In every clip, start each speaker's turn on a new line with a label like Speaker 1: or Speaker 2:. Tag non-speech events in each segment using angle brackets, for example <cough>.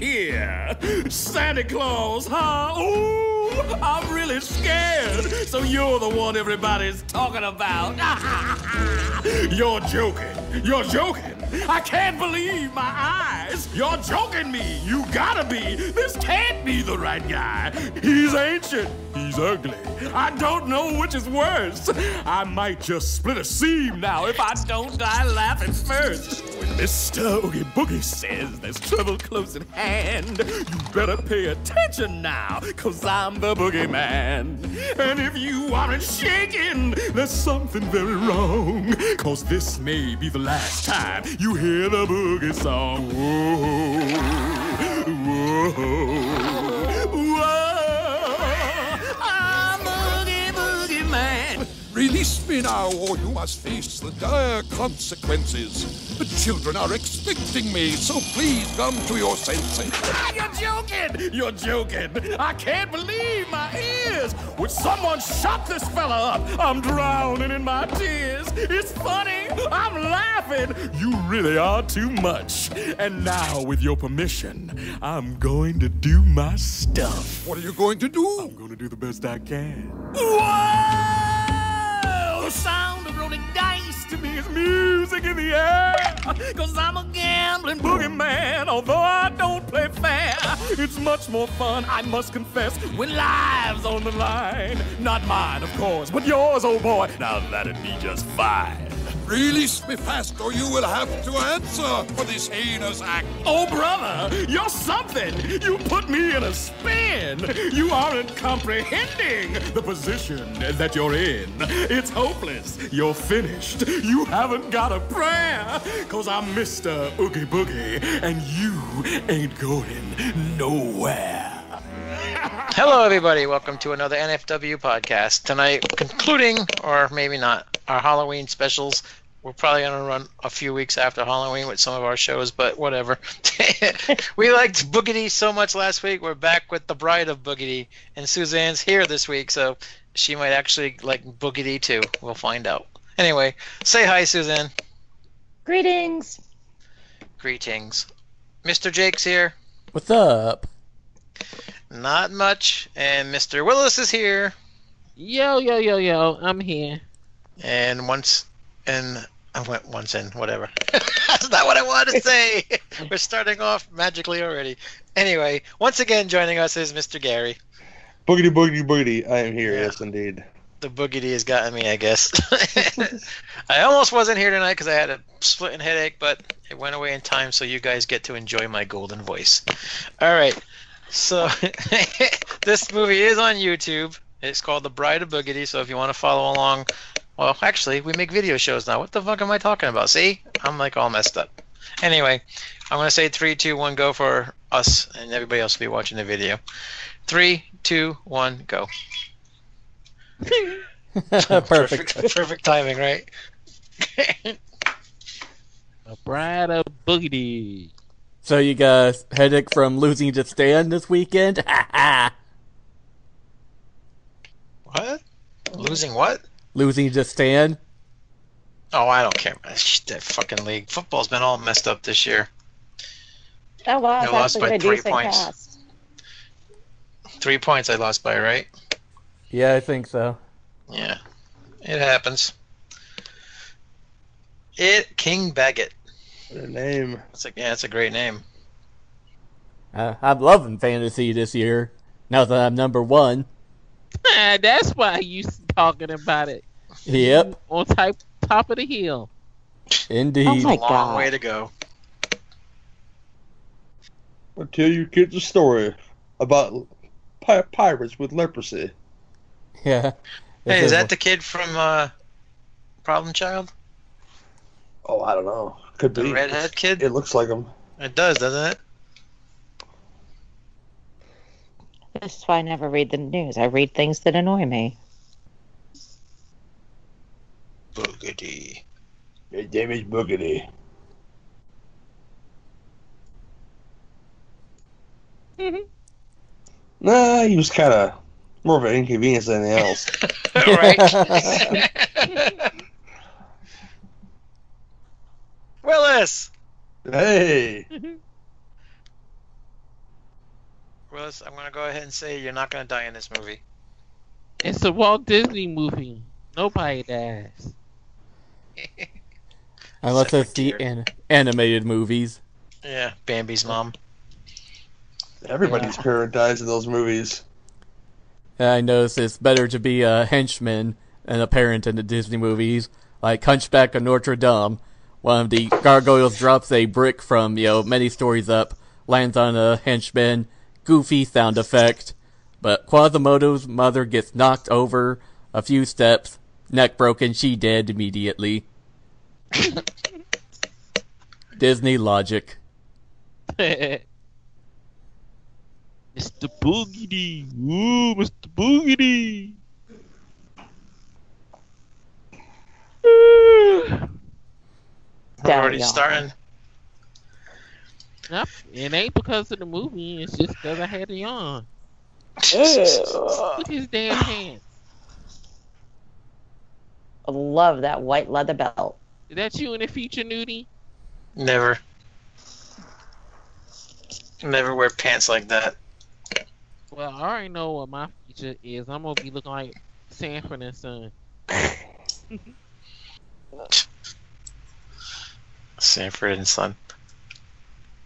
Speaker 1: Yeah, Santa Claus, huh? Ooh, I'm really scared. So you're the one everybody's talking about. <laughs> you're joking. You're joking. I can't believe my eyes. You're joking me. You gotta be. This can't be the right guy. He's ancient. He's ugly. I don't know which is worse. I might just split a seam now if I don't die laughing first. When Mr. Oogie Boogie says there's trouble close at hand, you better pay attention now, cause I'm the boogeyman. And if you aren't shaking, there's something very wrong, cause this may be the last time you hear the boogie song. Whoa, whoa, whoa. I'm Boogie Boogie Man.
Speaker 2: Release me now, or you must face the dire consequences. The children are expecting me, so please come to your senses.
Speaker 1: Ah, You're joking! You're joking! I can't believe my ears! Would someone shut this fella up? I'm drowning in my tears! It's funny! I'm laughing! You really are too much! And now, with your permission, I'm going to do my stuff.
Speaker 2: What are you going to do?
Speaker 1: I'm gonna do the best I can. Whoa! Sound of rolling dice to me is music in the air. Cause I'm a gambling boogeyman, although I don't play fair. It's much more fun, I must confess, when lives on the line. Not mine, of course, but yours, oh boy. Now that'd be just fine.
Speaker 2: Release me fast, or you will have to answer for this heinous act.
Speaker 1: Oh, brother, you're something. You put me in a spin. You aren't comprehending the position that you're in. It's hopeless. You're finished. You haven't got a prayer. Cause I'm Mr. Oogie Boogie, and you ain't going nowhere.
Speaker 3: Hello, everybody. Welcome to another NFW podcast. Tonight, concluding, or maybe not, our Halloween specials. We're probably going to run a few weeks after Halloween with some of our shows, but whatever. <laughs> we liked Boogity so much last week. We're back with the bride of Boogity, and Suzanne's here this week, so she might actually like Boogity too. We'll find out. Anyway, say hi, Suzanne.
Speaker 4: Greetings.
Speaker 3: Greetings. Mr. Jake's here.
Speaker 5: What's up?
Speaker 3: Not much. And Mr. Willis is here.
Speaker 6: Yo, yo, yo, yo, I'm here.
Speaker 3: and once and I went once in, whatever. <laughs> That's not what I wanted to
Speaker 7: <laughs>
Speaker 3: say. We're starting off magically already. Anyway, once again joining us is Mr. Gary.
Speaker 7: Boogity boogity boogity. I am here.
Speaker 3: Yeah.
Speaker 7: Yes, indeed.
Speaker 3: The boogity has gotten me, I guess. <laughs> I almost wasn't here tonight because I had a splitting headache, but it went away in time, so you guys get to enjoy my golden voice. All right. So <laughs> this movie is on YouTube. It's called The Bride of Boogity. So if you want to follow along, well, actually, we make video shows now. What the fuck am I talking about? See, I'm like all messed up. Anyway, I'm gonna say three, two, one, go for us, and everybody else will be watching the video. Three, two, one, go.
Speaker 5: Perfect.
Speaker 3: perfect timing, right?
Speaker 6: The bride of boogity.
Speaker 5: So you got a headache from losing to Stan this weekend? <laughs> Ha ha!
Speaker 3: what? Losing what?
Speaker 5: Losing to Stan?
Speaker 3: Oh, I don't care. about Shit, That fucking league football's been all messed up this year.
Speaker 4: That was
Speaker 3: They lost
Speaker 4: actually
Speaker 3: by
Speaker 4: Oh, a
Speaker 3: three
Speaker 4: decent
Speaker 3: points.
Speaker 4: cast.
Speaker 3: Three points I lost by, right?
Speaker 5: Yeah, I think so.
Speaker 3: Yeah, it happens. It King Baggett.
Speaker 7: What a name.
Speaker 3: That's a yeah, that's a great name.
Speaker 5: Uh, I'm loving fantasy this year. Now that I'm number one.
Speaker 6: Ah, <laughs> That's why you s- talking about it
Speaker 5: Yep,
Speaker 6: on type, top of the hill.
Speaker 5: indeed.
Speaker 4: my-
Speaker 3: Long
Speaker 4: God.
Speaker 3: way to go.
Speaker 7: I'll tell you kids a story about pi- pirates with leprosy.
Speaker 5: <laughs> yeah.
Speaker 3: Hey, is that the kid from uh, Problem Child?
Speaker 7: Oh, I don't know. Could
Speaker 3: The
Speaker 7: be
Speaker 3: redhead kid?
Speaker 7: It looks like them.
Speaker 3: It does, doesn't it?
Speaker 4: This is why I never read the news. I read things that annoy me.
Speaker 3: <laughs> Boogity.
Speaker 7: Hey, David Boogity. <laughs> Nah, he was kind of more of an inconvenience than anything
Speaker 4: <laughs>
Speaker 7: <laughs> else.
Speaker 3: right. Willis.
Speaker 7: hey,
Speaker 3: Willis, I'm gonna go ahead and say you're not gonna die in this movie.
Speaker 6: It's a Walt Disney movie. Nobody dies. <laughs>
Speaker 5: Unless
Speaker 3: Except
Speaker 5: it's
Speaker 3: for
Speaker 5: the
Speaker 3: Deer.
Speaker 5: an- animated movies.
Speaker 3: Yeah, Bambi's mom.
Speaker 7: Everybody's parent dies in those movies.
Speaker 5: And I notice it's better to be a henchman and a parent in the Disney movies, like Hunchback of Notre Dame. One of the gargoyles drops a brick from, you know, many stories up, lands on a henchman, goofy sound effect. But Quasimodo's mother gets knocked over a few steps, neck broken, she dead immediately. Disney logic.
Speaker 6: Mr. Boogity. Ooh, Mr. Boogity.
Speaker 3: We're
Speaker 4: Down,
Speaker 3: already
Speaker 4: y'all.
Speaker 3: starting.
Speaker 6: Nope, it ain't because of the movie. It's just because I had it on. Look at his damn hand.
Speaker 4: I love that white leather belt.
Speaker 6: Is that you in the future, nudie?
Speaker 3: Never. Never wear pants like that.
Speaker 6: Well, I already know what my future is. I'm gonna be looking like Sanford and Son.
Speaker 3: Sanford and Son.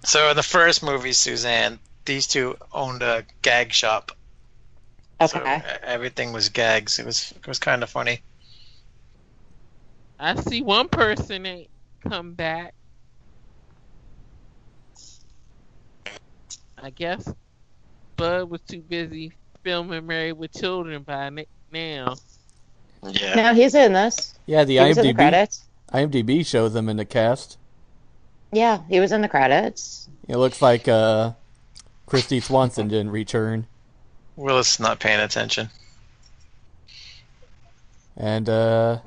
Speaker 3: So in the first movie, Suzanne, these two owned a gag shop. So
Speaker 4: Okay.
Speaker 3: e- everything was gags. It was it was kind of funny.
Speaker 6: I see one person ain't come back. I guess Bud was too busy filming Married with Children by n- now.
Speaker 3: Yeah.
Speaker 4: No, he's in this.
Speaker 5: Yeah, the
Speaker 4: He was in the
Speaker 5: IMDb,
Speaker 4: credits.
Speaker 5: IMDb shows them in the cast.
Speaker 4: Yeah, he was in the credits.
Speaker 5: It looks like uh, Christy Swanson didn't return,
Speaker 3: Willis not paying attention.
Speaker 5: and uh,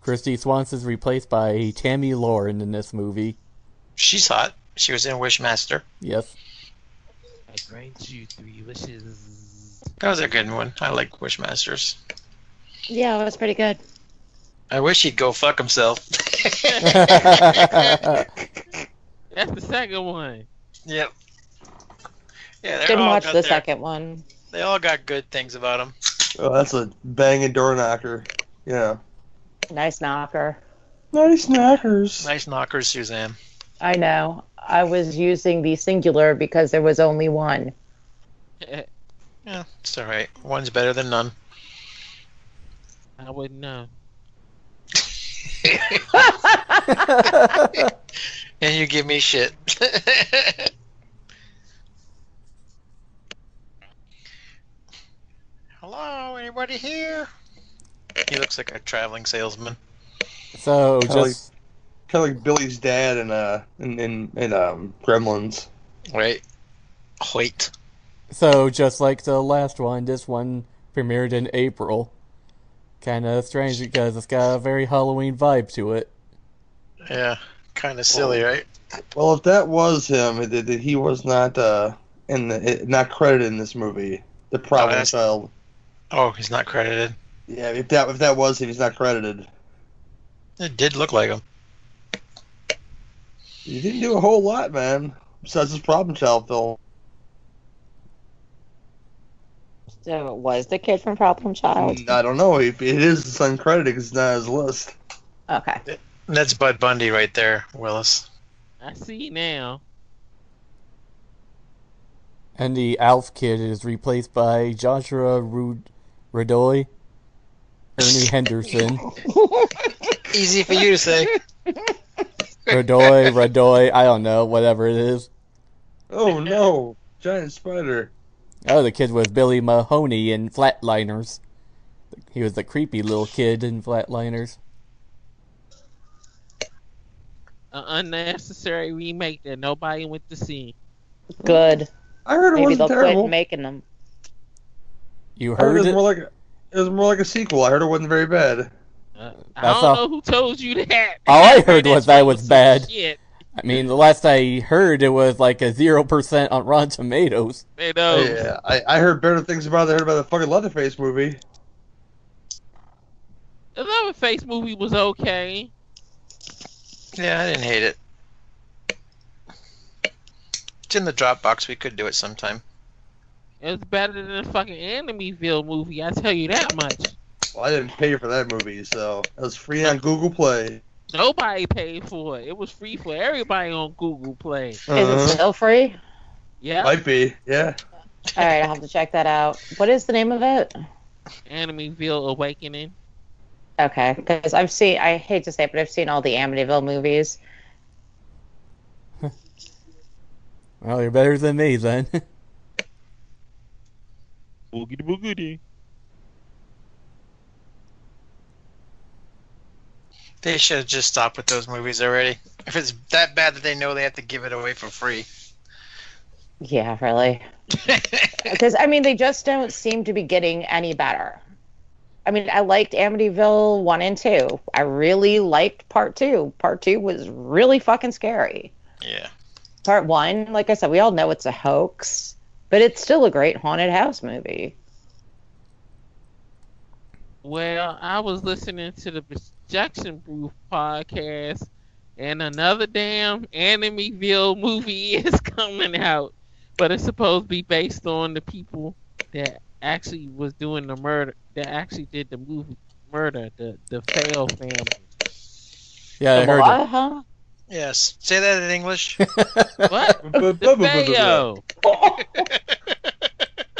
Speaker 5: Christy Swanson's replaced by Tammy Lauren in this movie.
Speaker 3: She's hot. She was in Wishmaster.
Speaker 5: Yes, <laughs>
Speaker 6: I grant you three wishes.
Speaker 3: That was a good one. I like Wishmasters.
Speaker 4: Yeah, it was pretty good.
Speaker 3: I wish he'd go fuck himself. <laughs>
Speaker 5: I
Speaker 6: That's the second one. <laughs>
Speaker 3: Yep. Yeah, they're
Speaker 4: Didn't
Speaker 3: all
Speaker 4: watch the
Speaker 3: got their-
Speaker 4: second one.
Speaker 3: They all got good things about them.
Speaker 7: Oh, that's a banging door knocker. Yeah.
Speaker 4: Nice knocker.
Speaker 7: Nice knockers.
Speaker 3: Nice knockers, Suzanne.
Speaker 4: I know. I was using the singular because there was only one. <laughs>
Speaker 6: I
Speaker 3: Yeah, it's all right. One's better than none.
Speaker 6: wouldn't know.
Speaker 3: And you give me shit. <laughs> Hello, anybody here? He looks like a traveling salesman.
Speaker 5: so just
Speaker 7: Kind of like Billy's dad in uh in in, in um Gremlins.
Speaker 3: Wait. Wait.
Speaker 5: so just like the last one, this one premiered in April. Kind of strange because it's got a very Halloween vibe to it.
Speaker 3: Yeah, kind of silly, right?
Speaker 7: Well, if that was him, it- it- he was not uh in the, it, not credited in this movie. The problem
Speaker 3: that's-
Speaker 7: child.
Speaker 3: Oh, he's not credited.
Speaker 7: Yeah, if that if that was him, he's not credited.
Speaker 3: It did look like him.
Speaker 7: He didn't do a whole lot, man. Besides his problem child film.
Speaker 4: So it was the kid from Problem Child.
Speaker 7: I don't know. It, it is it's uncredited because it's not on his list.
Speaker 3: Hmm.
Speaker 4: Okay.
Speaker 3: And that's Bud Bundy right there, Willis.
Speaker 6: I see now.
Speaker 5: And the Alf kid is replaced by Joshua Rud- Radoy, Ernie Henderson.
Speaker 3: Easy for you to say.
Speaker 5: Radoy, Radoy, I don't know, whatever it is.
Speaker 7: Oh no, giant spider.
Speaker 5: Oh, the kid was Billy Mahoney in Flatliners. He was the creepy little kid in Flatliners.
Speaker 6: An unnecessary remake that nobody went to see.
Speaker 4: Good.
Speaker 7: I heard it
Speaker 4: Maybe they'll
Speaker 7: wasn't terrible.
Speaker 4: quit making them.
Speaker 5: You
Speaker 7: I
Speaker 5: heard
Speaker 7: heard it was more
Speaker 5: it?
Speaker 7: like a, it was more like a sequel. I heard it wasn't very bad.
Speaker 6: Uh, I
Speaker 5: That's
Speaker 6: don't
Speaker 5: all-
Speaker 6: know who told you that.
Speaker 5: <laughs> All I heard
Speaker 6: That's
Speaker 5: was that was
Speaker 6: some
Speaker 5: bad.
Speaker 6: Shit.
Speaker 5: I mean, the last I heard, it was like a 0% on Rotten Tomatoes.
Speaker 6: They know.
Speaker 7: Yeah, I, I heard better things about it. than I heard about the fucking Leatherface movie.
Speaker 6: The Leatherface movie was okay.
Speaker 3: <laughs> Yeah, I didn't hate it. It's in the Dropbox. We could do it sometime.
Speaker 6: It's better than the fucking Animeville movie. I tell you that much.
Speaker 7: Well, I didn't pay for that movie, so it was free on Google Play.
Speaker 6: Nobody paid for it. It was free for everybody on Google Play.
Speaker 4: Is it
Speaker 7: Uh-huh.
Speaker 4: still free?
Speaker 6: Yeah,
Speaker 7: Might be, yeah.
Speaker 4: All right, I'll have to check that out. What is the name of it?
Speaker 6: Animeville Awakening.
Speaker 4: Okay, because I've seen, I hate to say it, but I've seen all the Amityville movies.
Speaker 5: Well, you're better than me then. <laughs>
Speaker 6: Boogity boogity.
Speaker 3: They should have just stopped with those movies already. If it's that bad that they know they have to give it away for free.
Speaker 4: Yeah, really. Because, I mean, they just don't seem to be getting any better. I mean, I liked Amityville 1 and 2. I really liked part 2. Part 2 was really fucking scary.
Speaker 3: yeah.
Speaker 4: Part 1, like I said, we all know it's a hoax, but it's still a great haunted house movie.
Speaker 6: Well, I was listening to the Projection Booth podcast, and another damn Animeville movie <laughs> is coming out, but it's supposed to be based on the people that actually was doing the murder, that actually did the movie murder, the the Fail family.
Speaker 5: yeah, I heard it.
Speaker 4: What, huh?
Speaker 3: Yes. Say that in
Speaker 4: <laughs>
Speaker 3: English.
Speaker 5: <laughs>
Speaker 6: What? the Fail.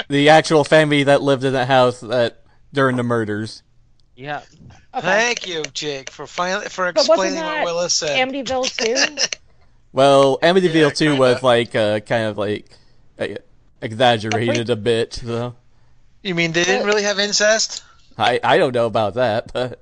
Speaker 5: the actual family that lived in that house that during the murders.
Speaker 6: Yep.
Speaker 3: Thank you, Jake, for finally for
Speaker 4: wasn't
Speaker 3: explaining what
Speaker 4: that
Speaker 3: Willis said.
Speaker 4: Amityville 2?
Speaker 5: Well, Amityville
Speaker 3: Yeah,
Speaker 5: 2
Speaker 3: kinda.
Speaker 5: was like uh, kind of like uh, exaggerated a bit, though.
Speaker 3: you mean they didn't really have incest? <laughs>
Speaker 5: I I don't know about that, but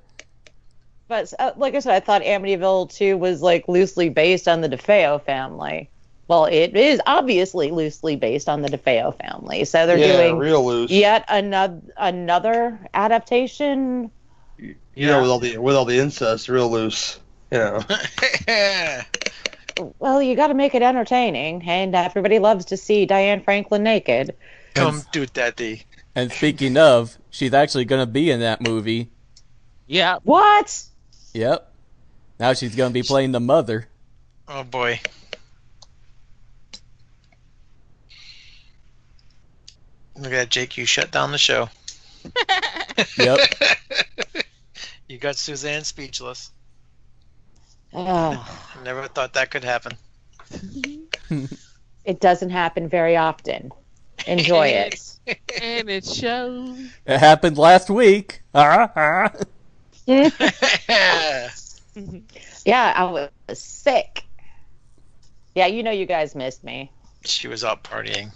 Speaker 4: But uh, like I said, I thought Amityville 2 was like loosely based on the DeFeo family. Well, it is obviously loosely based on the DeFeo family. So they're
Speaker 7: yeah,
Speaker 4: doing E
Speaker 7: real loose.
Speaker 4: yet another another adaptation.
Speaker 7: You know, with all the with all the incest, real loose. You know.
Speaker 3: yeah.
Speaker 4: Well, you got to make it entertaining, and everybody loves to see Diane Franklin naked.
Speaker 3: Come do daddy.
Speaker 5: and speaking of, she's actually going to be in that movie.
Speaker 6: Yep.
Speaker 4: What?
Speaker 5: Yep. Now she's going to be playing the mother.
Speaker 3: Oh boy. Look at that, Jake. You shut down the show.
Speaker 5: Yep. <laughs>
Speaker 3: You got Suzanne speechless.
Speaker 4: Ugh,
Speaker 3: Never thought that could happen. <laughs>
Speaker 4: it doesn't happen very often. Enjoy it.
Speaker 6: and it shows.
Speaker 5: it happened last week. <laughs> Ah, ah.
Speaker 4: Yeah, I was sick. Yeah, you know you guys missed me.
Speaker 3: she was out partying.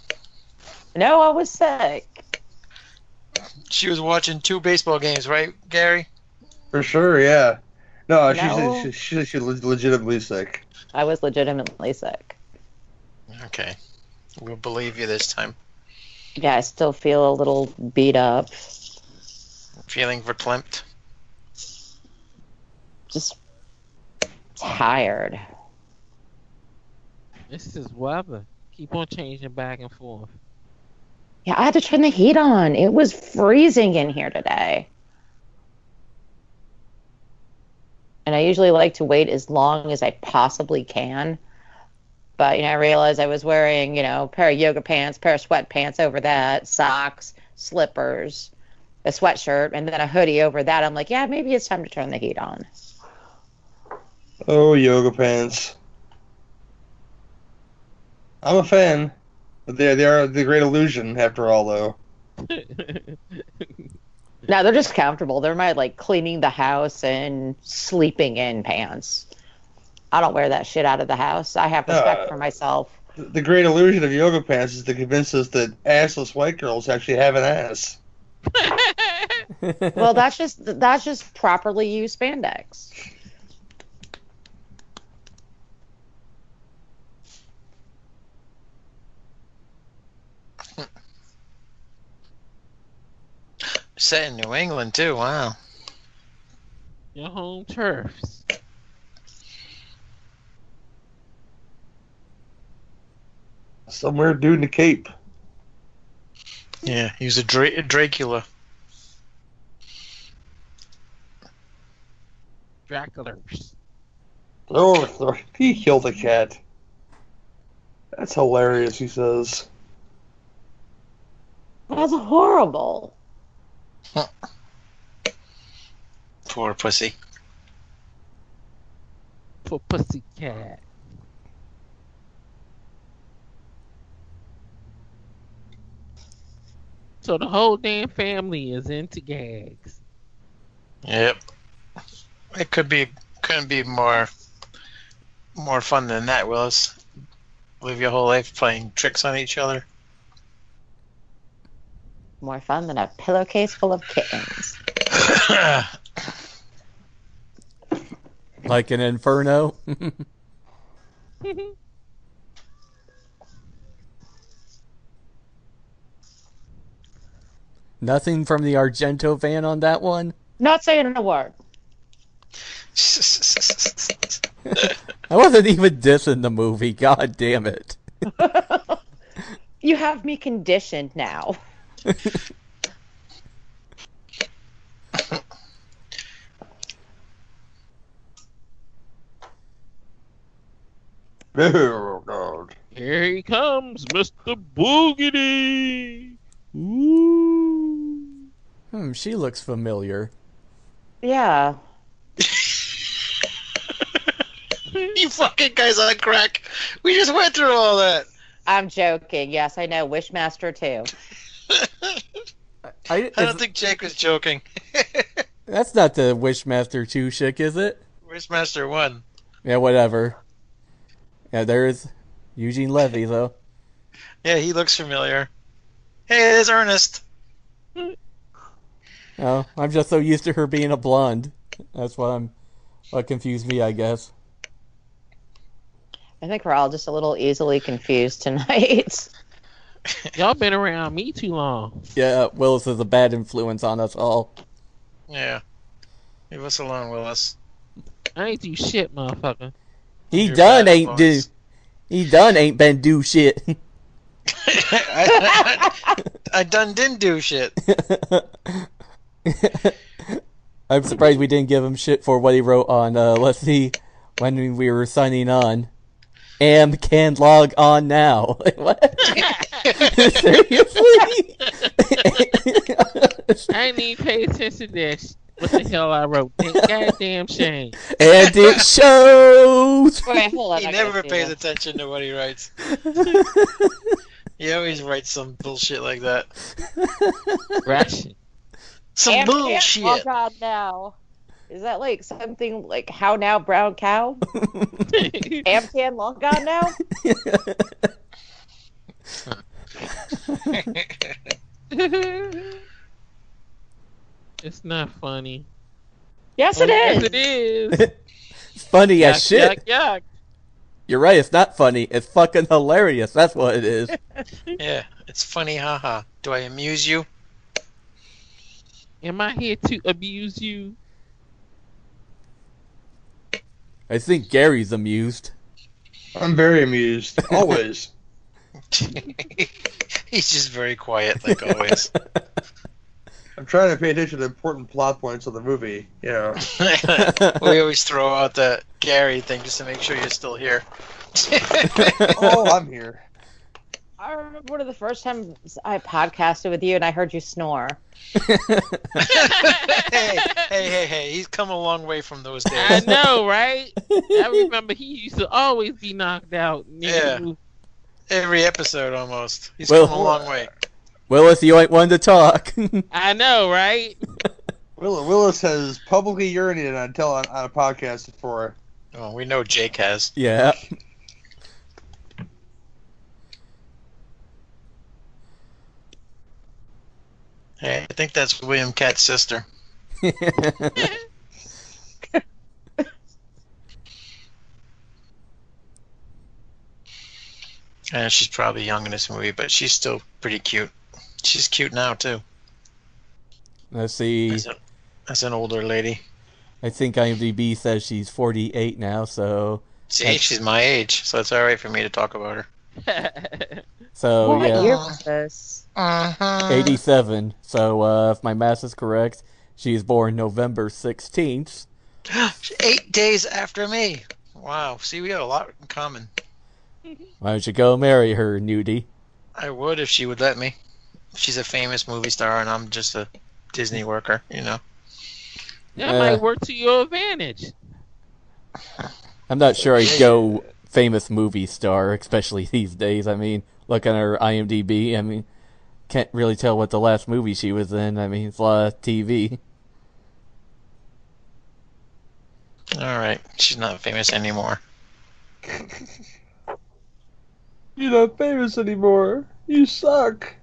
Speaker 4: No, I was sick.
Speaker 3: She was watching two baseball games, right, Gary?
Speaker 7: For sure, yeah. No,
Speaker 4: No.
Speaker 7: she's she, she, she's leg- legitimately sick.
Speaker 4: I was legitimately sick.
Speaker 3: Okay. We'll believe you this time.
Speaker 4: Yeah, I still feel a little beat up.
Speaker 3: Feeling verklempt.
Speaker 4: Just tired.
Speaker 6: This is weather. Keep on changing back and forth.
Speaker 4: Yeah, I had to turn the heat on. It was freezing in here today. And I usually like to wait as long as I possibly can. But, you know, I realized I was wearing, you know, a pair of yoga pants, pair of sweatpants over that, socks, slippers, a sweatshirt, and then a hoodie over that. I'm like, yeah, maybe it's time to turn the heat on.
Speaker 7: Oh, yoga pants. I'm a fan. But They they are the great illusion after all, though.
Speaker 4: No, they're just comfortable. They're my like cleaning the house and sleeping in pants. I don't wear that shit out of the house. I have respect
Speaker 7: Uh.
Speaker 4: for myself.
Speaker 7: The- The great illusion of yoga pants is to convince us that assless white girls actually have an ass.
Speaker 4: Well, that's just that's just properly used spandex.
Speaker 3: Set in New England, too. Wow.
Speaker 6: Your home turfs.
Speaker 7: Some weird dude in a cape.
Speaker 3: Yeah, he was a, Dra- a Dracula.
Speaker 6: Draculars.
Speaker 7: Oh, th- he killed a cat. That's hilarious, he says.
Speaker 4: That's horrible.
Speaker 3: Poor pussy.
Speaker 6: for Pussycat. So the whole damn family is into gags.
Speaker 3: Yep. It could be couldn't be more more fun than that, Willis. Live your whole life playing tricks on each other.
Speaker 4: More fun than a pillowcase full of kittens.
Speaker 5: Like an inferno. <laughs> Nothing from the Argento fan on that one.
Speaker 4: Not saying a word.
Speaker 5: I wasn't even dissing the movie. <laughs> God damn it.
Speaker 4: You have me conditioned now.
Speaker 7: Oh, God.
Speaker 6: Here he comes, Mr. Boogity. Ooh.
Speaker 5: Hmm, she looks familiar.
Speaker 4: Yeah.
Speaker 3: <laughs> you fucking guys on crack. We just went through all that.
Speaker 4: I'm joking. Yes, I know. Wishmaster too.
Speaker 5: I,
Speaker 3: I
Speaker 5: is-
Speaker 3: don't think Jake was joking.
Speaker 5: that's not the Wishmaster 2 chick, is it?
Speaker 3: Wishmaster one.
Speaker 5: Yeah, whatever. Yeah, there is Eugene Levy, though.
Speaker 3: Yeah, he looks familiar. Hey, it is Ernest.
Speaker 5: Oh, I'm just so used to her being a blonde. That's what I'm. What confused me, I guess.
Speaker 4: I think we're all just a little easily confused tonight. <laughs>
Speaker 6: Y'all been around me too long.
Speaker 5: Yeah, uh, Willis is a bad influence on us all.
Speaker 3: Yeah. Leave us alone, Willis.
Speaker 6: I ain't do shit, motherfucker.
Speaker 5: He
Speaker 3: You're
Speaker 5: done
Speaker 3: bad
Speaker 5: ain't do.
Speaker 3: influence.
Speaker 5: He done ain't been do shit. <laughs>
Speaker 3: I, I, I done didn't do shit.
Speaker 5: I'm surprised we didn't give him shit for what he wrote on. Uh, let's see, when we were signing on, am can log on now. <laughs> Like, what? Seriously?
Speaker 6: I
Speaker 5: <laughs>
Speaker 6: ain't even pay attention to that. sh- What the hell I wrote? That goddamn shame.
Speaker 5: and
Speaker 6: <laughs>
Speaker 5: it shows.
Speaker 4: Wait, hold on.
Speaker 3: He
Speaker 4: I gotta
Speaker 3: never
Speaker 4: see
Speaker 3: pays
Speaker 4: this.
Speaker 3: attention to what he writes. he always writes some bullshit like that.
Speaker 6: <laughs> Ration.
Speaker 3: Some
Speaker 4: Am- am- Oh
Speaker 3: bullshit.
Speaker 4: God, now. Is that like something like how now brown cow? Amcan long gone now?
Speaker 6: it's not funny.
Speaker 4: Yes, it is.
Speaker 6: Yes, it
Speaker 5: <laughs>
Speaker 6: is.
Speaker 5: Funny as
Speaker 6: Yuck, Yuck,
Speaker 5: shit.
Speaker 6: yuck.
Speaker 5: You're right. It's not funny. It's fucking hilarious. That's what it is.
Speaker 3: yeah, it's funny, haha. Do I amuse you? <laughs>
Speaker 6: Am I here to abuse you?
Speaker 5: I think Gary's amused.
Speaker 6: <laughs>
Speaker 7: I'm very <laughs> amused. Always.
Speaker 3: He's just very quiet, like always. <laughs>
Speaker 7: I'm trying to pay attention to important plot points of the movie. You <laughs> know.
Speaker 3: we always throw out the Gary thing just to make sure you're still here.
Speaker 7: Oh, I'm here.
Speaker 4: I remember one of the first times I podcasted with you and I heard you snore.
Speaker 3: hey, hey, hey, hey! He's come a long way from those
Speaker 6: I <laughs>
Speaker 3: days.
Speaker 5: <laughs>
Speaker 6: know, right? I remember he used to always be knocked out.
Speaker 3: Yeah.
Speaker 6: nigga.
Speaker 3: Every episode, almost. He's
Speaker 5: Well-
Speaker 3: come a long way.
Speaker 5: Willis, you ain't one to talk. <laughs>
Speaker 6: I know, right?
Speaker 7: Will- Willis has publicly urinated on, tell on, on a podcast before.
Speaker 3: Oh, we know Jake has.
Speaker 5: yeah. <laughs>
Speaker 3: Hey, I think that's William Cat's sister. And Uh, she's probably young in this movie, but she's still pretty cute. She's cute now too,
Speaker 5: Let's see.
Speaker 3: as, a, as an older lady.
Speaker 5: I think IMDb says she's 48 now, so
Speaker 3: See,
Speaker 5: Yes.
Speaker 3: she's my age, so it's all right for me to talk about her.
Speaker 5: so
Speaker 4: what
Speaker 5: Oh, yeah,
Speaker 4: year was this?
Speaker 3: Uh-huh.
Speaker 5: 87. So uh, if my math is correct, she's born November 16th.
Speaker 3: Eight days after me. Wow. See, we got a lot in common.
Speaker 5: Why don't you go marry her, nudie?
Speaker 3: I would if she would let me. she's a famous movie star and I'm just a Disney worker, you know.
Speaker 6: That
Speaker 5: Uh.
Speaker 6: might work to your advantage.
Speaker 5: I'm not sure I'd go famous movie star, especially <laughs> these days. I mean, look at her IMDb. I mean, can't really tell what the last movie she was in. I mean, it's a lot of TV.
Speaker 3: All right, she's not famous anymore.
Speaker 7: You're not famous anymore. You suck.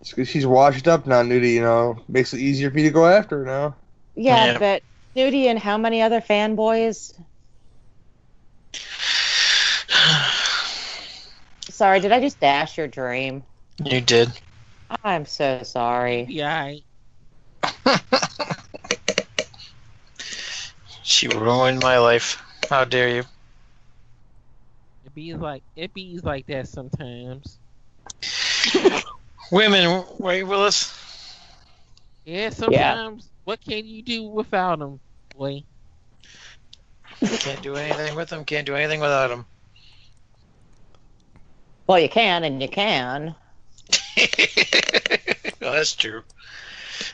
Speaker 7: It's 'cause she's washed up now, Nudie, you know. Makes it easier for you to go after her now.
Speaker 4: Yeah,
Speaker 3: Yeah.
Speaker 4: but Nudie and how many other fanboys? Sorry, did I just dash your dream?
Speaker 3: You did.
Speaker 4: I'm so sorry.
Speaker 6: Yeah, I-
Speaker 3: She ruined my life. How dare you?
Speaker 6: it be like it be like that sometimes.
Speaker 3: Women, right, Willis?
Speaker 6: Yeah, sometimes what can you do without them, boy? <laughs>
Speaker 3: Can't do anything with them. Can't do anything without them.
Speaker 4: Well, you can and you can.
Speaker 3: <laughs> well, that's true.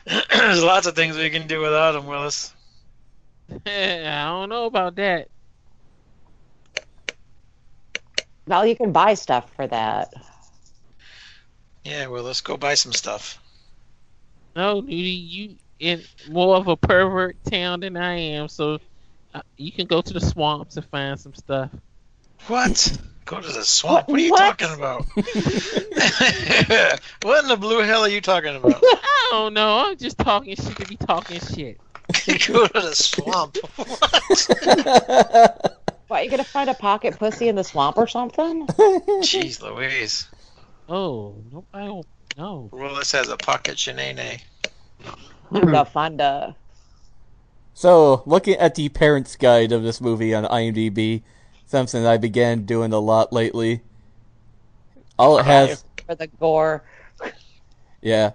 Speaker 3: <clears throat> There's lots of things we can do without them, Willis.
Speaker 6: I don't know about that.
Speaker 4: Well, you can buy stuff for that.
Speaker 3: Yeah, Willis, go buy some stuff.
Speaker 6: No, Nudie, you in more of a pervert town than I am, so uh, you can go to the swamps and find some stuff.
Speaker 3: What? Go to the swamp? What are you
Speaker 4: What?
Speaker 3: talking about? <laughs> what in the blue hell are you talking about?
Speaker 6: I don't know. I'm just talking shit to be talking shit.
Speaker 3: go to the swamp. <laughs> What?
Speaker 4: What, you gonna find a pocket pussy in the swamp or
Speaker 7: <laughs>
Speaker 4: something?
Speaker 3: Jeez Louise.
Speaker 6: Oh, nope, I don't know.
Speaker 3: Willis has a pocket shenane.
Speaker 4: the funda.
Speaker 5: So, looking at the parents' guide of this movie on IMDb, something I began doing a lot lately. All it has,
Speaker 4: For the gore.
Speaker 5: yeah,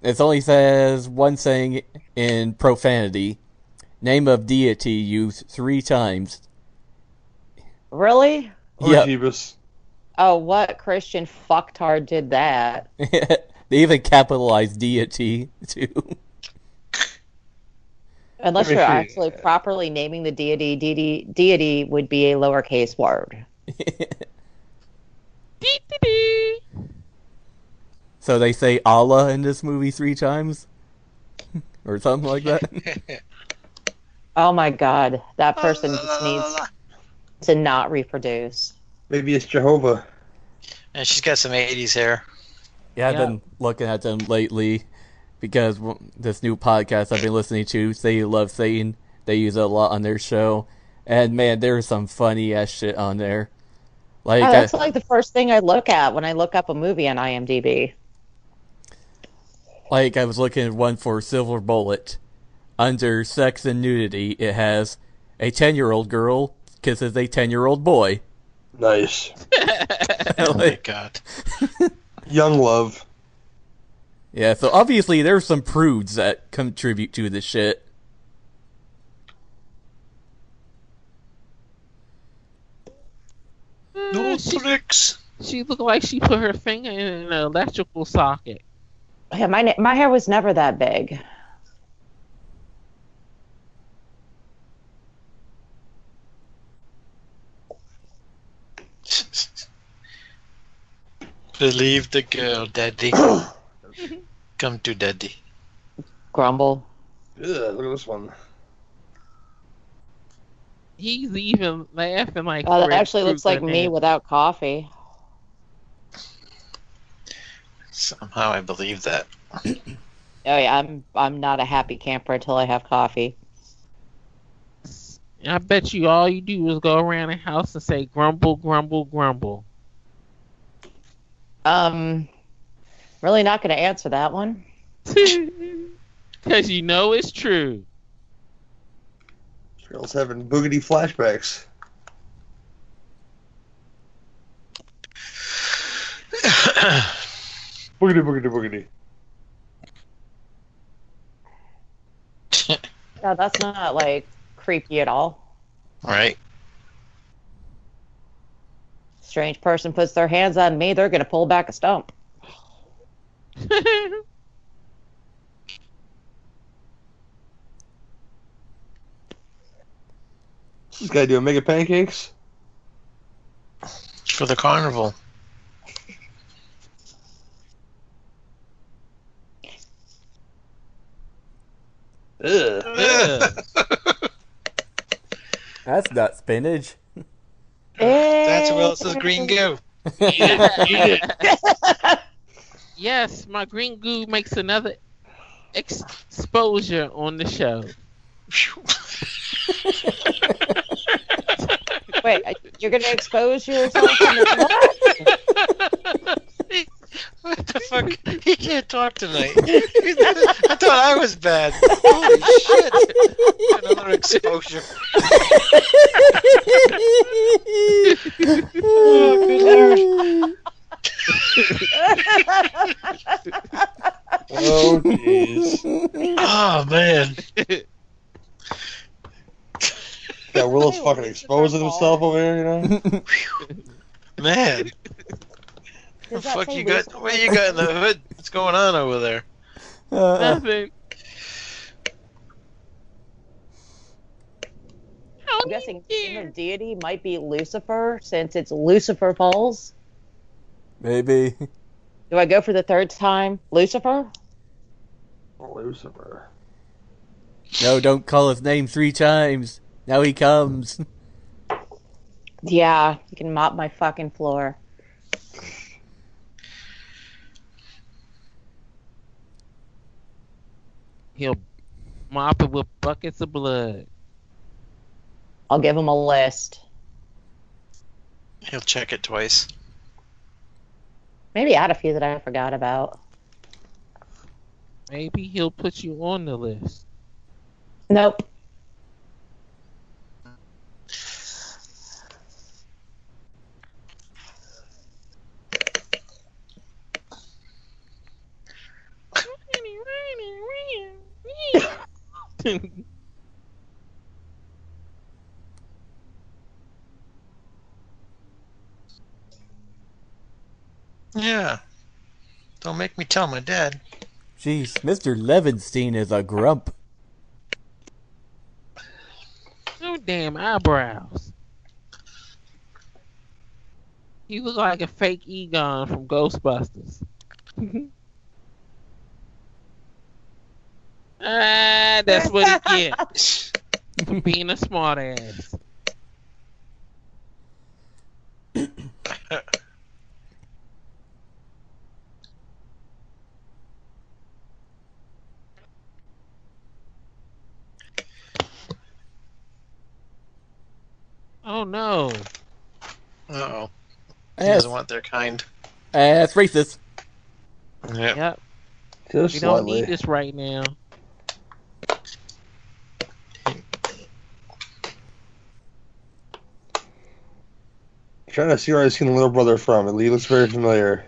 Speaker 5: it only says one thing in profanity: name of deity used three times. <laughs>
Speaker 4: Really?
Speaker 7: Oh,
Speaker 5: Yep.
Speaker 7: Jeebus.
Speaker 4: Oh, what Christian fucktard did that?
Speaker 5: they even capitalized deity <laughs> too.
Speaker 4: Unless
Speaker 7: Let me
Speaker 4: you're
Speaker 7: see.
Speaker 4: actually properly naming the deity, deity, deity would be a lowercase word.
Speaker 6: Dee, dee, dee.
Speaker 5: so they say Allah in this movie three times, <laughs> or something like that.
Speaker 4: <laughs>
Speaker 5: <laughs>
Speaker 4: Oh my god, that person just needs to not reproduce.
Speaker 7: Maybe it's Jehovah.
Speaker 3: And she's got some 80s hair.
Speaker 5: Yeah, I've
Speaker 6: Yeah.
Speaker 5: been looking at them lately because w- this new podcast I've been listening to, Say Love Satan, they use it a lot on their show. And man, there's some funny ass shit on there. Like,
Speaker 4: Oh,
Speaker 5: I-
Speaker 4: that's like the first thing I look at when I look up a movie on IMDb.
Speaker 5: like I was looking at one for Silver Bullet. Under sex and nudity, it has a 10 year old girl kisses a 10 year old boy.
Speaker 7: Nice.
Speaker 3: Oh my
Speaker 5: Like,
Speaker 3: god.
Speaker 7: Young love.
Speaker 5: yeah, so obviously there's some prudes that contribute to this shit.
Speaker 3: No
Speaker 6: Uh, she,
Speaker 3: tricks.
Speaker 6: she looked like she put her finger in an electrical socket.
Speaker 4: Yeah, my na- my hair was never that big.
Speaker 3: Believe the girl, daddy. Come to daddy.
Speaker 4: Grumble.
Speaker 7: Ugh, look at this one.
Speaker 6: He's even laughing like.
Speaker 4: Oh, that
Speaker 6: Fred
Speaker 4: actually looks like
Speaker 6: Krueger
Speaker 4: me
Speaker 6: now.
Speaker 4: without coffee.
Speaker 3: Somehow I believe that. <coughs>
Speaker 4: Oh yeah, I'm I'm not a happy camper until I have coffee.
Speaker 6: I bet you all you do is go around the house and say grumble, grumble, grumble. <laughs>
Speaker 4: Um, really not going to answer that one.
Speaker 6: Because you know it's true. <laughs>
Speaker 7: Girl's having boogity flashbacks. Boogity, boogity, boogity.
Speaker 4: No, that's not like creepy at all.
Speaker 3: right?
Speaker 4: strange person puts their hands on me, they're going to pull back a stump.
Speaker 7: This guy doing mega pancakes.
Speaker 3: for the carnival. Ugh.
Speaker 5: That's not <laughs> spinach.
Speaker 3: That's where else is
Speaker 4: Eh,
Speaker 3: green goo.
Speaker 6: <laughs> yes, my green goo makes another ex- exposure on the show.
Speaker 4: Wait, I- you're going to expose yourself?
Speaker 3: <laughs>
Speaker 4: on the-
Speaker 3: What the fuck? He can't talk tonight. I thought I was bad. Holy shit! Another exposure. Oh, good lord.
Speaker 7: Oh jeez. <laughs>
Speaker 3: Oh man.
Speaker 7: Yeah, Willow's fucking exposing himself over here. You know.
Speaker 3: Man, the
Speaker 4: Does that
Speaker 3: fuck
Speaker 4: say
Speaker 3: you
Speaker 4: loose
Speaker 3: got? What you got in the hood? What's going on over there?
Speaker 5: Uh,
Speaker 6: Nothing. How
Speaker 4: I'm guessing
Speaker 6: dare-
Speaker 4: human deity might be Lucifer since it's Lucifer Falls.
Speaker 5: maybe.
Speaker 4: Do I go for the third time? Lucifer?
Speaker 7: Oh, Lucifer.
Speaker 5: No, don't call his name three times. Now he comes.
Speaker 4: Yeah, you can mop my fucking floor.
Speaker 6: He'll mop it with buckets of blood.
Speaker 4: I'll give him a list.
Speaker 3: He'll check it twice.
Speaker 4: Maybe add a few that I forgot about.
Speaker 6: Maybe he'll put you on the list. <laughs>
Speaker 4: Nope.
Speaker 3: Yeah. Don't make me tell my dad.
Speaker 5: Jeez, Mr. Levinstein is a grump.
Speaker 6: No damn eyebrows. You look like a fake Egon from
Speaker 4: <laughs>
Speaker 6: Ghostbusters. ah, that's what he gets
Speaker 4: <laughs>
Speaker 6: for being a smartass. Oh no.
Speaker 3: Uh oh. He
Speaker 5: Yes.
Speaker 3: doesn't want their kind.
Speaker 5: Uh, it's racist.
Speaker 3: Yeah.
Speaker 6: Yep.
Speaker 7: Just
Speaker 6: We don't
Speaker 7: slightly.
Speaker 6: need this right now.
Speaker 7: Trying to see where I seen the little brother from. It looks very familiar.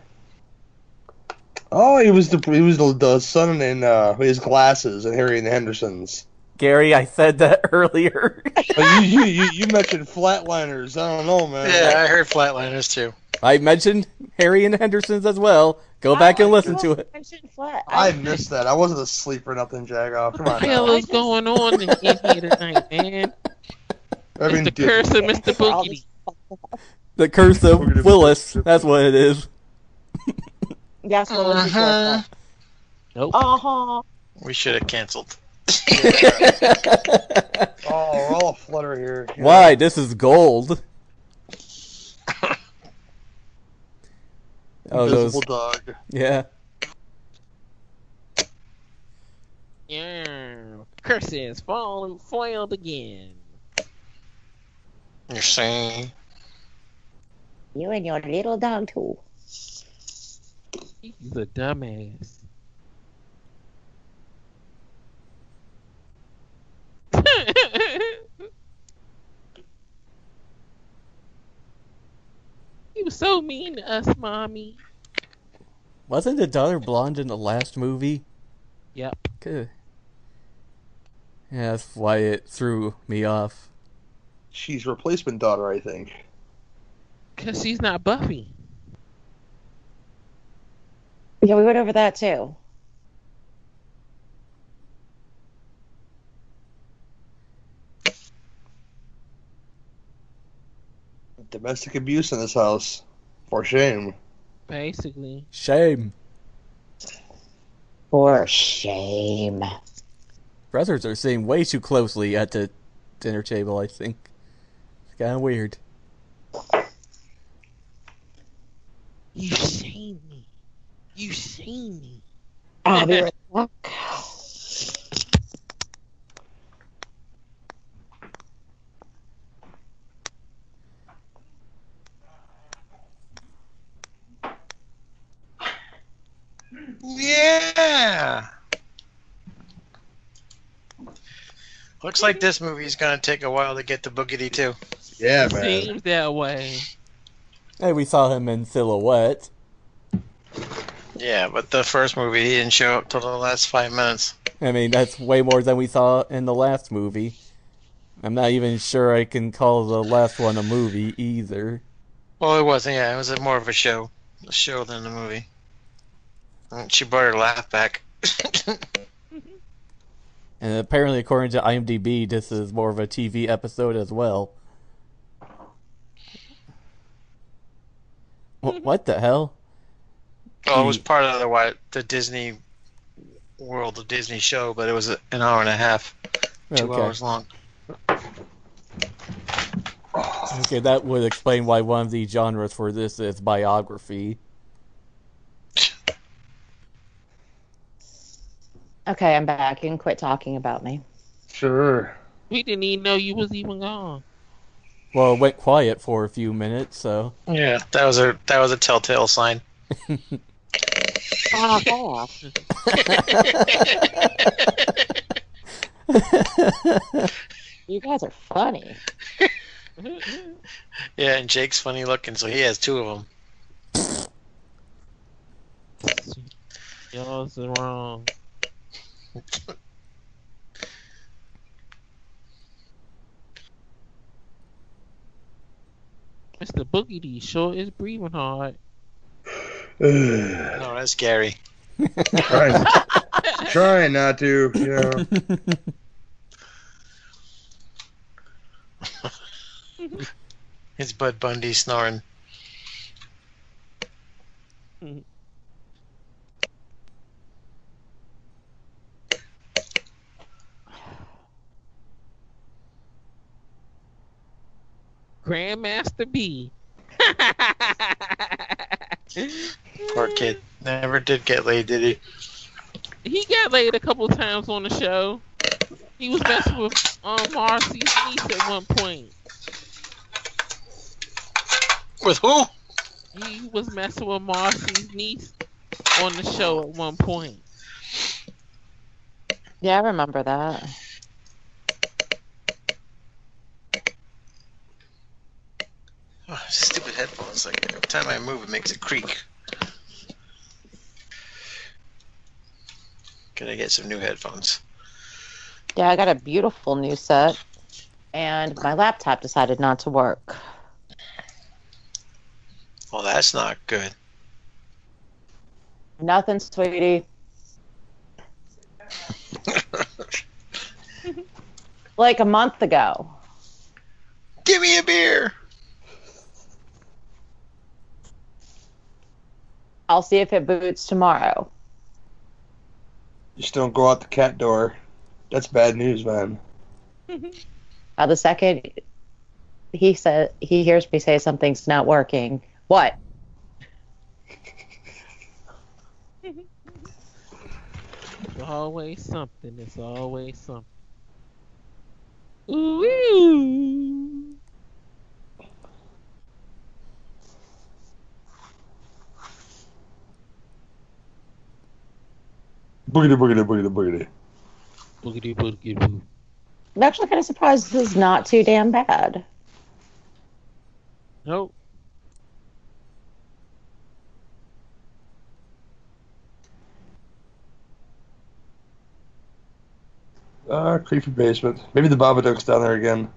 Speaker 7: Oh, he was the he was the, the son in uh, his glasses and Harry and the Hendersons.
Speaker 5: Gary, I said that <laughs> earlier.
Speaker 7: But you, you, you you mentioned flatliners. I don't know, man.
Speaker 3: Yeah, I heard flatliners too.
Speaker 5: I mentioned Harry and the Hendersons as well. Go back and listen to it.
Speaker 4: Mention flat.
Speaker 7: I missed that. I wasn't asleep or nothing, Jagoff. Come
Speaker 6: What <laughs>
Speaker 7: on.
Speaker 6: the hell
Speaker 7: now.
Speaker 6: is going on in in here
Speaker 4: <laughs>
Speaker 6: tonight, man?
Speaker 7: I mean,
Speaker 6: It's the
Speaker 7: dude,
Speaker 6: curse of Mr.
Speaker 4: All
Speaker 6: Boogity.
Speaker 4: this-
Speaker 5: The Curse
Speaker 7: We're gonna
Speaker 5: of
Speaker 7: be
Speaker 5: Willis.
Speaker 7: different.
Speaker 5: That's what it is.
Speaker 4: Yes, well, this is
Speaker 3: Uh-huh.
Speaker 6: Nope.
Speaker 4: Uh-huh.
Speaker 3: We should have canceled.
Speaker 7: oh, we're all flutter here. Yeah.
Speaker 5: Why? This is gold. Oh,
Speaker 7: Invisible
Speaker 5: those.
Speaker 7: dog.
Speaker 5: Yeah.
Speaker 6: Yeah. Curses fall foiled again.
Speaker 3: You're saying
Speaker 4: You and your little dog, too.
Speaker 6: He's a dumbass. <laughs> you was so mean to us, mommy.
Speaker 5: Wasn't the daughter blonde in the last movie?
Speaker 6: Yep.
Speaker 5: Good. Yeah, that's why it threw me off.
Speaker 7: She's replacement daughter, I think.
Speaker 6: Because she's not Buffy.
Speaker 4: Yeah, we went over that too.
Speaker 7: Domestic abuse in this house. For shame.
Speaker 6: Basically,
Speaker 5: Shame.
Speaker 4: For shame.
Speaker 5: Brothers are sitting way too closely at the dinner table, I think. It's kind of weird.
Speaker 6: you shame me. You shame me.
Speaker 4: I'll be right back.
Speaker 3: Yeah. Looks like this movie's gonna take a while to get to Boogity too.
Speaker 7: Yeah, man.
Speaker 6: Seems that way.
Speaker 5: Hey, we saw him in silhouette.
Speaker 3: Yeah, but the first movie he didn't show up till the last five minutes.
Speaker 5: I mean, that's way more than we saw in the last movie. I'm not even sure I can call the last one a movie either.
Speaker 3: Well, it wasn't. Yeah, it was more of a show, a show than a movie. And She brought her laugh back. <coughs>
Speaker 5: And apparently, according to IMDb, this is more of a TV episode as well. <laughs> Wh- What the hell?
Speaker 3: well, it was part of the why- the Disney World, the Disney show, but it was an hour and a half, two
Speaker 5: Okay.
Speaker 3: hours long.
Speaker 5: okay, that would explain why one of the genres for this is biography.
Speaker 4: Okay, I'm back. You can quit talking about me.
Speaker 7: Sure.
Speaker 6: We didn't even know you was even gone.
Speaker 5: Well, it went quiet for a few minutes, so
Speaker 3: Yeah, that was a that was a telltale sign.
Speaker 6: Fuck off.
Speaker 4: You guys are funny.
Speaker 3: Yeah, and Jake's funny looking, so he has two of them.
Speaker 6: Y'all's wrong. Mr. Boogie D sure is breathing hard.
Speaker 7: All
Speaker 3: No, that's Gary.
Speaker 7: <laughs> right. Trying not to, you know.
Speaker 3: It's Bud Bundy snoring.
Speaker 6: Grandmaster B. <laughs>
Speaker 3: Poor kid. Never did get laid, did he?
Speaker 6: he got laid a couple times on the show. He was messing with um, Marcy's niece at one point.
Speaker 3: With who?
Speaker 6: He was messing with Marcy's niece on the show at one point.
Speaker 4: Yeah, I remember that.
Speaker 3: Oh, stupid headphones. Like every time I move, it makes a creak. Can I get some new headphones?
Speaker 4: Yeah, I got a beautiful new set, and my laptop decided not to work.
Speaker 3: Well, that's not good.
Speaker 4: Nothing, sweetie. like a month ago.
Speaker 3: Give me a beer.
Speaker 4: I'll see if it boots tomorrow.
Speaker 7: <laughs> Just don't go out the cat door. That's bad news, man.
Speaker 4: Uh, the second he said he hears me say something's not working. What?
Speaker 6: It's always something. It's always something. Ooh.
Speaker 7: Boogity, boogity, boogity, boogity.
Speaker 6: Boogity boogity boo.
Speaker 4: I'm actually kind of surprised this is not too damn bad.
Speaker 6: Nope.
Speaker 7: Ah, creepy basement. Maybe the Babadook's down there again.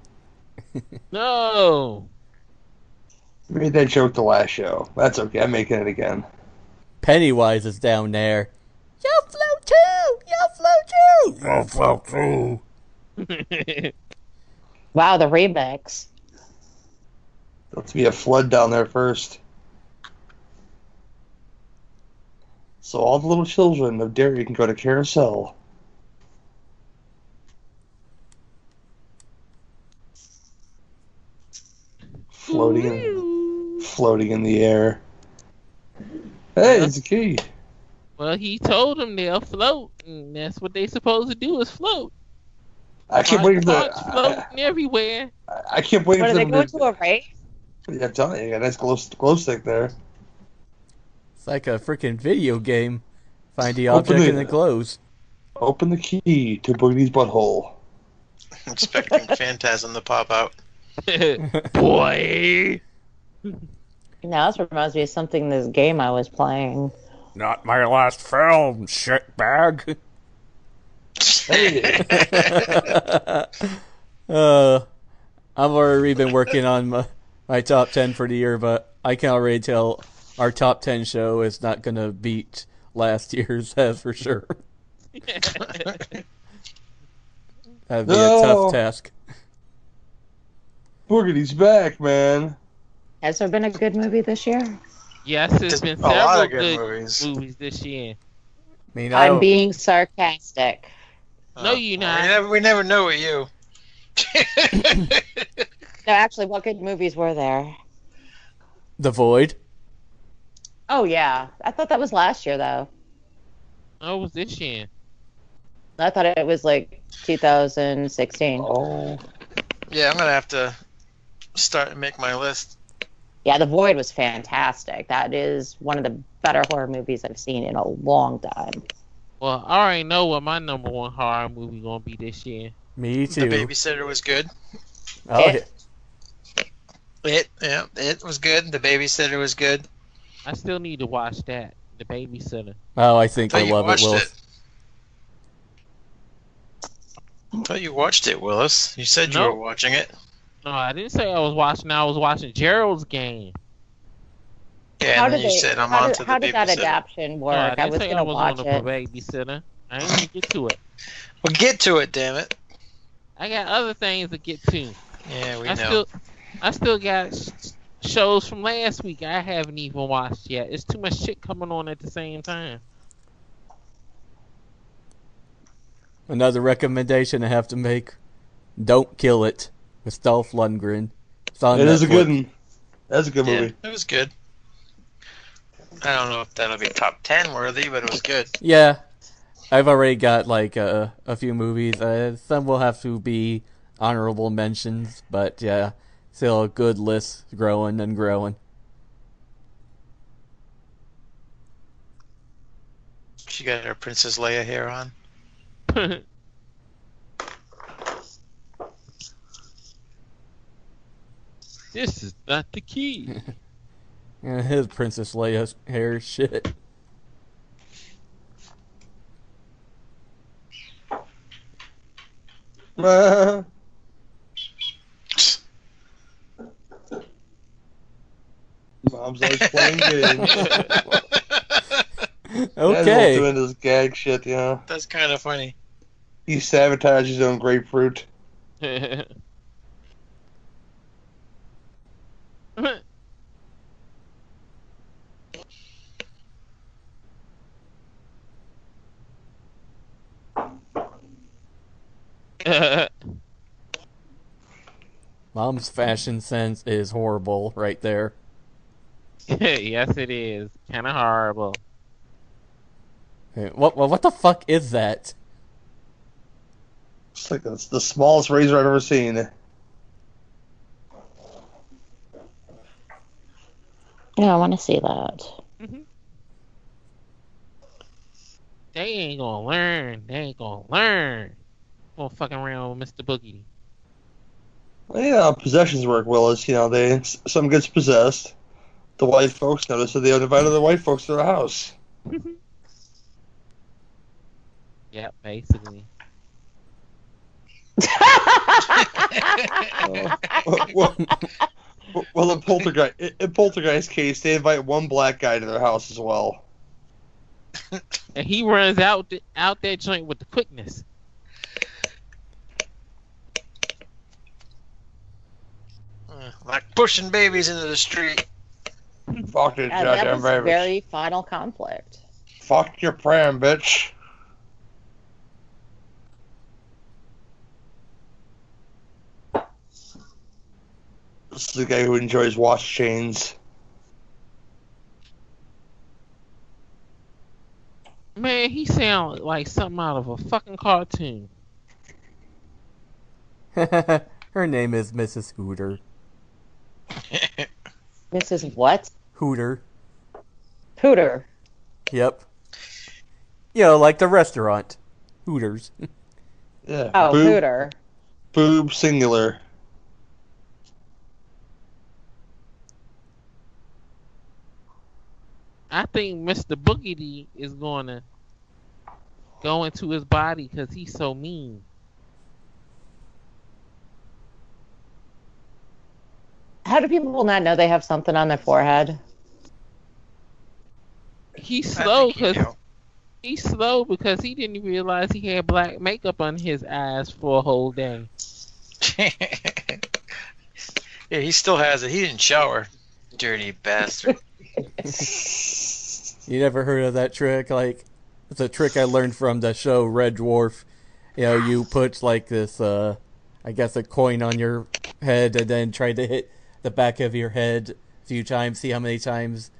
Speaker 6: No.
Speaker 7: Made that joke the last show. That's okay. I'm making it again.
Speaker 5: Pennywise is down there. You'll float too! You'll float too! You'll float too!
Speaker 4: Wow, the remix.
Speaker 7: Let's be a flood down there first. So all the little children of Derry can go to Carousel. Floating, in, floating in the air. Hey, it's a key.
Speaker 6: <laughs> Well, he told them they'll float, and that's what they supposed to do is float.
Speaker 7: I keep waiting for.
Speaker 6: Parks
Speaker 7: I,
Speaker 3: <laughs>
Speaker 6: floating everywhere.
Speaker 7: I, I keep waiting
Speaker 4: What,
Speaker 7: for
Speaker 4: are they
Speaker 7: them.
Speaker 4: going to
Speaker 7: To,
Speaker 4: a race?
Speaker 7: yeah, I'm telling you, you got a nice glow, glow stick there.
Speaker 5: It's like a freaking video game. Find the
Speaker 7: Open
Speaker 5: object
Speaker 7: it.
Speaker 5: and it glows.
Speaker 7: Open the key to Boogie's butthole.
Speaker 4: <laughs>
Speaker 3: expecting Phantasm to pop out.
Speaker 6: Boy.
Speaker 4: Now this reminds me of something this game I was playing.
Speaker 5: Not my last film, shitbag.
Speaker 7: Hey,
Speaker 4: <laughs>
Speaker 5: Uh, I've already been working on my, my top 10 for the year, but I can already tell our top 10 show is not going to beat last year's, <laughs> that's for sure. That'd be a
Speaker 7: No.
Speaker 5: tough task.
Speaker 7: Boogie's back, man.
Speaker 4: Has there been a good movie this year?
Speaker 6: yes, there's
Speaker 3: There's
Speaker 6: been
Speaker 3: a lot
Speaker 6: several
Speaker 3: of good
Speaker 6: good
Speaker 3: movies.
Speaker 6: movies this year.
Speaker 5: I mean, I
Speaker 4: I'm
Speaker 5: don't-
Speaker 4: being sarcastic.
Speaker 6: No, you not.
Speaker 3: Uh, We never, we never know with you.
Speaker 4: No, actually, what good movies were there?
Speaker 5: The Void.
Speaker 4: Oh yeah, I thought that was last year though.
Speaker 6: Oh, it was this year.
Speaker 4: I thought it was like 2016.
Speaker 7: Oh,
Speaker 3: yeah, I'm gonna have to start and make my list.
Speaker 4: Yeah, The Void was fantastic. That is one of the better horror movies I've seen in a long time.
Speaker 6: Well, I already know what my number one horror movie gonna be this year.
Speaker 5: Me
Speaker 3: The
Speaker 5: too.
Speaker 3: babysitter was good.
Speaker 5: Oh,
Speaker 4: It-
Speaker 3: It, yeah, it was good. The babysitter was good.
Speaker 6: I still need to watch that. The Babysitter.
Speaker 5: oh, I think
Speaker 3: Thought
Speaker 5: I
Speaker 3: you
Speaker 5: love it,
Speaker 3: watched
Speaker 5: Will.
Speaker 3: it. Thought you watched it, Willis. You said you
Speaker 6: No.
Speaker 3: were watching it.
Speaker 6: No, I didn't say I was watching. I was watching Gerald's game.
Speaker 3: Yeah,
Speaker 4: how
Speaker 3: and
Speaker 4: did
Speaker 3: then you
Speaker 4: they,
Speaker 3: said I'm
Speaker 4: how
Speaker 3: on
Speaker 4: did,
Speaker 3: to the
Speaker 4: how did that
Speaker 3: babysitter.
Speaker 4: adaptation work?
Speaker 6: no, I
Speaker 4: I,
Speaker 6: didn't
Speaker 4: was
Speaker 6: say
Speaker 4: gonna
Speaker 6: I was
Speaker 4: watch
Speaker 6: on
Speaker 4: it.
Speaker 6: the babysitter. I ain't gonna get to it.
Speaker 3: Well, get to it, damn it.
Speaker 6: I got other things to get to.
Speaker 3: Yeah, we know.
Speaker 6: I still, I still got sh- shows from last week I haven't even watched yet. It's too much shit coming on at the same time. <laughs>
Speaker 5: Another recommendation I have to make: Don't Kill It with Dolph Lundgren. It's on
Speaker 7: it is a
Speaker 5: Netflix.
Speaker 7: good one. That's a good
Speaker 3: yeah,
Speaker 7: movie.
Speaker 3: it was good. I don't know if that'll be top ten worthy, but it was good.
Speaker 5: Yeah, I've already got like a a few movies. Uh, some will have to be honorable mentions, but yeah, still a good list growing and growing. <laughs>
Speaker 3: She got her Princess Leia hair on.
Speaker 6: this is not the key.
Speaker 5: And his Princess Leia hair shit.
Speaker 7: <laughs> Mom's always playing games. Dad's
Speaker 5: Okay,
Speaker 7: doing this gag shit, you know.
Speaker 3: That's kind of funny.
Speaker 7: He sabotaged his own grapefruit.
Speaker 6: <laughs>
Speaker 5: mom's fashion sense is horrible right there.
Speaker 6: yes, it is kind of horrible.
Speaker 5: Hey, What what what the fuck is that? <laughs>
Speaker 7: It's like the, the smallest razor I've ever seen.
Speaker 4: Yeah, I want to see that. <laughs>
Speaker 6: They ain't gonna learn. They ain't gonna learn. Gonna fucking around with Mr. Boogie.
Speaker 7: Well, you know, how possessions work, Willis. You know, they some gets possessed. The white folks notice that they invited the white folks to their house.
Speaker 6: Yep, basically.
Speaker 7: What, what, Well, in Poltergeist, in Poltergeist case, they invite one black guy to their house as well.
Speaker 6: and he runs out th- out that joint with the quickness.
Speaker 3: Uh, Like pushing babies into the street.
Speaker 7: Fuck it,
Speaker 4: Yeah, that
Speaker 7: goddamn
Speaker 4: was
Speaker 7: baby.
Speaker 4: very final conflict.
Speaker 7: Fuck your pram, bitch. This is the guy who enjoys watch chains.
Speaker 6: Man, he sounds like something out of a fucking cartoon.
Speaker 5: Her name is Mrs. Hooter.
Speaker 4: This is what
Speaker 5: Hooter.
Speaker 4: Pooter.
Speaker 5: Yep. You know, like the restaurant. Hooters. <laughs>
Speaker 7: Yeah.
Speaker 4: Oh,
Speaker 7: boob,
Speaker 4: Pooter.
Speaker 7: Boob singular.
Speaker 6: I think Mr. Boogedy is going to go into his body because he's so mean.
Speaker 4: How do people not know they have something on their forehead?
Speaker 6: He's
Speaker 3: I
Speaker 6: slow
Speaker 3: think you
Speaker 6: because
Speaker 3: know.
Speaker 6: he's slow because he didn't realize he had black makeup on his eyes for a whole day.
Speaker 3: <laughs> yeah, he still has it. He didn't shower. Dirty bastard.
Speaker 5: You never heard of that trick? Like, it's a trick I learned from the show Red Dwarf. You know, you put like this, uh, I guess, a coin on your head and then try to hit the back of your head a few times, see how many times,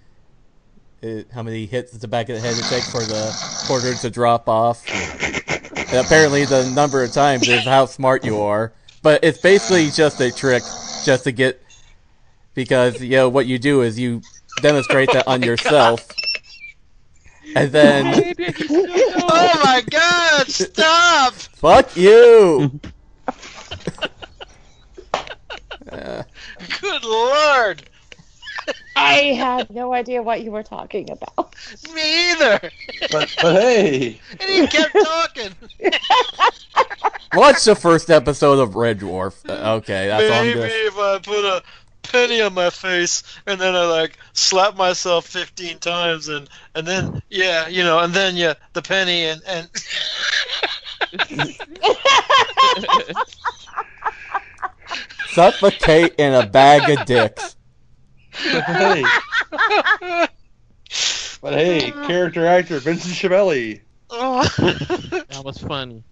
Speaker 5: it, how many hits the back of the head it takes for the quarter to drop off. And apparently, the number of times is how smart you are. But it's basically just a trick, just to get, because you know what you do is you demonstrate that on yourself. And then,
Speaker 6: Maybe he still <laughs> knows.
Speaker 3: <laughs> oh my god, stop!
Speaker 5: fuck you!
Speaker 3: <laughs> Good lord!
Speaker 4: <laughs> I had no idea what you were talking about.
Speaker 3: Me either!
Speaker 7: But, but hey,
Speaker 3: And he <laughs> kept talking!
Speaker 5: Watch the first episode of Red Dwarf. Uh, Okay, that's on
Speaker 3: Maybe
Speaker 5: this.
Speaker 3: if I put a penny on my face and then I like slap myself 15 times and and then yeah you know and then yeah the penny and and <laughs>
Speaker 5: Suffocate in a bag of dicks. <laughs>
Speaker 7: but
Speaker 4: <laughs>
Speaker 7: hey. but hey, character actor Vincent Chiavelli.
Speaker 3: oh. <laughs>
Speaker 6: That was funny.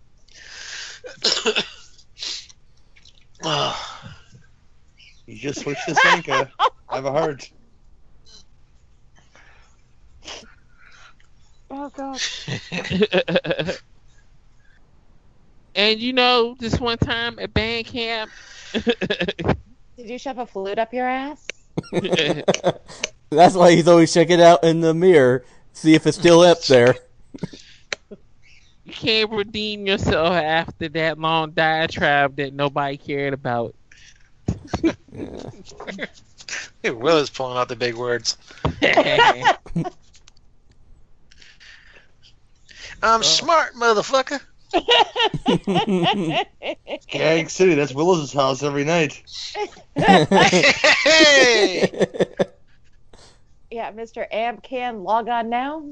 Speaker 6: <laughs>
Speaker 3: Oh.
Speaker 7: He just switched to Sanka. I have a heart.
Speaker 4: Oh,
Speaker 6: and you know, this one time at band camp, <laughs>
Speaker 4: Did you shove a flute up your ass?
Speaker 5: That's why he's always checking out in the mirror, see if it's still up there. <laughs>
Speaker 6: you can't redeem yourself after that long diatribe that nobody cared
Speaker 3: <laughs>
Speaker 6: about.
Speaker 3: Hey, Will is pulling out the big words
Speaker 6: That's
Speaker 3: I'm smart <laughs> motherfucker
Speaker 7: Gag City, that's Willis's house every night.
Speaker 3: hey
Speaker 4: yeah, Mr. Amp can log on now.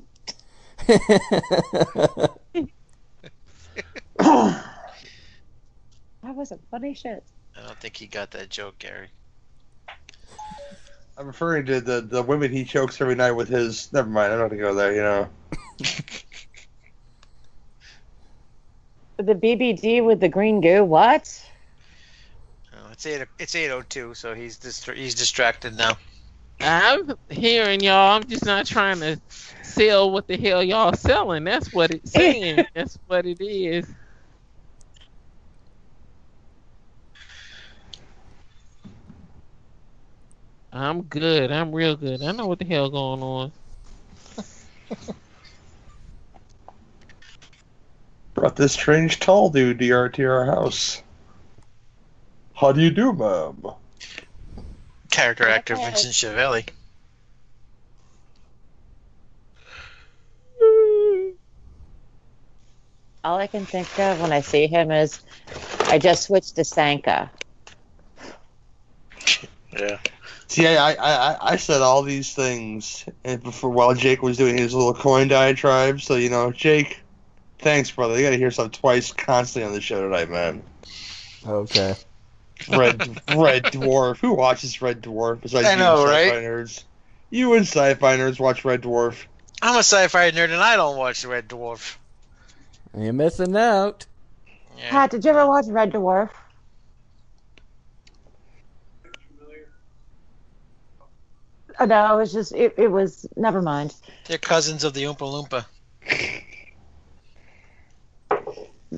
Speaker 4: That was a funny shit.
Speaker 3: I don't think he got that joke Gary
Speaker 7: I'm referring to the, the women he chokes every night with his. Never mind, I don't have to go there, you know.
Speaker 4: The BBD with the green goo. What?
Speaker 3: oh, it's eight it's 802 so he's distra- he's distracted now
Speaker 6: I'm hearing y'all. I'm just not trying to sell what the hell y'all selling. That's what it's saying. That's what it is. I'm good. I'm real good. I know what the hell going on.
Speaker 7: Brought this strange tall dude to our, to our house. How do you do, ma'am?
Speaker 3: character actor
Speaker 4: Okay.
Speaker 3: Vincent Chiavelli
Speaker 4: All I can think of when I see him is I just switched to Sanka.
Speaker 3: yeah
Speaker 7: See, I, I, I, I said all these things and before while Jake was doing his little coin diatribe. So you know, Jake, thanks, brother. You got to hear stuff twice constantly on the show tonight, man.
Speaker 5: Okay.
Speaker 7: Red Red Dwarf. Who watches Red Dwarf? Besides
Speaker 3: I
Speaker 7: you
Speaker 3: know,
Speaker 7: and
Speaker 3: right?
Speaker 7: Sci-fi nerds. You and sci-fi nerds watch Red Dwarf.
Speaker 3: I'm a sci-fi nerd, and I don't watch Red Dwarf.
Speaker 5: You're missing out.
Speaker 3: Yeah.
Speaker 4: Pat, did you ever watch Red Dwarf? Oh, no, it was just it, it was never mind.
Speaker 3: They're cousins of the Oompa Loompa.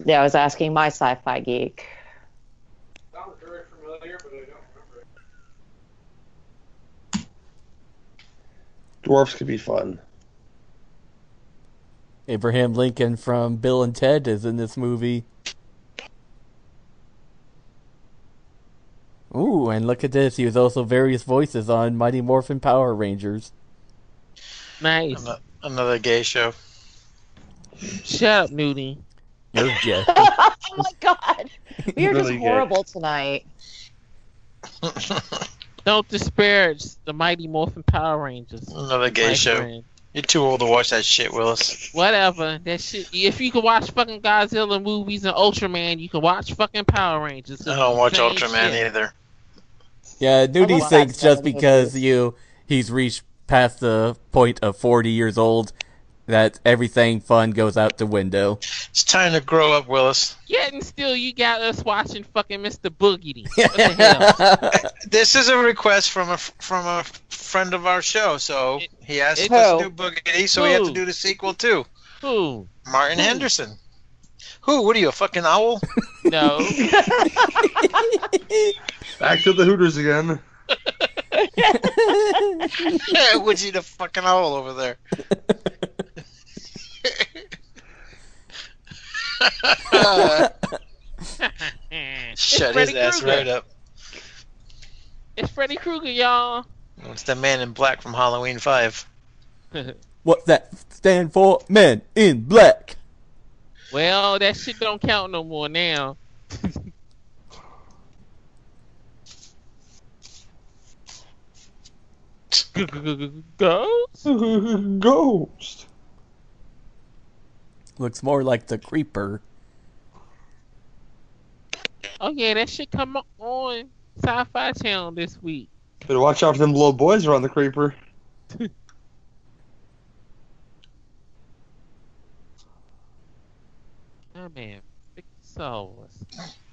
Speaker 4: Yeah, I was asking my sci-fi geek.
Speaker 8: sounds very familiar, but I don't remember it.
Speaker 7: Dwarfs could be fun.
Speaker 5: Abraham Lincoln from Bill and Ted is in this movie. Ooh, and look at this. He was also various voices on Mighty Morphin Power Rangers.
Speaker 6: Nice.
Speaker 3: Ano- Another gay show.
Speaker 6: Shut up, Nudie.
Speaker 5: You're gay.
Speaker 4: <laughs> oh my god, we are
Speaker 7: Really
Speaker 4: just
Speaker 7: gay.
Speaker 4: horrible tonight.
Speaker 6: Don't disparage the Mighty Morphin Power Rangers.
Speaker 3: Another
Speaker 6: my
Speaker 3: gay show.
Speaker 6: friend.
Speaker 3: You're too old to watch that shit, Willis.
Speaker 6: Whatever. That shit. If you can watch fucking Godzilla movies and Ultraman, you can watch fucking Power Rangers. It's
Speaker 3: I don't watch
Speaker 6: the same
Speaker 3: Ultraman
Speaker 6: shit.
Speaker 3: either.
Speaker 5: Yeah, Nudie
Speaker 4: love
Speaker 5: thinks
Speaker 4: that
Speaker 5: just
Speaker 4: show.
Speaker 5: because you he's reached past the point of forty years old that everything fun goes out the window.
Speaker 3: It's time to grow up, Willis.
Speaker 6: Yet and still, you got us watching fucking Mr. Boogedy. What the hell?
Speaker 3: This is a request from a from a friend of our show, so he asked
Speaker 6: it-
Speaker 3: us to do Boogity, so we have to
Speaker 6: Who?
Speaker 3: do the sequel too.
Speaker 6: Who?
Speaker 3: Martin
Speaker 6: Who?
Speaker 3: Henderson. Who? What are you, a fucking
Speaker 6: <laughs>
Speaker 3: owl? <laughs>
Speaker 6: No. Mm.
Speaker 7: Back to the Hooters again.
Speaker 3: Would you the fucking owl over
Speaker 6: <laughs>
Speaker 3: there? Shut his
Speaker 6: Freddy
Speaker 3: ass
Speaker 6: Krueger.
Speaker 3: right up.
Speaker 6: It's Freddy Krueger, y'all.
Speaker 3: It's the man in black from Halloween 5.
Speaker 5: <laughs> What's that stand for? Men in black.
Speaker 6: Well, that shit don't count no more now. <laughs> Ghost?
Speaker 7: <laughs> Ghost.
Speaker 5: Looks more like the creeper.
Speaker 6: Oh yeah, that shit come on Sci-Fi Channel this week.
Speaker 7: Better watch out for them little boys around the creeper.
Speaker 6: Oh man, big souls.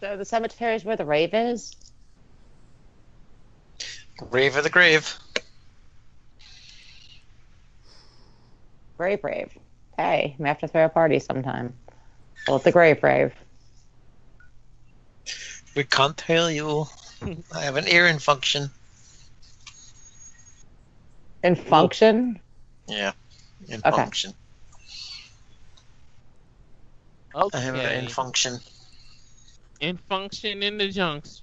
Speaker 4: So the cemetery is where the rave is.
Speaker 3: Rave of the Grave.
Speaker 4: Grave rave. Hey, we have to throw a party sometime. Well, it's the grave rave.
Speaker 3: We can't tell you. I have an ear function.
Speaker 4: In function,
Speaker 3: Yeah. In
Speaker 4: Okay.
Speaker 3: function.
Speaker 6: Okay.
Speaker 3: I have an in function.
Speaker 6: in function in the junction.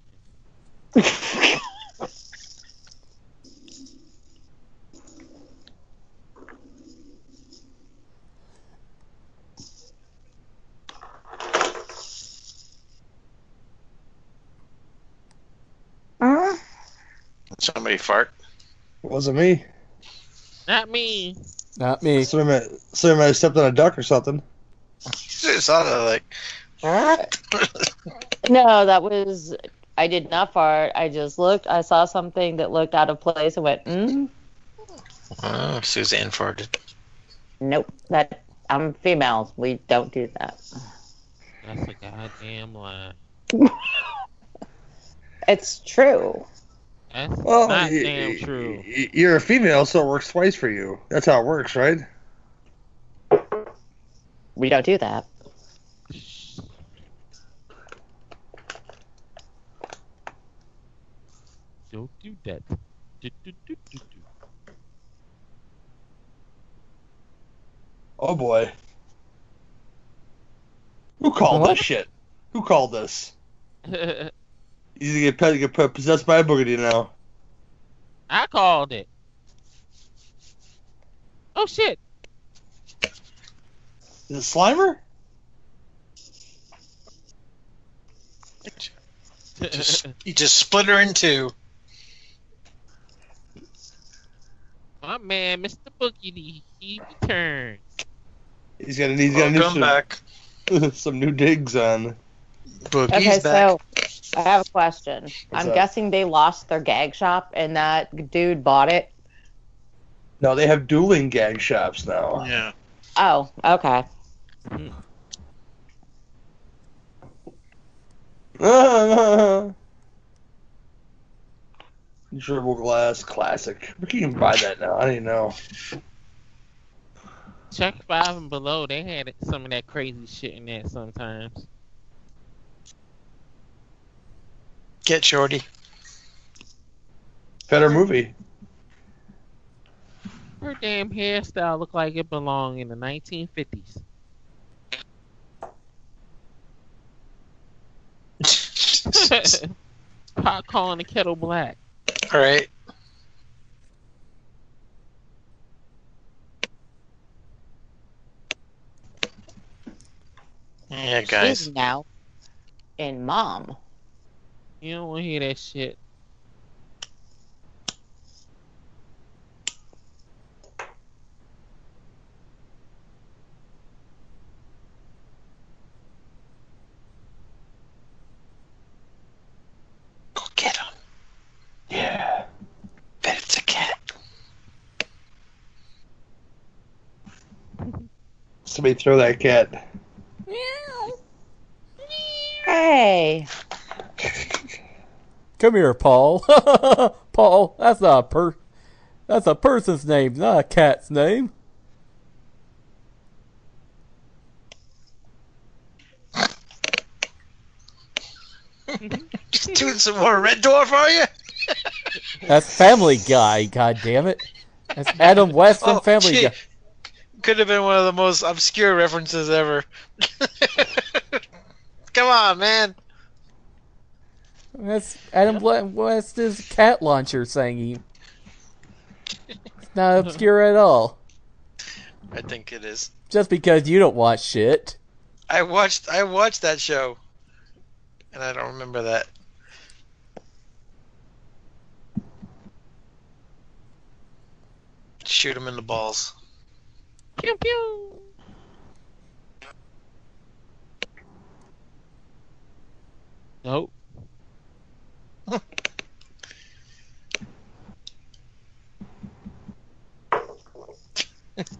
Speaker 3: Somebody fart.
Speaker 7: Wasn't me.
Speaker 6: Not me.
Speaker 5: Not me.
Speaker 7: Somebody might, somebody might have stepped on a duck or something.
Speaker 3: It sounded like.
Speaker 4: <laughs> No, that was. I did not fart. I just looked. I saw something that looked out of place and went, mm,
Speaker 3: Oh, Suzanne farted.
Speaker 4: nope. That I'm female. We don't do that.
Speaker 6: That's a goddamn lie.
Speaker 4: It's true.
Speaker 6: That's
Speaker 7: Well,
Speaker 6: not
Speaker 7: y-
Speaker 6: damn
Speaker 7: y-
Speaker 6: true.
Speaker 7: y- You're a female, so it works twice for you. That's how it works, right?
Speaker 4: We don't do that.
Speaker 6: Don't do that. Do, do, do, do, do.
Speaker 7: Oh boy. Who called
Speaker 5: What?
Speaker 7: this shit? Who called this?
Speaker 6: <laughs> I
Speaker 7: You either get, pe- get pe- possessed by a boogity now.
Speaker 6: called it. Oh shit!
Speaker 7: Is it Slimer?
Speaker 3: Just, you just split her in two.
Speaker 6: <laughs> my man, Mr. Boogie D, he returns.
Speaker 7: He's got he's got
Speaker 3: Welcome
Speaker 7: new,
Speaker 3: back.
Speaker 7: some, <laughs> some new digs on.
Speaker 3: Boogie's
Speaker 4: Okay,
Speaker 3: back.
Speaker 4: so I have a question. I'm
Speaker 7: up?
Speaker 4: guessing they lost their gag shop and that dude bought it.
Speaker 7: No, they have dueling gag shops now.
Speaker 3: yeah.
Speaker 4: Oh, okay.
Speaker 7: <laughs> Dribble glass classic. Where can you buy that now? I don't even know.
Speaker 6: Chuck Five and Below, they had some of that crazy shit in there sometimes.
Speaker 3: Get <laughs> Shorty.
Speaker 7: Better movie.
Speaker 6: Her damn hairstyle looked like it belonged in the <laughs> 1950s. Pot calling the kettle black.
Speaker 3: All right. Yeah, guys.
Speaker 4: She's now in mom.
Speaker 6: You don't want to hear that shit.
Speaker 3: Go get him.
Speaker 7: Yeah.
Speaker 3: Bet it's a cat.
Speaker 7: Somebody throw that cat.
Speaker 4: Hey.
Speaker 5: Come here, Paul. <laughs> Paul, that's not a per that's a person's name, not a cat's name.
Speaker 3: Just doing some more Red Dwarf, are you?
Speaker 5: That's Family Guy, god damn it. That's Adam West from
Speaker 3: Oh,
Speaker 5: Family
Speaker 3: gee.
Speaker 5: Guy.
Speaker 3: Could have been one of the most obscure references ever. <laughs> Come on, man.
Speaker 5: That's Adam Le- West's cat launcher singing. It's not obscure at all.
Speaker 3: I think it is.
Speaker 5: Just because you don't watch shit.
Speaker 3: I watched I watched that show, and I don't remember that. Shoot him in the balls. <laughs>
Speaker 6: Pew pew. Nope.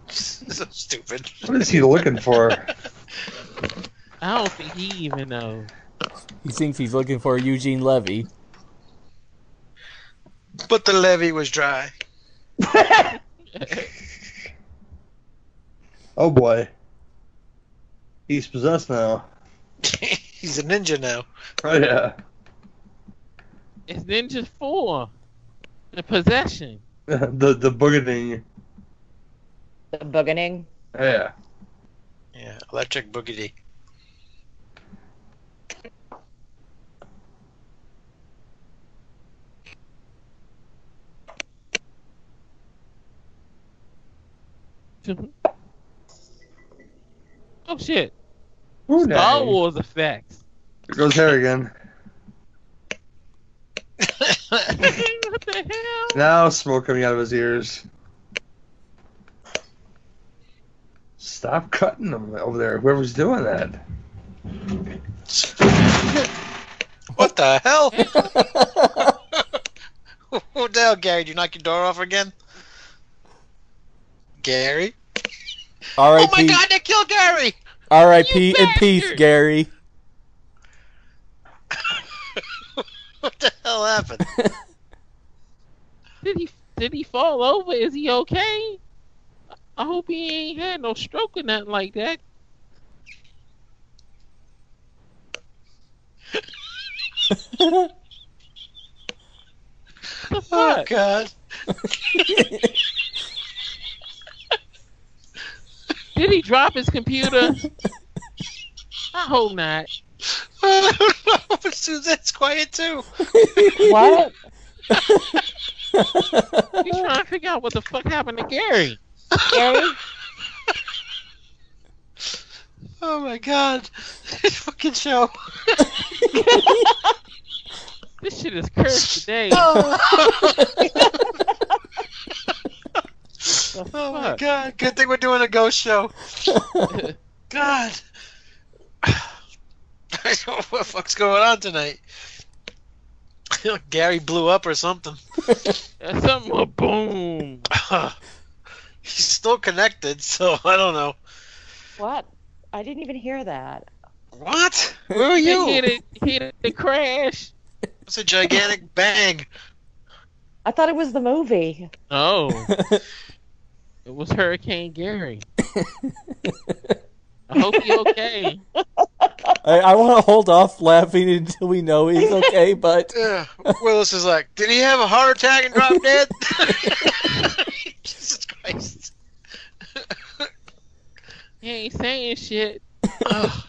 Speaker 3: so stupid.
Speaker 7: What is he looking
Speaker 3: <laughs>
Speaker 7: for?
Speaker 6: I don't think he even knows.
Speaker 5: He thinks he's looking for Eugene Levy. <laughs>
Speaker 3: But the levee was dry. <laughs>
Speaker 7: oh boy. He's possessed now.
Speaker 3: He's a ninja now.
Speaker 7: Oh yeah.
Speaker 6: It's Ninja 4. The possession. <laughs>
Speaker 7: <laughs> the the boogeting.
Speaker 4: The boogening.
Speaker 7: Yeah.
Speaker 3: Yeah, electric boogity.
Speaker 6: oh shit.
Speaker 7: Ooh,
Speaker 6: Star
Speaker 7: dang.
Speaker 6: Wars effects.
Speaker 7: There goes hair again.
Speaker 6: what the hell?
Speaker 7: Now smoke coming out of his ears. Stop cutting them over there. Whoever's doing that.
Speaker 3: <laughs> what the hell? <laughs> what the hell, Gary? Did you knock your door off again? Gary? Oh my
Speaker 5: R.I.P.
Speaker 3: god, they killed Gary! <laughs>
Speaker 5: R.I.P.
Speaker 6: You
Speaker 5: in peace,
Speaker 6: bastard!
Speaker 5: Gary.
Speaker 3: What the hell happened?
Speaker 6: Did he did he fall over? Is he okay? I hope he ain't had no stroke or nothing like that. the
Speaker 3: Oh
Speaker 6: fuck?
Speaker 3: god. <laughs>
Speaker 6: Did he drop his computer? I hope not.
Speaker 3: I don't know, but Suzette's quiet too.
Speaker 4: What?
Speaker 6: He's trying to figure out what the fuck happened to Gary.
Speaker 4: Gary?
Speaker 3: Oh my god. <laughs> This fucking show.
Speaker 6: This shit is cursed today.
Speaker 3: Oh.
Speaker 6: The
Speaker 3: Oh my
Speaker 6: fuck?
Speaker 3: god! Good thing we're doing a ghost show. God, <laughs> I don't know what the fuck's going on tonight. <laughs> Gary blew up or something. <laughs>
Speaker 6: That's something a boom.
Speaker 3: He's still connected, so <laughs> I don't know.
Speaker 4: What? I didn't even hear that.
Speaker 3: What? Where are
Speaker 6: You hit
Speaker 3: you?
Speaker 6: it, hit it, the crash.
Speaker 3: It's a gigantic bang.
Speaker 4: I thought it was the movie.
Speaker 6: Oh, <laughs> it was Hurricane <laughs> Gary. I hope you okay.
Speaker 5: <laughs> I, I want to hold off laughing until we know he's okay, but <laughs>
Speaker 3: Yeah, Willis is like, did he have a heart attack and drop dead? <laughs> Jesus Christ.
Speaker 6: He ain't saying shit.
Speaker 3: Ugh.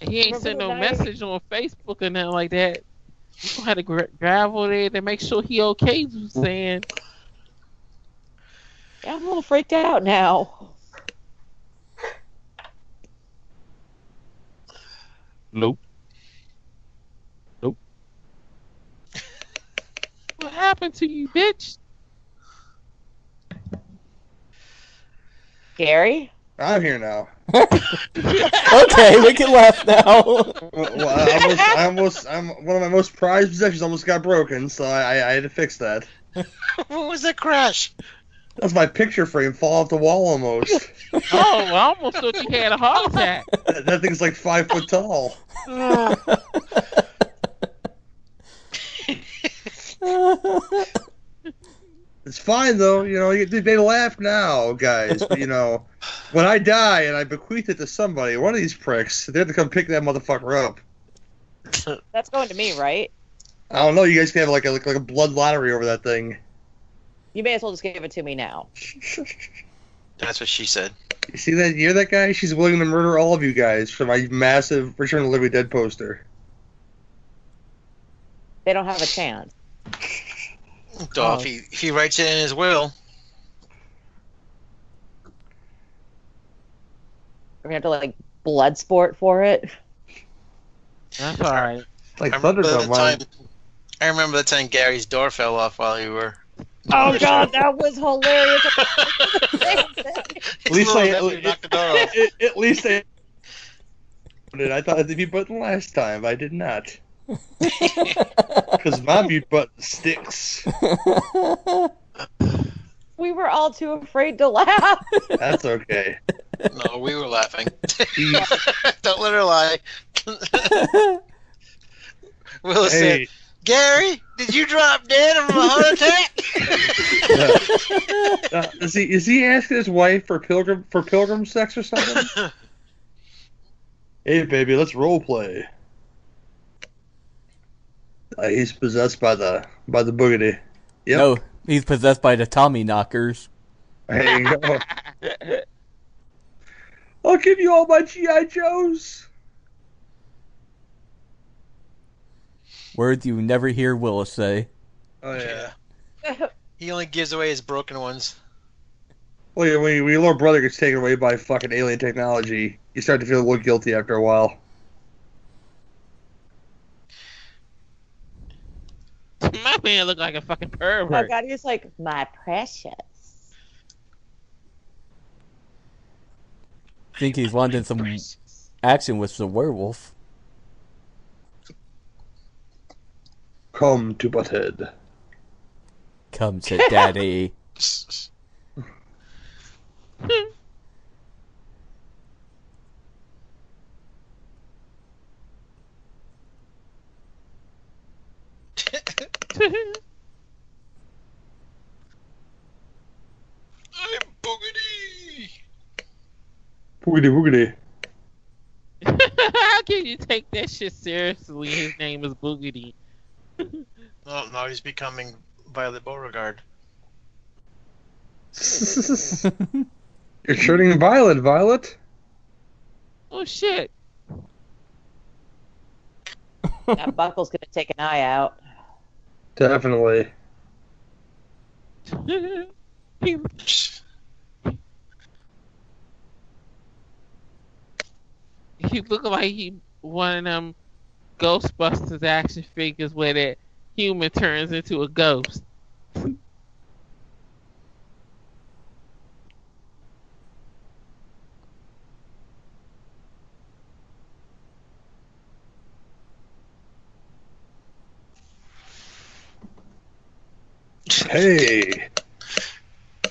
Speaker 6: He ain't
Speaker 4: Remember
Speaker 6: sent
Speaker 4: the
Speaker 6: no
Speaker 4: night-
Speaker 6: message on Facebook or nothing like that. You gonna have to gra- gravel there to make sure he okay. You saying
Speaker 4: Yeah, I'm a little freaked out now.
Speaker 6: nope, nope. What happened to you, bitch?
Speaker 4: Gary?
Speaker 7: I'm here now.
Speaker 5: okay, we can laugh now. <laughs>
Speaker 7: Well, well, I almost, I almost, I'm one of my most prized possessions almost got broken, so I, I, I had to fix that.
Speaker 3: what was that crash?
Speaker 7: That's my picture frame fall off the wall almost.
Speaker 6: Oh, I <laughs> almost thought you had a heart attack.
Speaker 7: that, that thing's like five foot tall.
Speaker 3: Ugh.
Speaker 7: It's fine though, you know. You, they laugh now, guys. But, you know, when I die and I bequeath it to somebody, one of these pricks, they have to come pick that motherfucker up.
Speaker 4: That's going to me, right?
Speaker 7: I don't know. You guys can have like a like, like a blood lottery over that thing.
Speaker 4: You may as well just give it to me now.
Speaker 3: That's what she said.
Speaker 7: You see that? You hear that guy? She's willing to murder all of you guys for my massive Return of the Living Dead poster.
Speaker 4: They don't have a chance.
Speaker 3: Dolph, he, he writes it in his will.
Speaker 4: We're gonna have to like blood sport for it.
Speaker 6: That's all right.
Speaker 7: Like
Speaker 3: I remember, the
Speaker 7: Thunderdome.
Speaker 3: time,
Speaker 7: mine.
Speaker 3: I remember the time Gary's door fell off while you <laughs> were.
Speaker 4: Oh <laughs> god, that was hilarious.
Speaker 3: At
Speaker 7: least I-
Speaker 3: knocked the door off.
Speaker 7: At- at least they. I thought it would be button last time. I did not. Because my mute button sticks.
Speaker 4: <laughs> we were all too afraid to laugh.
Speaker 7: That's okay.
Speaker 3: No, we were laughing. <laughs>
Speaker 7: Jeez.
Speaker 3: Don't let her lie. Willis said,
Speaker 7: Hey,
Speaker 3: Gary, did you drop dead of a heart <laughs> attack?
Speaker 7: uh, is he is he asking his wife for pilgrim for pilgrim sex or something? <laughs> hey, baby, let's role play. Uh, he's possessed by the by the boogity. Yep.
Speaker 5: No, he's possessed by the Tommy knockers.
Speaker 7: There you go. I'll give you all my GI Joes.
Speaker 5: Words you never hear Willis say.
Speaker 7: Oh yeah.
Speaker 3: He only gives away his broken ones.
Speaker 7: Well, yeah, when, you- when your little brother gets taken away by fucking alien technology, you start to feel a little guilty after a while.
Speaker 6: My man look like a fucking <laughs>
Speaker 4: Oh
Speaker 6: pervert.
Speaker 4: god, he was like, my precious.
Speaker 5: Think he's wanting some action with the werewolf.
Speaker 7: Come to Butthead.
Speaker 5: Come to daddy.
Speaker 3: I'm boogity.
Speaker 7: Boogity boogity.
Speaker 6: <laughs> How can you take that shit seriously? His name is Boogity.
Speaker 3: No, Oh, now he's becoming Violet Beauregard.
Speaker 7: You're turning violet, Violet.
Speaker 6: Oh shit. <laughs>
Speaker 4: That buckle's gonna take an eye out.
Speaker 7: Definitely.
Speaker 6: he, he looked like he one of them Ghostbusters action figures where that human turns into a ghost. <laughs>
Speaker 7: Hey,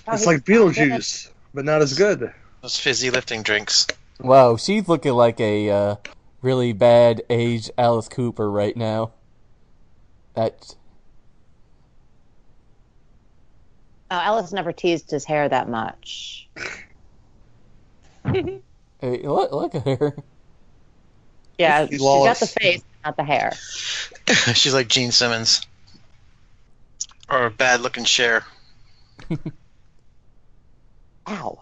Speaker 4: Oh,
Speaker 7: it's like Beetlejuice, but not as good.
Speaker 3: Those fizzy lifting drinks.
Speaker 5: <laughs>
Speaker 3: <laughs>
Speaker 5: Wow, she's looking like a uh, really bad aged Alice Cooper right now. That
Speaker 4: Oh, Ellis never teased his hair that much.
Speaker 5: hey, uh, look, look at her.
Speaker 4: Yeah,
Speaker 7: She's
Speaker 4: she's got
Speaker 7: lawless.
Speaker 4: the face, not the hair.
Speaker 3: She's like Gene Simmons. Or a bad looking Cher. <laughs>
Speaker 4: Ow.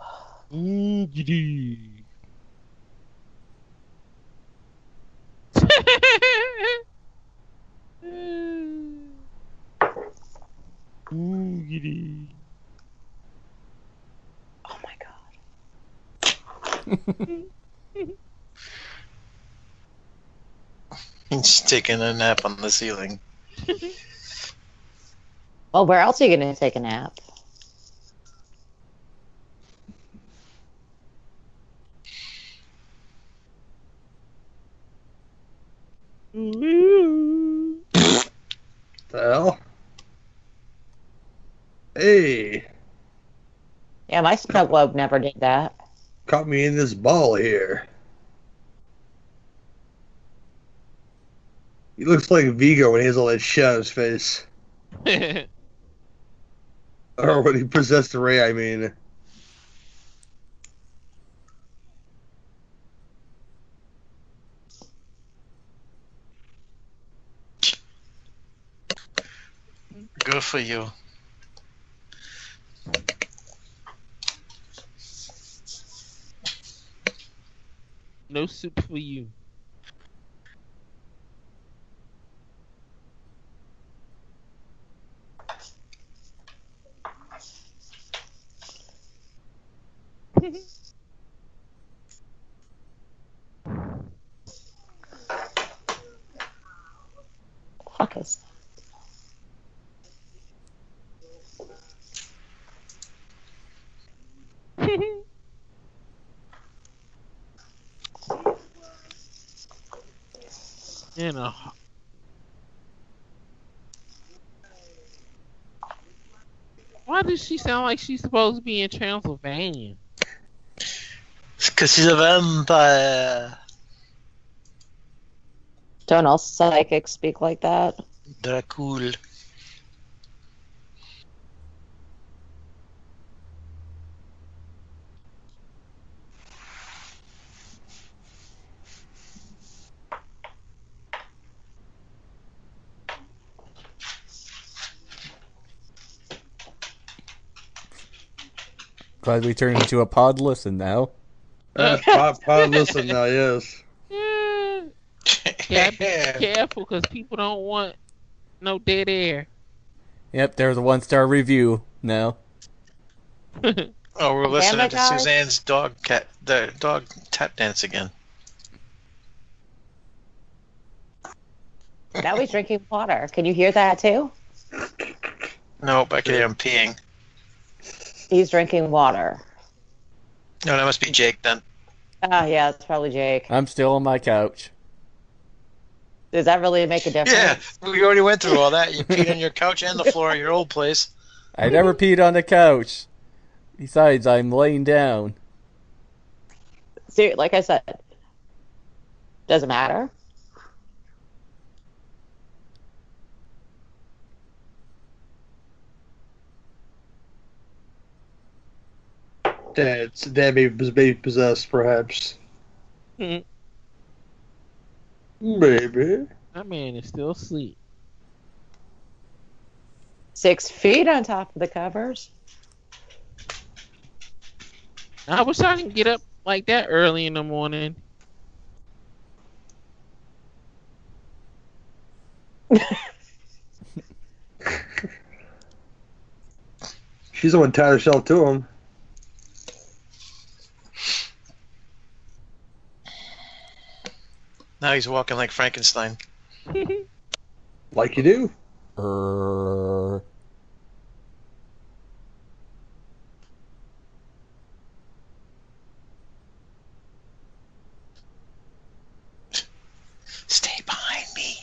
Speaker 4: Oh my god.
Speaker 3: She's taking a nap on the ceiling.
Speaker 4: Well, Oh, where else are you going to take a nap?
Speaker 7: The hell? Hey,
Speaker 4: Yeah, my snow globe never did that.
Speaker 7: caught me in this ball here. He looks like Vigo when he has all that shit on his face, or when he possessed Ray. I mean,
Speaker 3: Good for you.
Speaker 6: no soup for you.
Speaker 4: Fuck is.
Speaker 6: <laughs> You know. Why does she sound like she's supposed to be in Transylvania?
Speaker 3: Because she's a vampire.
Speaker 4: Don't all psychics speak like that?
Speaker 3: Dracul.
Speaker 5: Glad we turned into a pod listen now.
Speaker 7: uh, pod, pod listen now, yes.
Speaker 6: Yeah. Eh, Gotta
Speaker 3: <laughs>
Speaker 6: be careful because people don't want no dead air.
Speaker 5: Yep, there's a one star review now.
Speaker 3: Oh, we're listening
Speaker 4: Family
Speaker 3: to
Speaker 4: Guy?
Speaker 3: Suzanne's dog cat, the dog tap dance again.
Speaker 4: Now he's drinking water. Can you hear that too?
Speaker 3: Nope, I can hear him peeing.
Speaker 4: He's drinking water.
Speaker 3: No, that must be Jake then.
Speaker 4: Ah, yeah, it's probably Jake.
Speaker 5: I'm still on my couch.
Speaker 4: Does that really make a difference?
Speaker 3: Yeah, we already went through all that. You peed on your couch and the floor of your old place.
Speaker 5: I <laughs> never peed on the couch. Besides, I'm laying down.
Speaker 4: See, like I said, doesn't matter.
Speaker 7: Dad's dad may was maybe possessed, perhaps.
Speaker 6: Hmm.
Speaker 3: Mm-hmm.
Speaker 7: Maybe.
Speaker 6: That man is still asleep.
Speaker 4: Six feet on top of the covers.
Speaker 6: I wish I could get up like that early in the morning.
Speaker 7: She's the one tied herself to him.
Speaker 3: Now he's walking like Frankenstein.
Speaker 7: Like you do.
Speaker 5: Err.
Speaker 3: Stay behind me.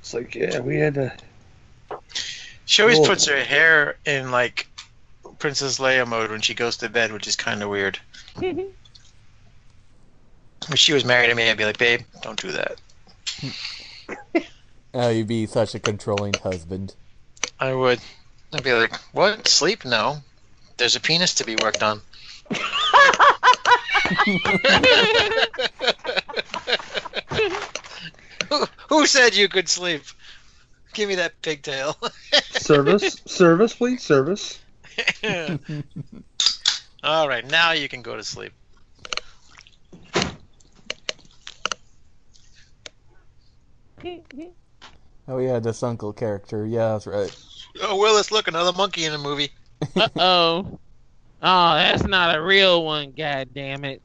Speaker 7: It's like, yeah, we had to.
Speaker 3: She always
Speaker 7: Cool.
Speaker 3: puts her hair in like Princess Leia mode when she goes to bed, which is kind of <laughs> weird. if she was married to me, I'd be like, babe, don't do that.
Speaker 5: Oh, you'd be such a controlling husband.
Speaker 3: I would. I'd be like, what? Sleep? No. There's a penis to be worked on. who, who said you could sleep? Give me that pigtail. <laughs>
Speaker 7: Service, service, please, service.
Speaker 3: All right, now you can go to sleep.
Speaker 5: Oh yeah, this uncle character. Yeah, that's right.
Speaker 3: Oh, Willis, look, another monkey in the
Speaker 6: <laughs>
Speaker 3: movie.
Speaker 6: Uh oh. Oh, that's not a real one. God damn it.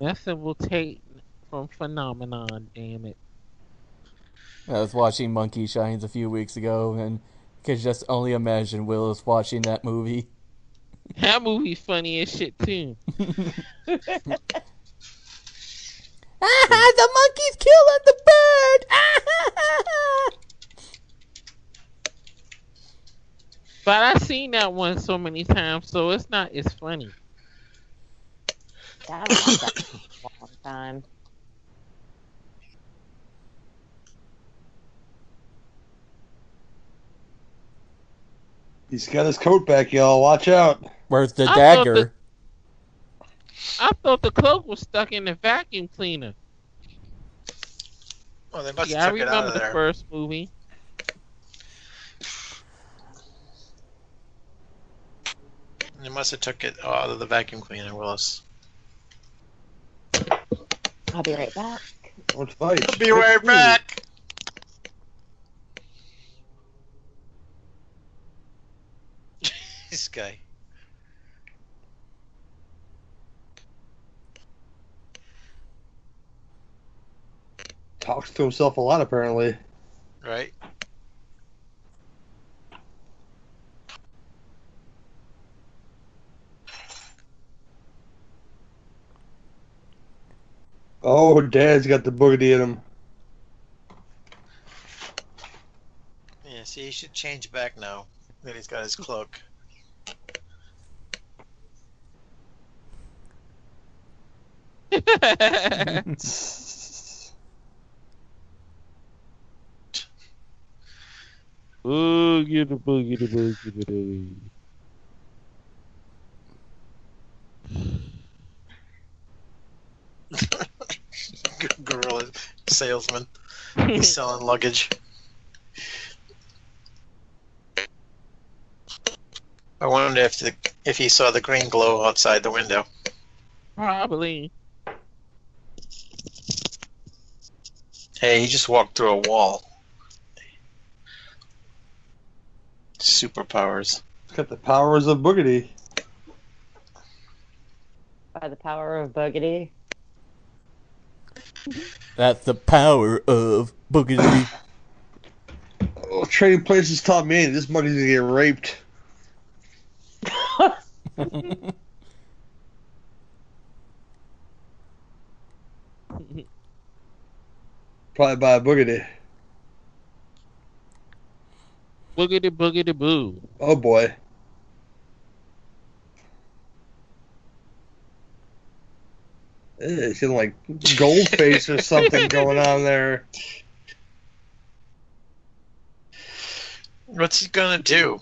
Speaker 6: That's a will take from phenomenon. Damn it.
Speaker 5: I was watching Monkey Shines a few weeks ago, and could just only imagine Willis watching that movie.
Speaker 6: That movie's funny as shit too.
Speaker 3: <laughs>
Speaker 4: <laughs> Ah, the monkey's killing the bird. <laughs> Ah,
Speaker 6: But I've seen that one so many times, so it's not as funny.
Speaker 4: God, I've watched that for a long time.
Speaker 7: He's got his coat back, y'all. Watch out.
Speaker 5: Where's the
Speaker 6: I thought
Speaker 5: dagger?
Speaker 6: the- I thought the cloak was stuck in the vacuum cleaner.
Speaker 3: Oh, they must
Speaker 6: Yeah, I
Speaker 3: have took it out
Speaker 6: remember
Speaker 3: of
Speaker 6: the
Speaker 3: there.
Speaker 6: first
Speaker 3: <laughs>
Speaker 6: movie. <laughs>
Speaker 3: They must have took it out of the vacuum cleaner, Willis.
Speaker 4: I'll be right back.
Speaker 7: Don't fight.
Speaker 3: Be right back. <laughs> this guy.
Speaker 7: Talks to himself a lot, apparently.
Speaker 3: right?
Speaker 7: Oh, Dad's got the boogity in him.
Speaker 3: Yeah, see, he should change back now that he's got his cloak. <laughs>
Speaker 6: Boogie the boogie the boogie the boogie.
Speaker 3: Gorilla salesman.
Speaker 6: <laughs>
Speaker 3: <laughs> He's selling luggage. I wonder if the, if he saw the green glow outside the window.
Speaker 6: Probably.
Speaker 3: Hey, he just walked through a wall. Superpowers.
Speaker 7: He's got the powers of boogity.
Speaker 4: By the power of Boogity.
Speaker 5: That's the power of boogity.
Speaker 7: Oh, trading places taught me this monkey's gonna get raped. Probably by a boogity.
Speaker 6: Boogie the boogie the boo.
Speaker 7: Oh boy. Eh, It's in like gold face or something going on there.
Speaker 3: What's he gonna do?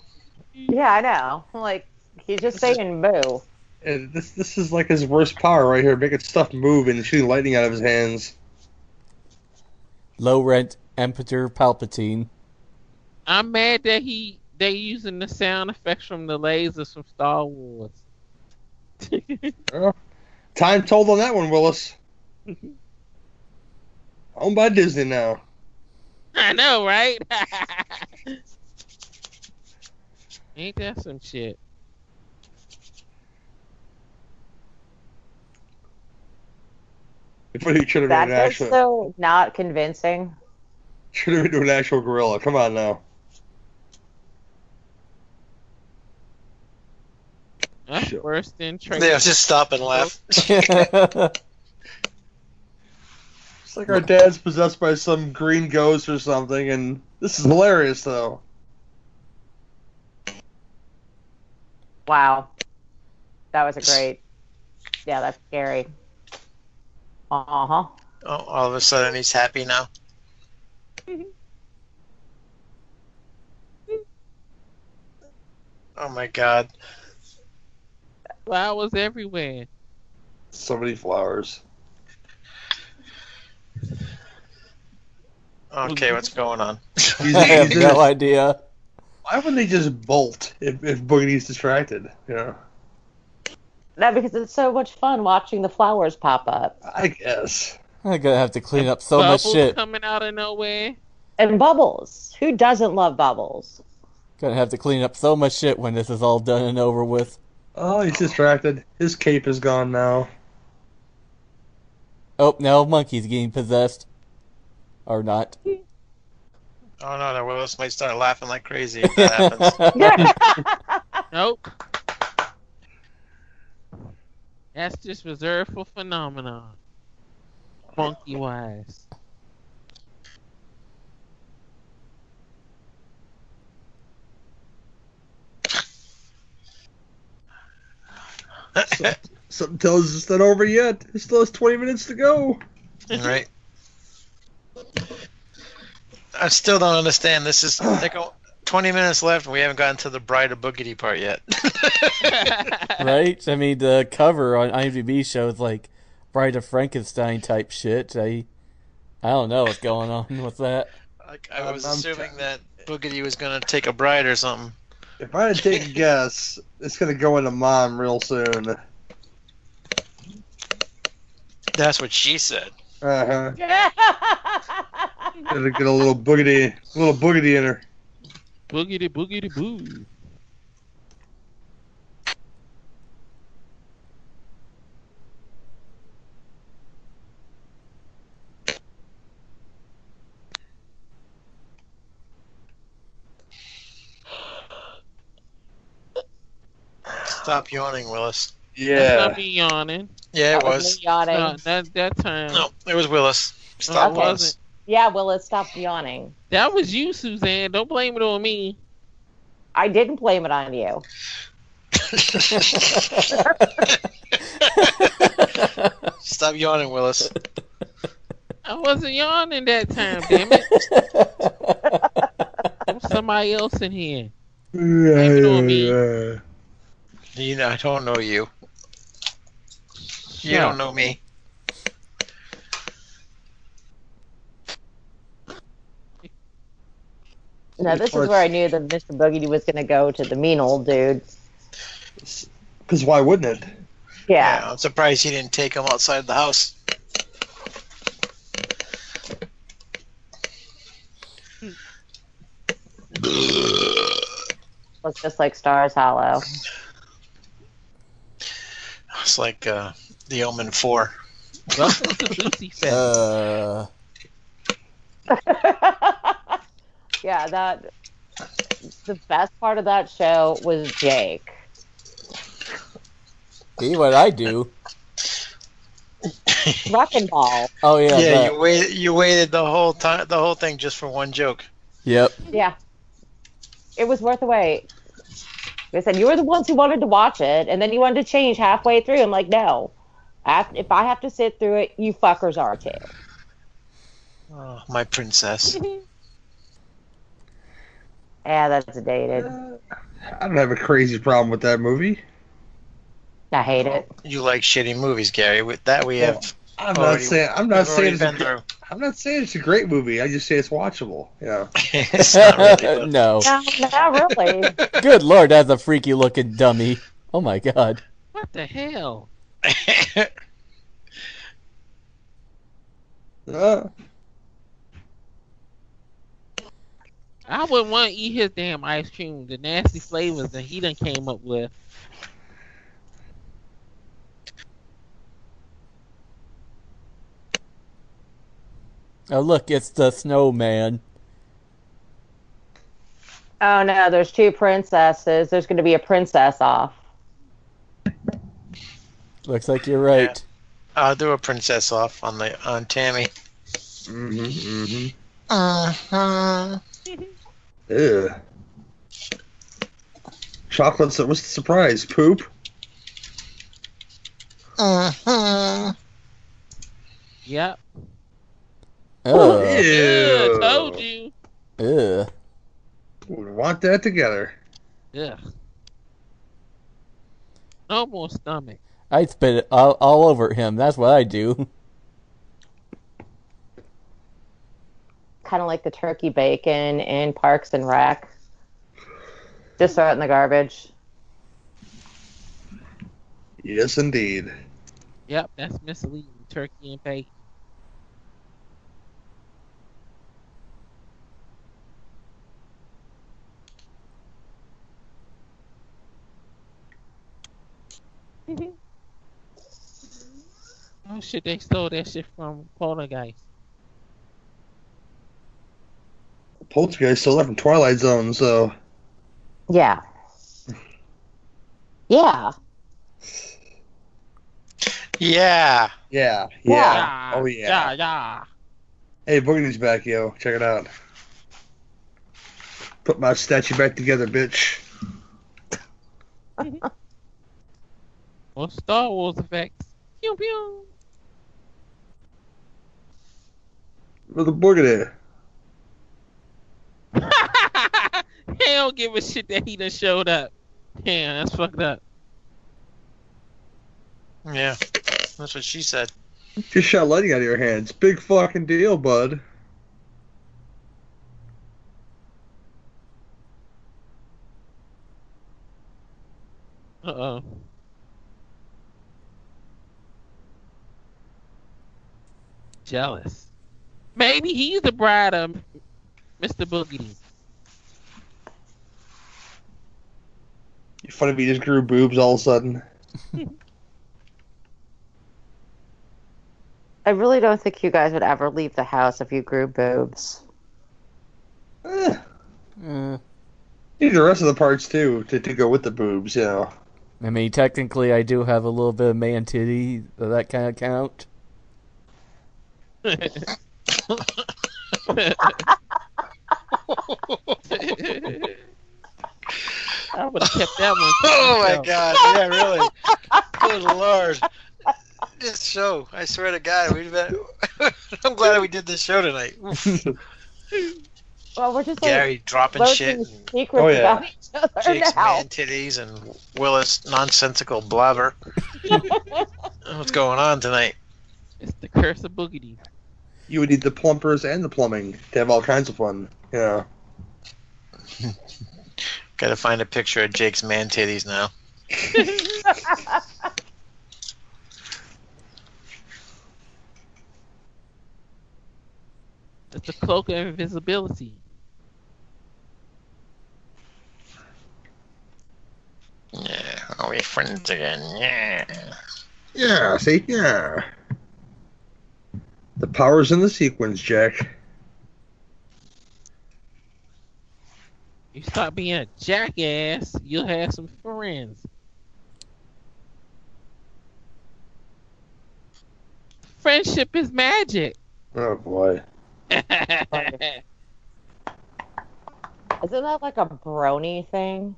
Speaker 4: Yeah, I know. Like he's just saying boo.
Speaker 7: And this this is like his worst power right here, making stuff move and shooting lightning out of his hands.
Speaker 5: Low rent Emperor Palpatine.
Speaker 6: I'm mad that he they using the sound effects from the lasers from Star Wars. <laughs>
Speaker 7: Time told on that one, <laughs> Willis. Owned by Disney now.
Speaker 6: I know, right? <laughs> Ain't that some shit?
Speaker 7: But he should have
Speaker 4: That's
Speaker 7: been an actual
Speaker 4: so not convincing.
Speaker 7: should have been doing an actual gorilla. Come on now.
Speaker 6: That's
Speaker 7: show.
Speaker 6: Worse than Tracy.
Speaker 3: Yeah, just stop and laugh.
Speaker 7: It's like our dad's possessed by some green ghost or something, and this is hilarious though.
Speaker 4: Wow. That was a great. Yeah, that's scary. Uh huh.
Speaker 3: Oh, all of a sudden he's happy now. <laughs> Oh my god.
Speaker 6: Flowers everywhere.
Speaker 7: So many flowers.
Speaker 3: Okay, what's going on?
Speaker 7: He's-
Speaker 5: I have
Speaker 7: he's in-
Speaker 5: no idea.
Speaker 7: Why wouldn't they just bolt if, if Boogity's distracted? Yeah,
Speaker 4: No, because it's so much fun watching the flowers pop up
Speaker 7: I guess.
Speaker 5: I'm gonna have to clean up so much
Speaker 6: Bubbles
Speaker 5: shit.
Speaker 6: coming out of nowhere.
Speaker 4: and bubbles. Who doesn't love
Speaker 7: <laughs>
Speaker 4: bubbles?
Speaker 5: Gonna have to clean up so much shit when this is all done and over with.
Speaker 7: Oh, he's distracted. His cape is gone <laughs> now.
Speaker 5: Oh, now monkey's getting possessed. Or not.
Speaker 3: <laughs> Oh <laughs> no, the Willis might start laughing like crazy if <laughs> that happens.
Speaker 6: Nope. That's just reserved for phenomenon. Funky wise. <laughs>
Speaker 7: Something tells us it's not over yet. It still has 20 minutes to go.
Speaker 3: right. I still don't understand. This is they go- 20 minutes left and we haven't gotten to the Bride of Boogity part yet.
Speaker 5: right? I mean, the cover on IMDb shows like Bride of Frankenstein type shit. I, I don't know what's going on with that.
Speaker 3: like, I was
Speaker 7: Um, I'm
Speaker 3: assuming
Speaker 7: trying-
Speaker 3: that Boogity was going to take a bride or something.
Speaker 7: If I had to take a guess, it's going to go into mom real soon.
Speaker 3: That's what she said.
Speaker 7: Uh huh.
Speaker 4: yeah,
Speaker 7: Gonna get a little boogity, little boogity in her.
Speaker 6: Boogity boogity boo.
Speaker 3: Stop yawning, Willis.
Speaker 6: That's not me yawning.
Speaker 3: Yeah, it was.
Speaker 4: me yawning.
Speaker 6: No, that that time.
Speaker 3: No, it was Willis.
Speaker 6: I
Speaker 3: Stop
Speaker 4: Okay.
Speaker 3: Willis.
Speaker 6: wasn't.
Speaker 4: Yeah, Willis, stop yawning.
Speaker 6: That was you, Suzanne. Don't blame it on me.
Speaker 4: I didn't blame it on you.
Speaker 7: <laughs>
Speaker 3: Stop yawning, Willis.
Speaker 6: I wasn't yawning that time, damn it. There's somebody else in here.
Speaker 7: Yeah.
Speaker 3: You know, I don't know you. You
Speaker 6: Yeah.
Speaker 3: don't know me.
Speaker 4: No, this is where I knew that Mr. Boogity was going to go to the mean old dude.
Speaker 7: Because why wouldn't it?
Speaker 4: Yeah.
Speaker 3: I'm surprised he didn't take him outside the house.
Speaker 4: Looks just like Stars Hollow. <laughs>
Speaker 3: It's like uh, the Omen Four.
Speaker 6: Welcome to Lucy Fest.
Speaker 5: Uh,
Speaker 4: yeah, that. The best part of that show was Jake.
Speaker 5: see what I do?
Speaker 4: Rock and ball.
Speaker 5: Oh yeah,
Speaker 3: Yeah,
Speaker 5: that.
Speaker 3: you waited. You waited the whole time, the whole thing, just for one joke.
Speaker 5: yep.
Speaker 4: Yeah. It was worth the wait. They said, You were the ones who wanted to watch it, and then you wanted to change halfway through. I'm like, No. I have- If I have to sit through it, you fuckers are too.
Speaker 3: Oh, my princess.
Speaker 4: Yeah, that's dated.
Speaker 7: I don't have a crazy problem with that movie.
Speaker 4: I hate it.
Speaker 3: You like shitty movies, Gary. With that, we have.
Speaker 7: I'm
Speaker 3: Oh,
Speaker 7: not
Speaker 3: you-
Speaker 7: saying I'm
Speaker 3: we've
Speaker 7: not saying
Speaker 3: already
Speaker 7: it's a,
Speaker 3: been
Speaker 7: gr-
Speaker 3: through.
Speaker 7: I'm not saying it's a great movie. I just say it's watchable. Yeah.
Speaker 3: <laughs> it's not
Speaker 5: <laughs>
Speaker 3: really. but-
Speaker 5: no.
Speaker 4: No, not really.
Speaker 5: Good lord, that's a freaky looking dummy. Oh my god.
Speaker 6: What the hell?
Speaker 7: Uh,
Speaker 6: I wouldn't want to eat his damn ice cream. The nasty flavors that he done came up with.
Speaker 5: Oh look, it's the snowman.
Speaker 4: Oh no, there's two princesses. There's going to be a princess off.
Speaker 5: Looks like you're right.
Speaker 3: <laughs> I'll do a princess off on the on Tammy.
Speaker 7: Mm-hmm.
Speaker 3: Uh-huh.
Speaker 7: Ew. Chocolate. su- What's the surprise? Poop.
Speaker 3: Uh-huh.
Speaker 6: Yep.
Speaker 5: Ugh.
Speaker 6: Yeah, told you.
Speaker 5: Ugh.
Speaker 7: Would want that together.
Speaker 6: Yeah. No more stomach.
Speaker 5: I spit it all, all over him. That's what I do.
Speaker 4: Kind of like the turkey bacon in Parks and Rec. Just throw it in the garbage.
Speaker 7: Yes, indeed.
Speaker 6: Yep, that's misleading. Turkey and <laughs> bacon. oh shit, they stole that shit from Poltergeist.
Speaker 7: Poltergeist still left from Twilight Zone, so
Speaker 4: Yeah. Yeah.
Speaker 3: Yeah.
Speaker 7: yeah,
Speaker 4: Yeah.
Speaker 7: Oh, yeah.
Speaker 6: Yeah, yeah.
Speaker 7: Hey, Boogie's back, yo. Check it out. Put my statue back together, bitch.
Speaker 6: Well, Star Wars effects. Pew pew. <laughs>
Speaker 7: Look at Boogie there.
Speaker 6: he don't give a shit that he done showed up. Damn, that's fucked up.
Speaker 3: Yeah. That's what she said.
Speaker 7: Just shot lightning out of your hands. Big fucking deal, bud.
Speaker 6: Uh oh. Jealous. Maybe he's the bride of Mr. Boogie.
Speaker 7: You funny if he just grew boobs all of a sudden.
Speaker 4: I really don't think you guys would ever leave the house if you grew boobs.
Speaker 7: Eh,
Speaker 5: Uh,
Speaker 7: you need the rest of the parts too to, to go with the boobs, you know.
Speaker 5: I mean, technically, I do have a little bit of man titty. Does that kind of count?
Speaker 6: <laughs> I would have kept that one. to
Speaker 3: <laughs> Oh my
Speaker 6: myself.
Speaker 3: god, yeah, really. Good lord. This show, I swear to God, we've been. <laughs> I'm glad we did this show tonight.
Speaker 4: Well, we're just like
Speaker 3: Gary dropping shit,
Speaker 4: loathing
Speaker 3: and
Speaker 4: secrets
Speaker 7: Oh, yeah.
Speaker 4: about each other
Speaker 3: Jake's
Speaker 4: now.
Speaker 3: man titties, and Willis nonsensical blabber. What's going on tonight?
Speaker 6: It's the curse of Boogity.
Speaker 7: You would need the plumpers and the plumbing to have all kinds of fun. You know.
Speaker 3: Got to find a picture of Jake's man titties now.
Speaker 6: It's the cloak of invisibility.
Speaker 3: Yeah, are we friends again? Yeah.
Speaker 7: Yeah, see? Yeah. The power's in the sequence, Jack.
Speaker 6: You start being a jackass, you'll have some friends. Friendship is magic. <laughs>
Speaker 7: Oh boy.
Speaker 4: Isn't that like a brony thing?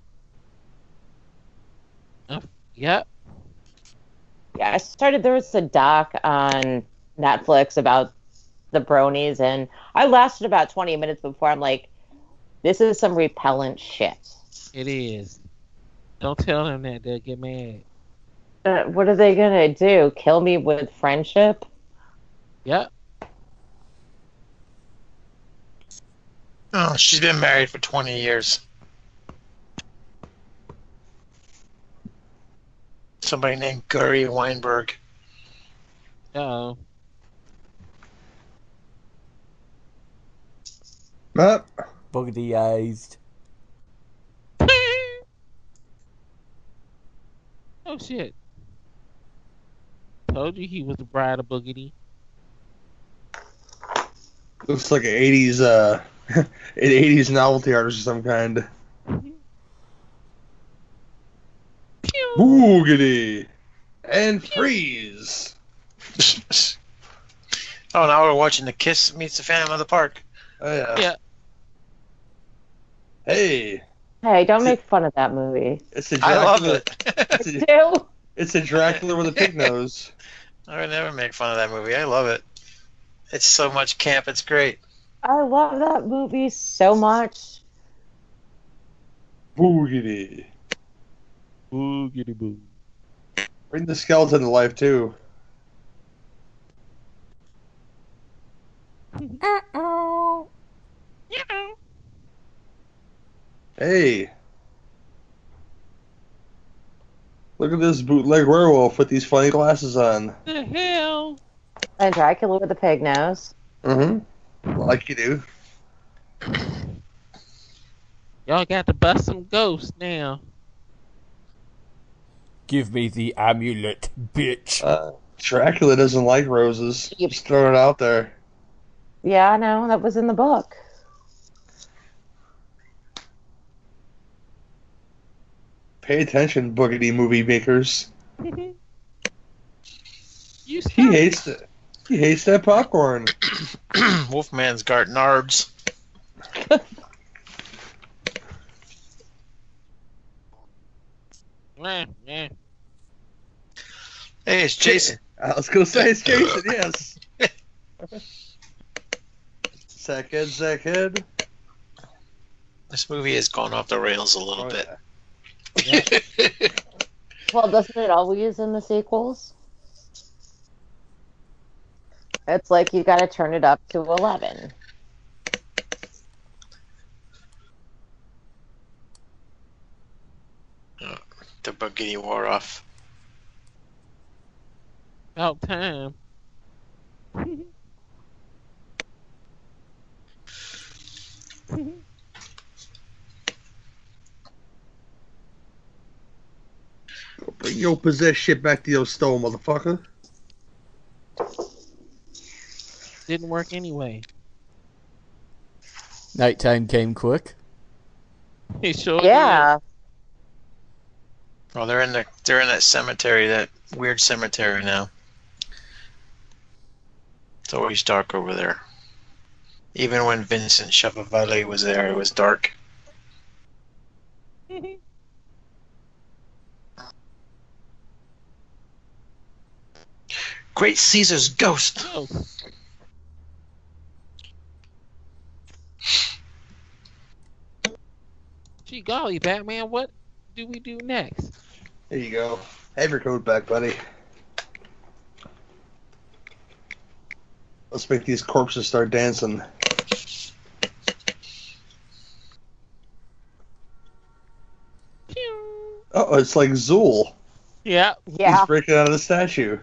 Speaker 6: yep.
Speaker 4: Yeah, I started. There was a doc on Netflix about the bronies, and I lasted about 20 minutes before I'm like, this is some repellent shit.
Speaker 6: It is. Don't tell them that they'll get mad.
Speaker 4: Uh, what are they going to do? Kill me with friendship?
Speaker 6: Yep.
Speaker 3: Oh, she's been married for 20 years. Somebody named Gary Weinberg.
Speaker 6: Uh-oh. <laughs>
Speaker 7: Uh,
Speaker 5: Boogity-eyed.
Speaker 6: oh shit. Told you he was the bride of Boogity.
Speaker 7: looks like an eighties uh <laughs> an eighties novelty artist of some kind.
Speaker 6: Pew!
Speaker 7: Boogity. And freeze.
Speaker 3: oh, now we're watching the Kiss meets the Phantom of the Park.
Speaker 7: Oh, yeah.
Speaker 6: Yeah.
Speaker 7: Hey,
Speaker 4: Hey, don't make fun of that movie.
Speaker 7: it's a
Speaker 3: I
Speaker 7: Dracula.
Speaker 3: love it. <laughs>
Speaker 7: It's a,
Speaker 4: Do
Speaker 7: it's a Dracula with a pig nose.
Speaker 3: I would never make fun of that movie. I love it. It's so much camp. It's great.
Speaker 4: I love that movie so much.
Speaker 7: Boogity.
Speaker 5: Boogity boo.
Speaker 7: Bring the skeleton to life too.
Speaker 6: You know.
Speaker 7: Hey. Look at this bootleg werewolf with these funny glasses on.
Speaker 6: The hell?
Speaker 4: And Dracula with the pig nose.
Speaker 7: Mm-hmm. Like you do.
Speaker 6: Y'all got to bust some ghosts now.
Speaker 5: Give me the amulet, bitch.
Speaker 7: Uh, Dracula doesn't like roses.
Speaker 4: Yep.
Speaker 7: Just throwing it out there.
Speaker 4: Yeah, I know. That was in the book. <laughs>
Speaker 7: Pay attention, boogity movie makers.
Speaker 6: You
Speaker 7: He <laughs>
Speaker 6: stop.
Speaker 7: hates it. He hates that popcorn.
Speaker 3: <clears throat> Wolfman's got narbs.
Speaker 6: Nah, nah.
Speaker 3: Hey, it's Jason.
Speaker 7: I was gonna say it's Jason, yes. <laughs> second, second.
Speaker 3: This movie has gone off the rails a little
Speaker 7: Oh,
Speaker 3: bit.
Speaker 7: yeah.
Speaker 4: Well, doesn't it always in the sequels? It's like you got to turn it up to 11.
Speaker 3: <laughs> The boogity wore off.
Speaker 6: About time.
Speaker 7: Bring your possessed shit back to your store, motherfucker.
Speaker 6: Didn't work anyway. <laughs>
Speaker 5: Nighttime came quick.
Speaker 6: It sure
Speaker 4: Yeah.
Speaker 3: Well, they're in the they're in that cemetery, that weird cemetery now. It's always dark over there. Even when Vincent Schiapavalli was there, it was dark.
Speaker 6: did.
Speaker 3: Great Caesar's ghost.
Speaker 6: Oh, Gee golly, Batman, what do we do next?
Speaker 7: There you go. Have your coat back, buddy. Let's make these corpses start dancing.
Speaker 6: Pew.
Speaker 7: Oh, it's like Zool.
Speaker 6: Yeah.
Speaker 4: Yeah.
Speaker 7: He's breaking out of the statue.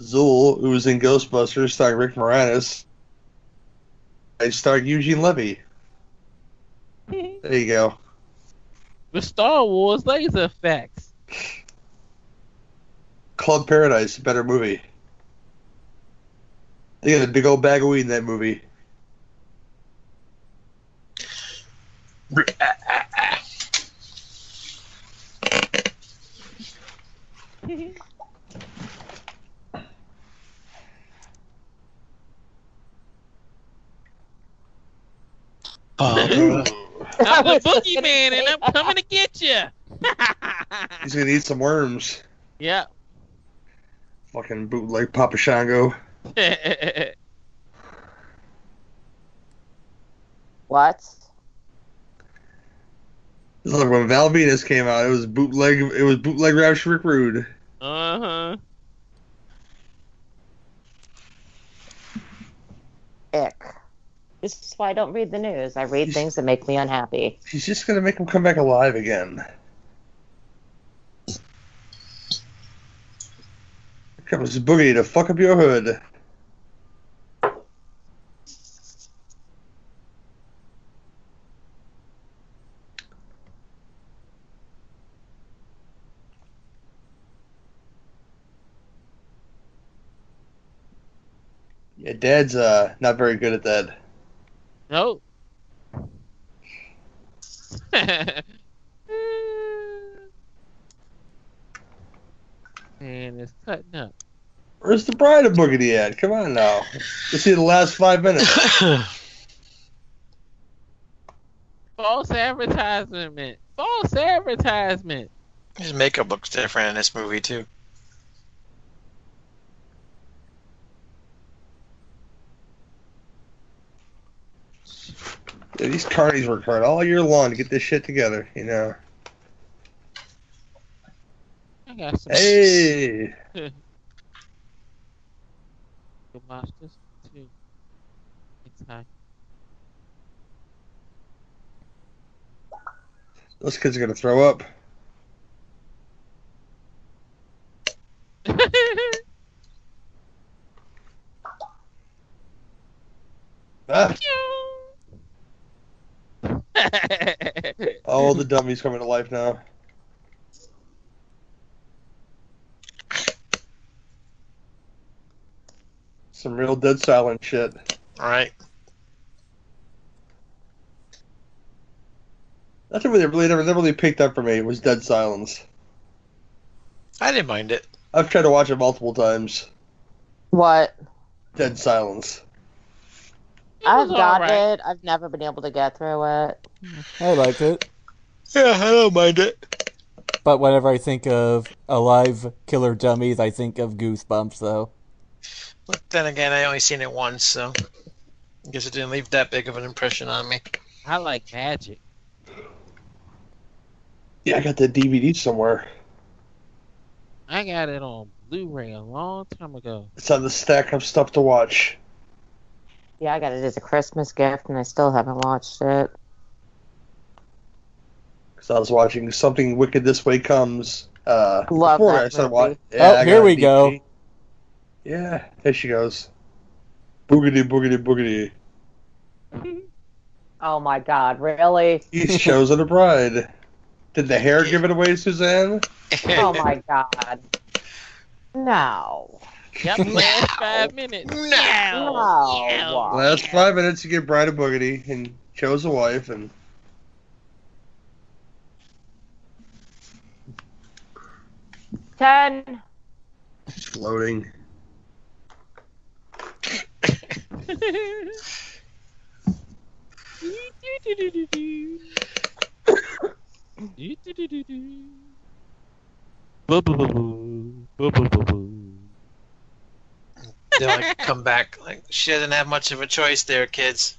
Speaker 7: Zool, who was in Ghostbusters, starring Rick Moranis, and starring Eugene Levy.
Speaker 6: the
Speaker 7: There you go.
Speaker 6: Star Wars laser effects.
Speaker 7: Club Paradise, better movie. They got a big old bag of weed in that movie.
Speaker 3: <laughs> Barbara.
Speaker 6: <laughs> I'm <laughs> the
Speaker 4: was just gonna
Speaker 6: boogeyman and
Speaker 4: say
Speaker 6: I'm coming to get you.
Speaker 7: He's gonna eat some worms.
Speaker 6: yeah. <laughs>
Speaker 7: Fucking bootleg Papa Shango.
Speaker 4: What?
Speaker 7: Look, when Val Venus came out, it was bootleg. It was bootleg Rapture Rick Rude.
Speaker 6: uh huh.
Speaker 4: Ick. This is why I don't read the news. I read things that make me unhappy.
Speaker 7: He's just gonna make him come back alive again. Here comes Boogie to fuck up your hood. Yeah, Dad's uh not very good at that.
Speaker 6: <laughs> No. and it's cutting up.
Speaker 7: Where's the bride of Boogity at? Come on now. Let's see the last
Speaker 3: <laughs>
Speaker 7: five minutes.
Speaker 6: False advertisement. False advertisement.
Speaker 3: His makeup looks different in this movie too.
Speaker 7: Yeah, these carnies work hard all year long to get this shit together, you know.
Speaker 6: I got some
Speaker 7: Hey,
Speaker 6: The monsters too. It's high.
Speaker 7: those kids are gonna throw up. Ah, all the dummies coming to life now. Some real dead silent shit.
Speaker 3: All right.
Speaker 7: That's what they really never, never really picked up for me was Dead Silence.
Speaker 3: I didn't mind it.
Speaker 7: I've tried to watch it multiple times.
Speaker 4: What?
Speaker 7: Dead Silence.
Speaker 4: I've got
Speaker 6: alright.
Speaker 4: it. I've never been able to get through it.
Speaker 5: I liked it.
Speaker 3: Yeah, I don't mind it.
Speaker 5: But whenever I think of alive killer dummies, I think of Goosebumps, though.
Speaker 3: But then again, I only seen it once, so I guess it didn't leave that big of an impression on me.
Speaker 6: <laughs> I like magic.
Speaker 7: Yeah, I got that DVD somewhere.
Speaker 6: I got it on Blu-ray a long time ago.
Speaker 7: It's on the stack of stuff to watch.
Speaker 4: Yeah, I got it as a Christmas gift, and I still haven't watched it.
Speaker 7: Because I was watching Something Wicked This Way Comes. Uh,
Speaker 4: Love
Speaker 7: before
Speaker 4: that
Speaker 7: I started
Speaker 4: movie.
Speaker 7: watching. Yeah,
Speaker 5: Oh,
Speaker 7: I
Speaker 5: here
Speaker 7: got a
Speaker 5: we go.
Speaker 7: DVD. Yeah, there she goes. Boogity, boogity, boogity.
Speaker 4: Oh my God! Really?
Speaker 5: <laughs>
Speaker 7: He's chosen a bride. Did the hair give it away, Suzanne?
Speaker 4: Oh <laughs> my God! No.
Speaker 6: Yep, last five minutes.
Speaker 4: No.
Speaker 7: Last five minutes, you get bride of boogity and chose a wife and.
Speaker 4: Ten.
Speaker 7: floating.
Speaker 3: They'll like come back. Like she doesn't have much of a choice there, kids.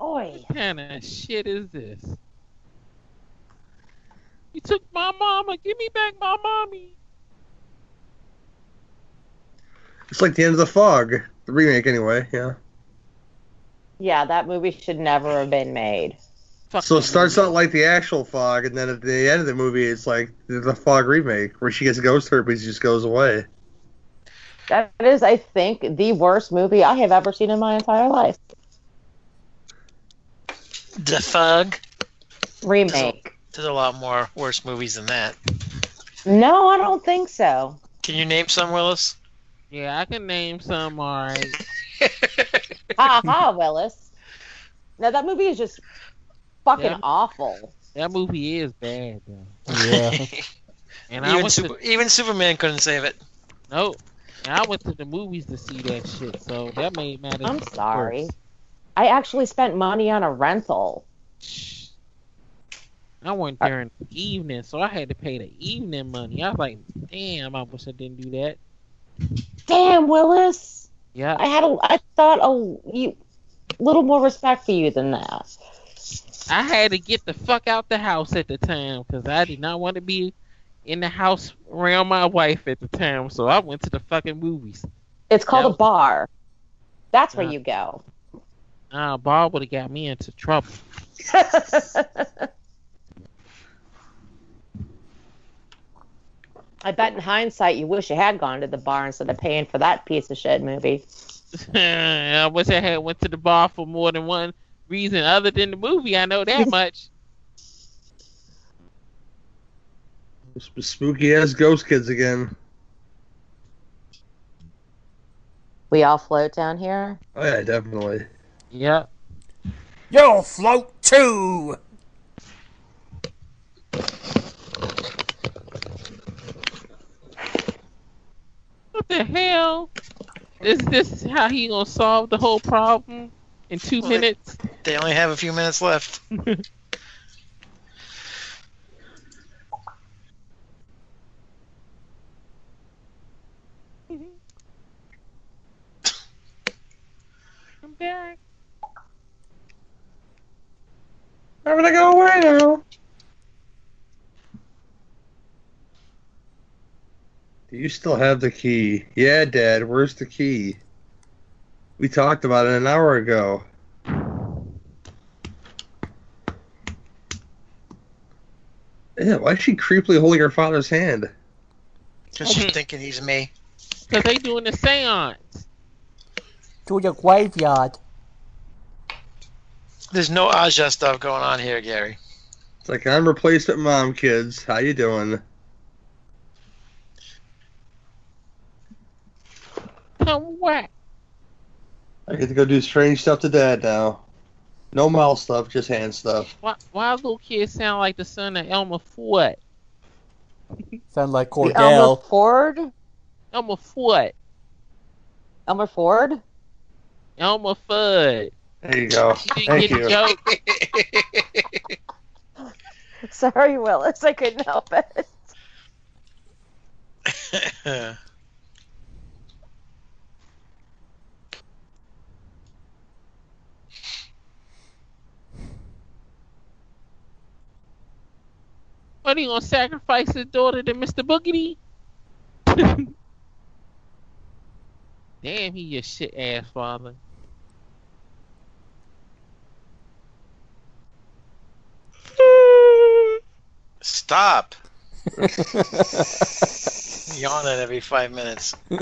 Speaker 4: Oi.
Speaker 6: What kind of shit is this? You took my mama. Give me back my mommy.
Speaker 7: It's like the end of the fog, the remake anyway. Yeah.
Speaker 4: Yeah, that movie should never have been made.
Speaker 6: Fuck
Speaker 7: So
Speaker 6: you.
Speaker 7: it starts out like the actual fog, and then at the end of the movie, it's like the- the fog remake where she gets ghost herpes, just goes away.
Speaker 4: That is, I think, the worst movie I have ever seen in my entire life.
Speaker 3: The fug.
Speaker 4: Remake.
Speaker 3: There's a lot more worse movies than that.
Speaker 4: No, I don't think so.
Speaker 3: Can you name some, Willis?
Speaker 6: Yeah, I can name some. All right.
Speaker 4: Ha
Speaker 6: <laughs>
Speaker 4: ha, Willis. No, that movie is just fucking
Speaker 6: Yeah.
Speaker 4: awful.
Speaker 6: That movie is bad though.
Speaker 3: <laughs>
Speaker 5: Yeah.
Speaker 6: And I
Speaker 3: even,
Speaker 6: went
Speaker 3: Super,
Speaker 6: to
Speaker 3: even Superman couldn't save it.
Speaker 6: no. And I went to the movies to see that shit. So that made matters.
Speaker 4: I'm
Speaker 6: worse.
Speaker 4: sorry. I actually spent money on a rental.
Speaker 6: I went during the evening, so I had to pay the evening money. I was like, damn, I wish I didn't do that.
Speaker 4: Damn, Willis.
Speaker 6: Yeah.
Speaker 4: I had a, I thought a you, little more respect for you than that.
Speaker 6: I had to get the fuck out the house at the time because I did not want to be in the house around my wife at the time. So I went to the fucking movies.
Speaker 4: It's called
Speaker 6: Yeah.
Speaker 4: a bar. That's where
Speaker 6: Yeah.
Speaker 4: you go.
Speaker 6: Uh, Bob would have got me into trouble. <laughs>
Speaker 4: I bet in hindsight you wish you had gone to the bar instead of paying for that piece of shit movie.
Speaker 6: I wish I had went to the bar for more than one reason other than the movie. I know that much.
Speaker 7: Spooky ass ghost kids again.
Speaker 4: We all float down here.
Speaker 7: Oh yeah, definitely.
Speaker 6: Yeah.
Speaker 5: Yo, float!
Speaker 9: two.
Speaker 6: What the hell? Is this how he gonna solve the whole problem in two
Speaker 3: Well, they-
Speaker 6: minutes?
Speaker 3: They only have a few minutes left.
Speaker 6: I'm back.
Speaker 7: I'm gonna go away now. Do you still have the key? Yeah, Dad, where's the key? We talked about it an hour ago. Yeah, why is she creepily holding her father's hand?
Speaker 3: Just thinking he's me.
Speaker 6: Cause they doing the seance.
Speaker 9: To the graveyard.
Speaker 3: There's no Aja stuff going on here, Gary.
Speaker 7: It's like I'm replacement mom, kids. How you doing?
Speaker 6: Come whack.
Speaker 7: I get to go do strange stuff to Dad now. No mouth stuff, just hand stuff.
Speaker 6: Why, why little kids sound like the son of Elmer Fudd?
Speaker 5: Sound like
Speaker 4: Elmer
Speaker 5: Cordell.
Speaker 4: Ford?
Speaker 6: Elmer Fudd.
Speaker 4: Elmer Ford? <laughs>
Speaker 6: Elmer Fudd.
Speaker 7: There you go.
Speaker 6: You didn't
Speaker 7: Thank
Speaker 6: get the
Speaker 7: you.
Speaker 6: joke.
Speaker 4: Sorry, Willis. I couldn't help it.
Speaker 6: What are you gonna sacrifice his daughter to Mr. Boogity? <laughs> Damn, he a shit ass father.
Speaker 3: Stop. Yawning every five minutes.
Speaker 5: <laughs>
Speaker 9: <laughs>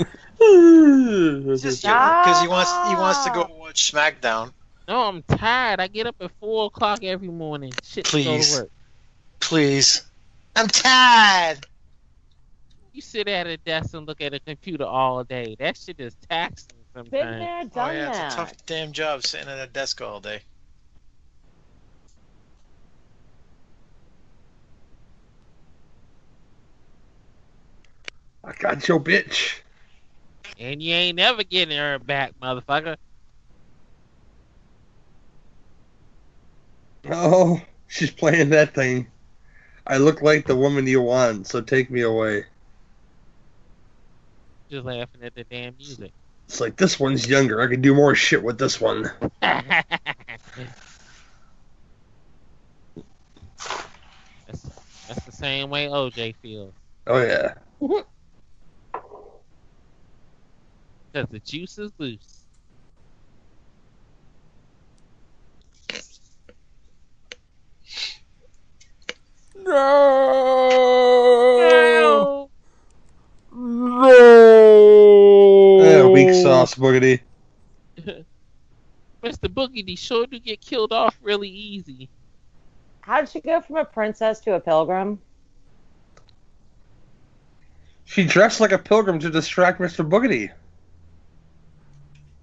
Speaker 3: Just because he wants he wants to go watch SmackDown.
Speaker 6: No, I'm tired. I get up at four o'clock every morning. Shit, to go
Speaker 3: Please.
Speaker 6: to work.
Speaker 3: Please. I'm tired.
Speaker 6: You sit at a desk and look at a computer all day. That shit is taxing
Speaker 4: Been
Speaker 6: sometimes.
Speaker 4: there,
Speaker 3: Oh
Speaker 4: done
Speaker 3: yeah,
Speaker 4: that.
Speaker 3: it's a tough damn job sitting at a desk all day.
Speaker 7: I got your bitch.
Speaker 6: And you ain't never getting her back, motherfucker.
Speaker 7: Oh, she's playing that thing. I look like the woman you want, so take me away.
Speaker 6: Just laughing at the damn music. <laughs>
Speaker 7: It's like this one's younger. I can do more shit with this one.
Speaker 6: that's, that's the same way OJ feels.
Speaker 7: Oh yeah.
Speaker 6: Because the juice is loose. <laughs>
Speaker 5: No.
Speaker 6: Oh,
Speaker 5: No.
Speaker 7: Yeah, weak sauce, boogity.
Speaker 6: Mr. Boogity sure do get killed off really easy.
Speaker 4: How did she go from a princess to a pilgrim? <laughs>
Speaker 7: She dressed like a pilgrim to distract Mr. Boogity.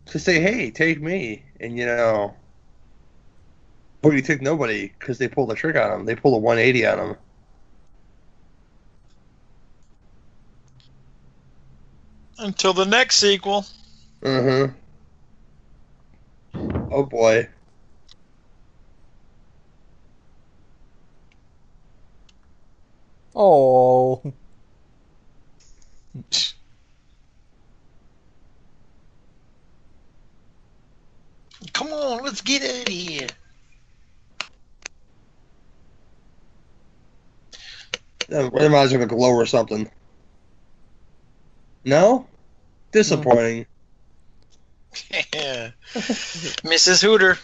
Speaker 7: To say, hey, take me. And you know, Boogity took nobody because they pulled a trick on him. They pulled a 180 on him.
Speaker 3: Until the next sequel.
Speaker 7: Mm hmm. Oh boy.
Speaker 5: Oh.
Speaker 3: Come on, let's get out of
Speaker 4: <laughs>
Speaker 3: here.
Speaker 7: Uh, Their minds are gonna glow or something. No? Disappointing.
Speaker 3: Yeah. Mrs. Hooter.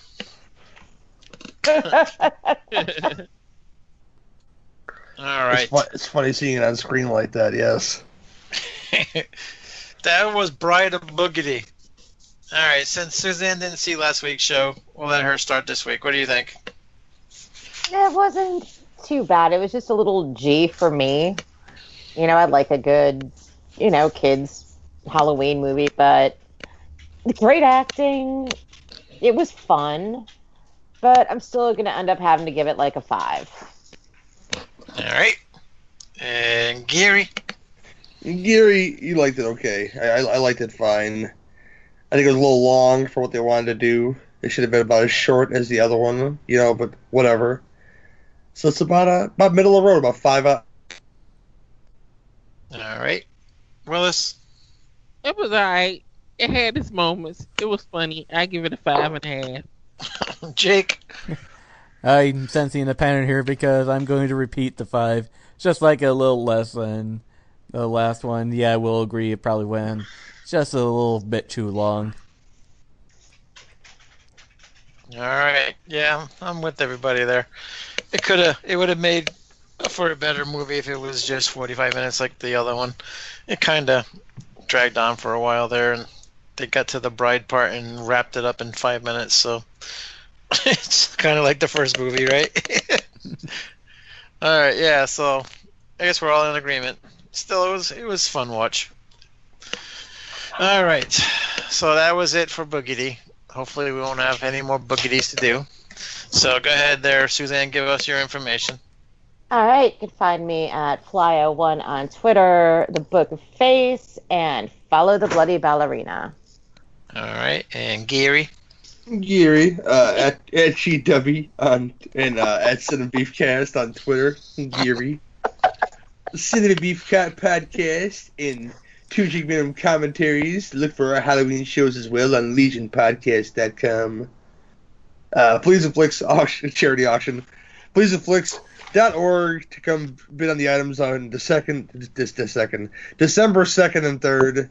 Speaker 3: All right.
Speaker 7: It's, fu- it's funny seeing it on screen like that, yes.
Speaker 3: <laughs> that was Bride of Boogity. All right, since Suzanne didn't see last week's show, we'll let her start this week. What do you think?
Speaker 4: It wasn't too bad. It was just a little G for me. You know, I'd like a good, you know, kids Halloween movie, but the great acting. It was fun. But I'm still going to end up having to give it like a five.
Speaker 3: All right. And Gary.
Speaker 7: Gary, you liked it okay. I, I, I liked it fine. I think it was a little long for what they wanted to do. It should have been about as short as the other one, you know, but whatever. So it's about uh, about middle of the road, about five uh, out.
Speaker 3: All right. Willis.
Speaker 6: It was alright. It had its moments. It was funny. I give it a five and a half.
Speaker 3: Jake.
Speaker 5: I'm sensing a pattern here because I'm going to repeat the five, just like a little less than the last one. Yeah, I will agree. It probably went just a little bit too long.
Speaker 3: All right. Yeah, I'm with everybody there. It could have. It would have made for a better movie if it was just 45 minutes like the other one. It kind of dragged on for a while there, and they got to the bride part and wrapped it up in five minutes. So <laughs> it's kind of like the first movie, right? <laughs> all right. Yeah. So I guess we're all in agreement. Still, it was it was fun watch. All right. So that was it for Boogity. Hopefully, we won't have any more Boogities to do. So go ahead there, Suzanne. Give us your information.
Speaker 4: All right, you can find me at Flyo1 on Twitter, The Book of Face, and Follow the Bloody Ballerina.
Speaker 3: All right. And Gary.
Speaker 7: Gary uh, at at GW on and uh, at Cinnamon Beefcast on Twitter. Gary Cinnamon Beefcat podcast and Two Jig Minimum commentaries. Look for our Halloween shows as well on LegionPodcast.com. Uh, please and Flicks auction, charity auction. Please and Flicks dot org to come bid on the items on the second this the second December second and third.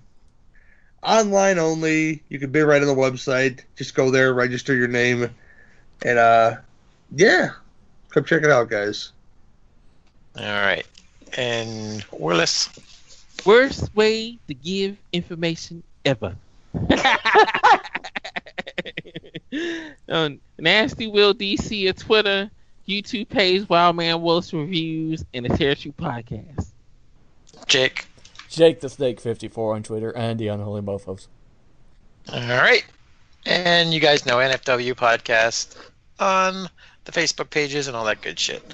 Speaker 7: Online only. You can bid right on the website. Just go there, register your name, and uh, yeah, come check it out, guys.
Speaker 3: All right. And Willis.
Speaker 6: Worst way to give information ever. <laughs> um, Nasty Will DC at Twitter, YouTube page Wild Man Willis Reviews, and the Tear Shoe Podcast.
Speaker 3: Jake.
Speaker 5: Jake the Snake 54 on Twitter and the Unholy Mofos.
Speaker 3: All right. And you guys know NFW Podcast on the Facebook pages and all that good shit.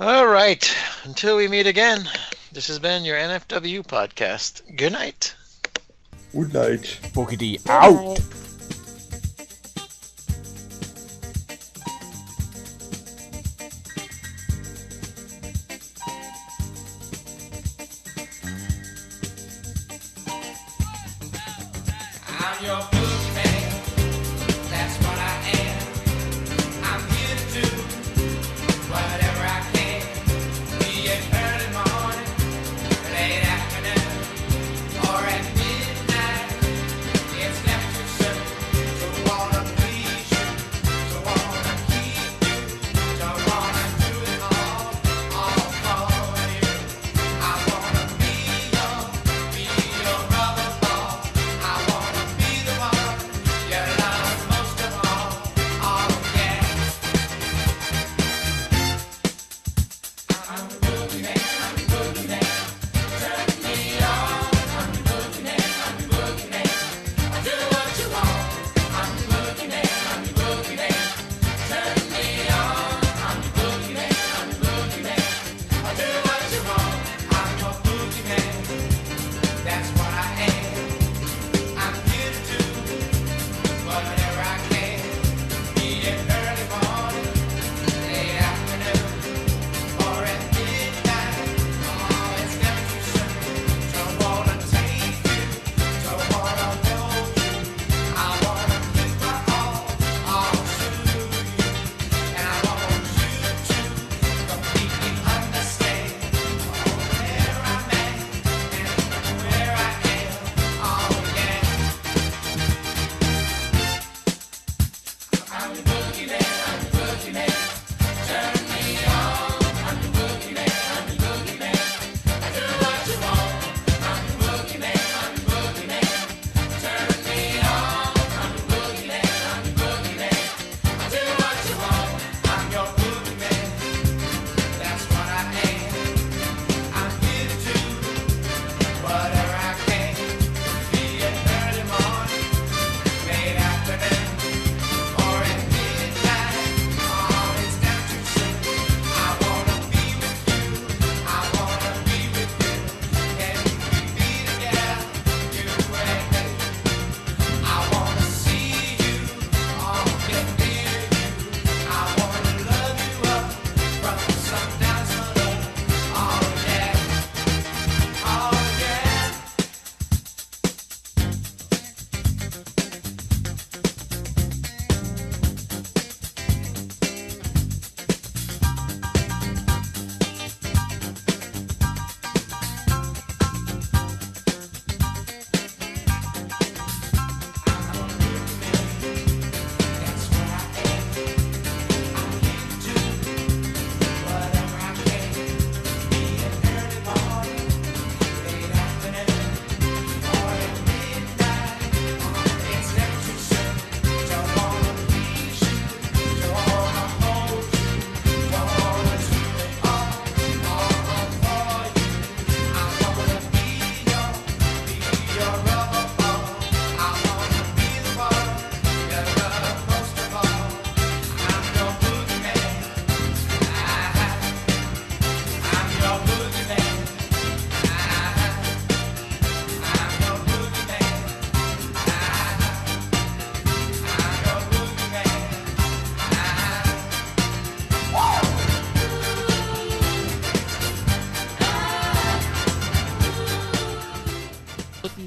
Speaker 3: All right. Until we meet again, this has been your NFW Podcast. Good night.
Speaker 7: Good night.
Speaker 5: Boogity out.
Speaker 10: I'm your book man. That's what I am. I'm here to do whatever I can. Be it early morning, late afternoon, or at midnight. It's left to soon to wanna please you, to wanna keep you, to wanna do it all, all for you. I wanna be your, be your rubber ball. I wanna be the one. Oh,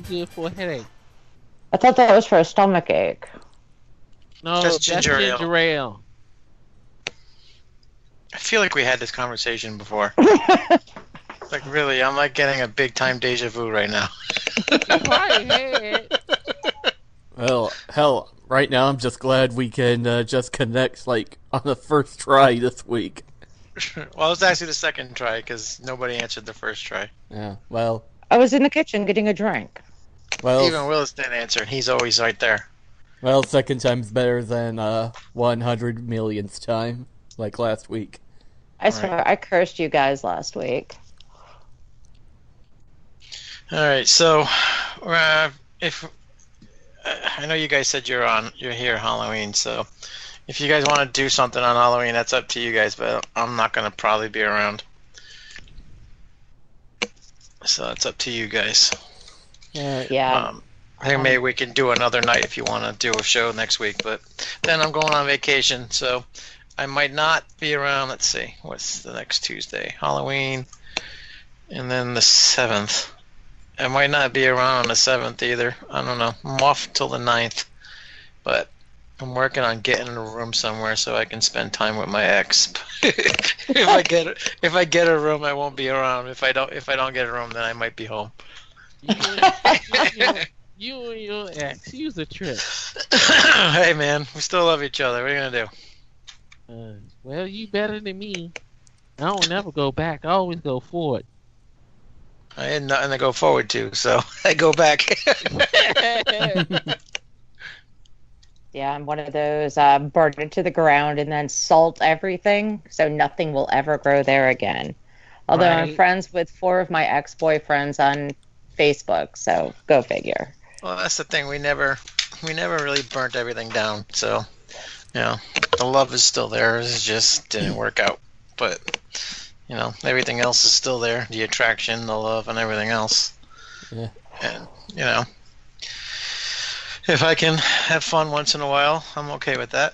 Speaker 6: good for a headache.
Speaker 4: I thought that was for a stomach ache.
Speaker 6: No,
Speaker 3: That's
Speaker 6: that's
Speaker 3: ginger
Speaker 6: ginger,
Speaker 3: ale.
Speaker 6: ale.
Speaker 3: I feel like we had this conversation before. like really, I'm like getting a big time deja vu right now.
Speaker 6: You probably <laughs> had it.
Speaker 5: Well, hell, right now I'm just glad we can uh, just connect like on the first try this week.
Speaker 3: well, it's actually the second try because nobody answered the first try.
Speaker 5: Yeah. Well,
Speaker 4: I was in the kitchen getting a drink.
Speaker 5: well,
Speaker 3: Even Willis didn't answer. He's always right there.
Speaker 5: well, second time's better than uh 100 millionth time, like last week.
Speaker 4: I swear, I cursed you guys last week.
Speaker 3: All right, so uh, if uh, I know you guys said you're on, you're here Halloween, so if you guys want to do something on Halloween, that's up to you guys. But I'm not gonna probably be around, so it's up to you guys.
Speaker 5: Yeah.
Speaker 4: Uh, Yeah.
Speaker 3: Um, I think maybe we can do another night if you want to do a show next week, but then I'm going on vacation, so I might not be around. Let's see, what's the next Tuesday? Halloween, and then the seventh. I might not be around on the seventh either. I don't know. I'm off till the 9th, but I'm working on getting a room somewhere so I can spend time with my ex. <laughs> if I get if I get a room, I won't be around. If I don't if I don't get a room, then I might be home.
Speaker 6: You and, you, and- you and your ex, use a trip.
Speaker 3: <laughs> hey man, we still love each other. What are you gonna do?
Speaker 6: Uh, well, you better than me. I don't never go back. I always go <laughs> forward.
Speaker 3: I had nothing to go forward to, so <laughs> I go back.
Speaker 4: Yeah, I'm one of those uh, burn it to the ground and then salt everything, so nothing will ever grow there again. Although I'm
Speaker 6: Right.
Speaker 4: friends with four of my ex boyfriends on Facebook, so go figure.
Speaker 3: well, that's the thing. We never, we never really burnt everything down. So, you know, the love is still there. It just didn't work out. But, you know, everything else is still there. The attraction, the love, and everything else.
Speaker 5: Yeah.
Speaker 3: And you know, if I can have fun once in a while, I'm okay with that.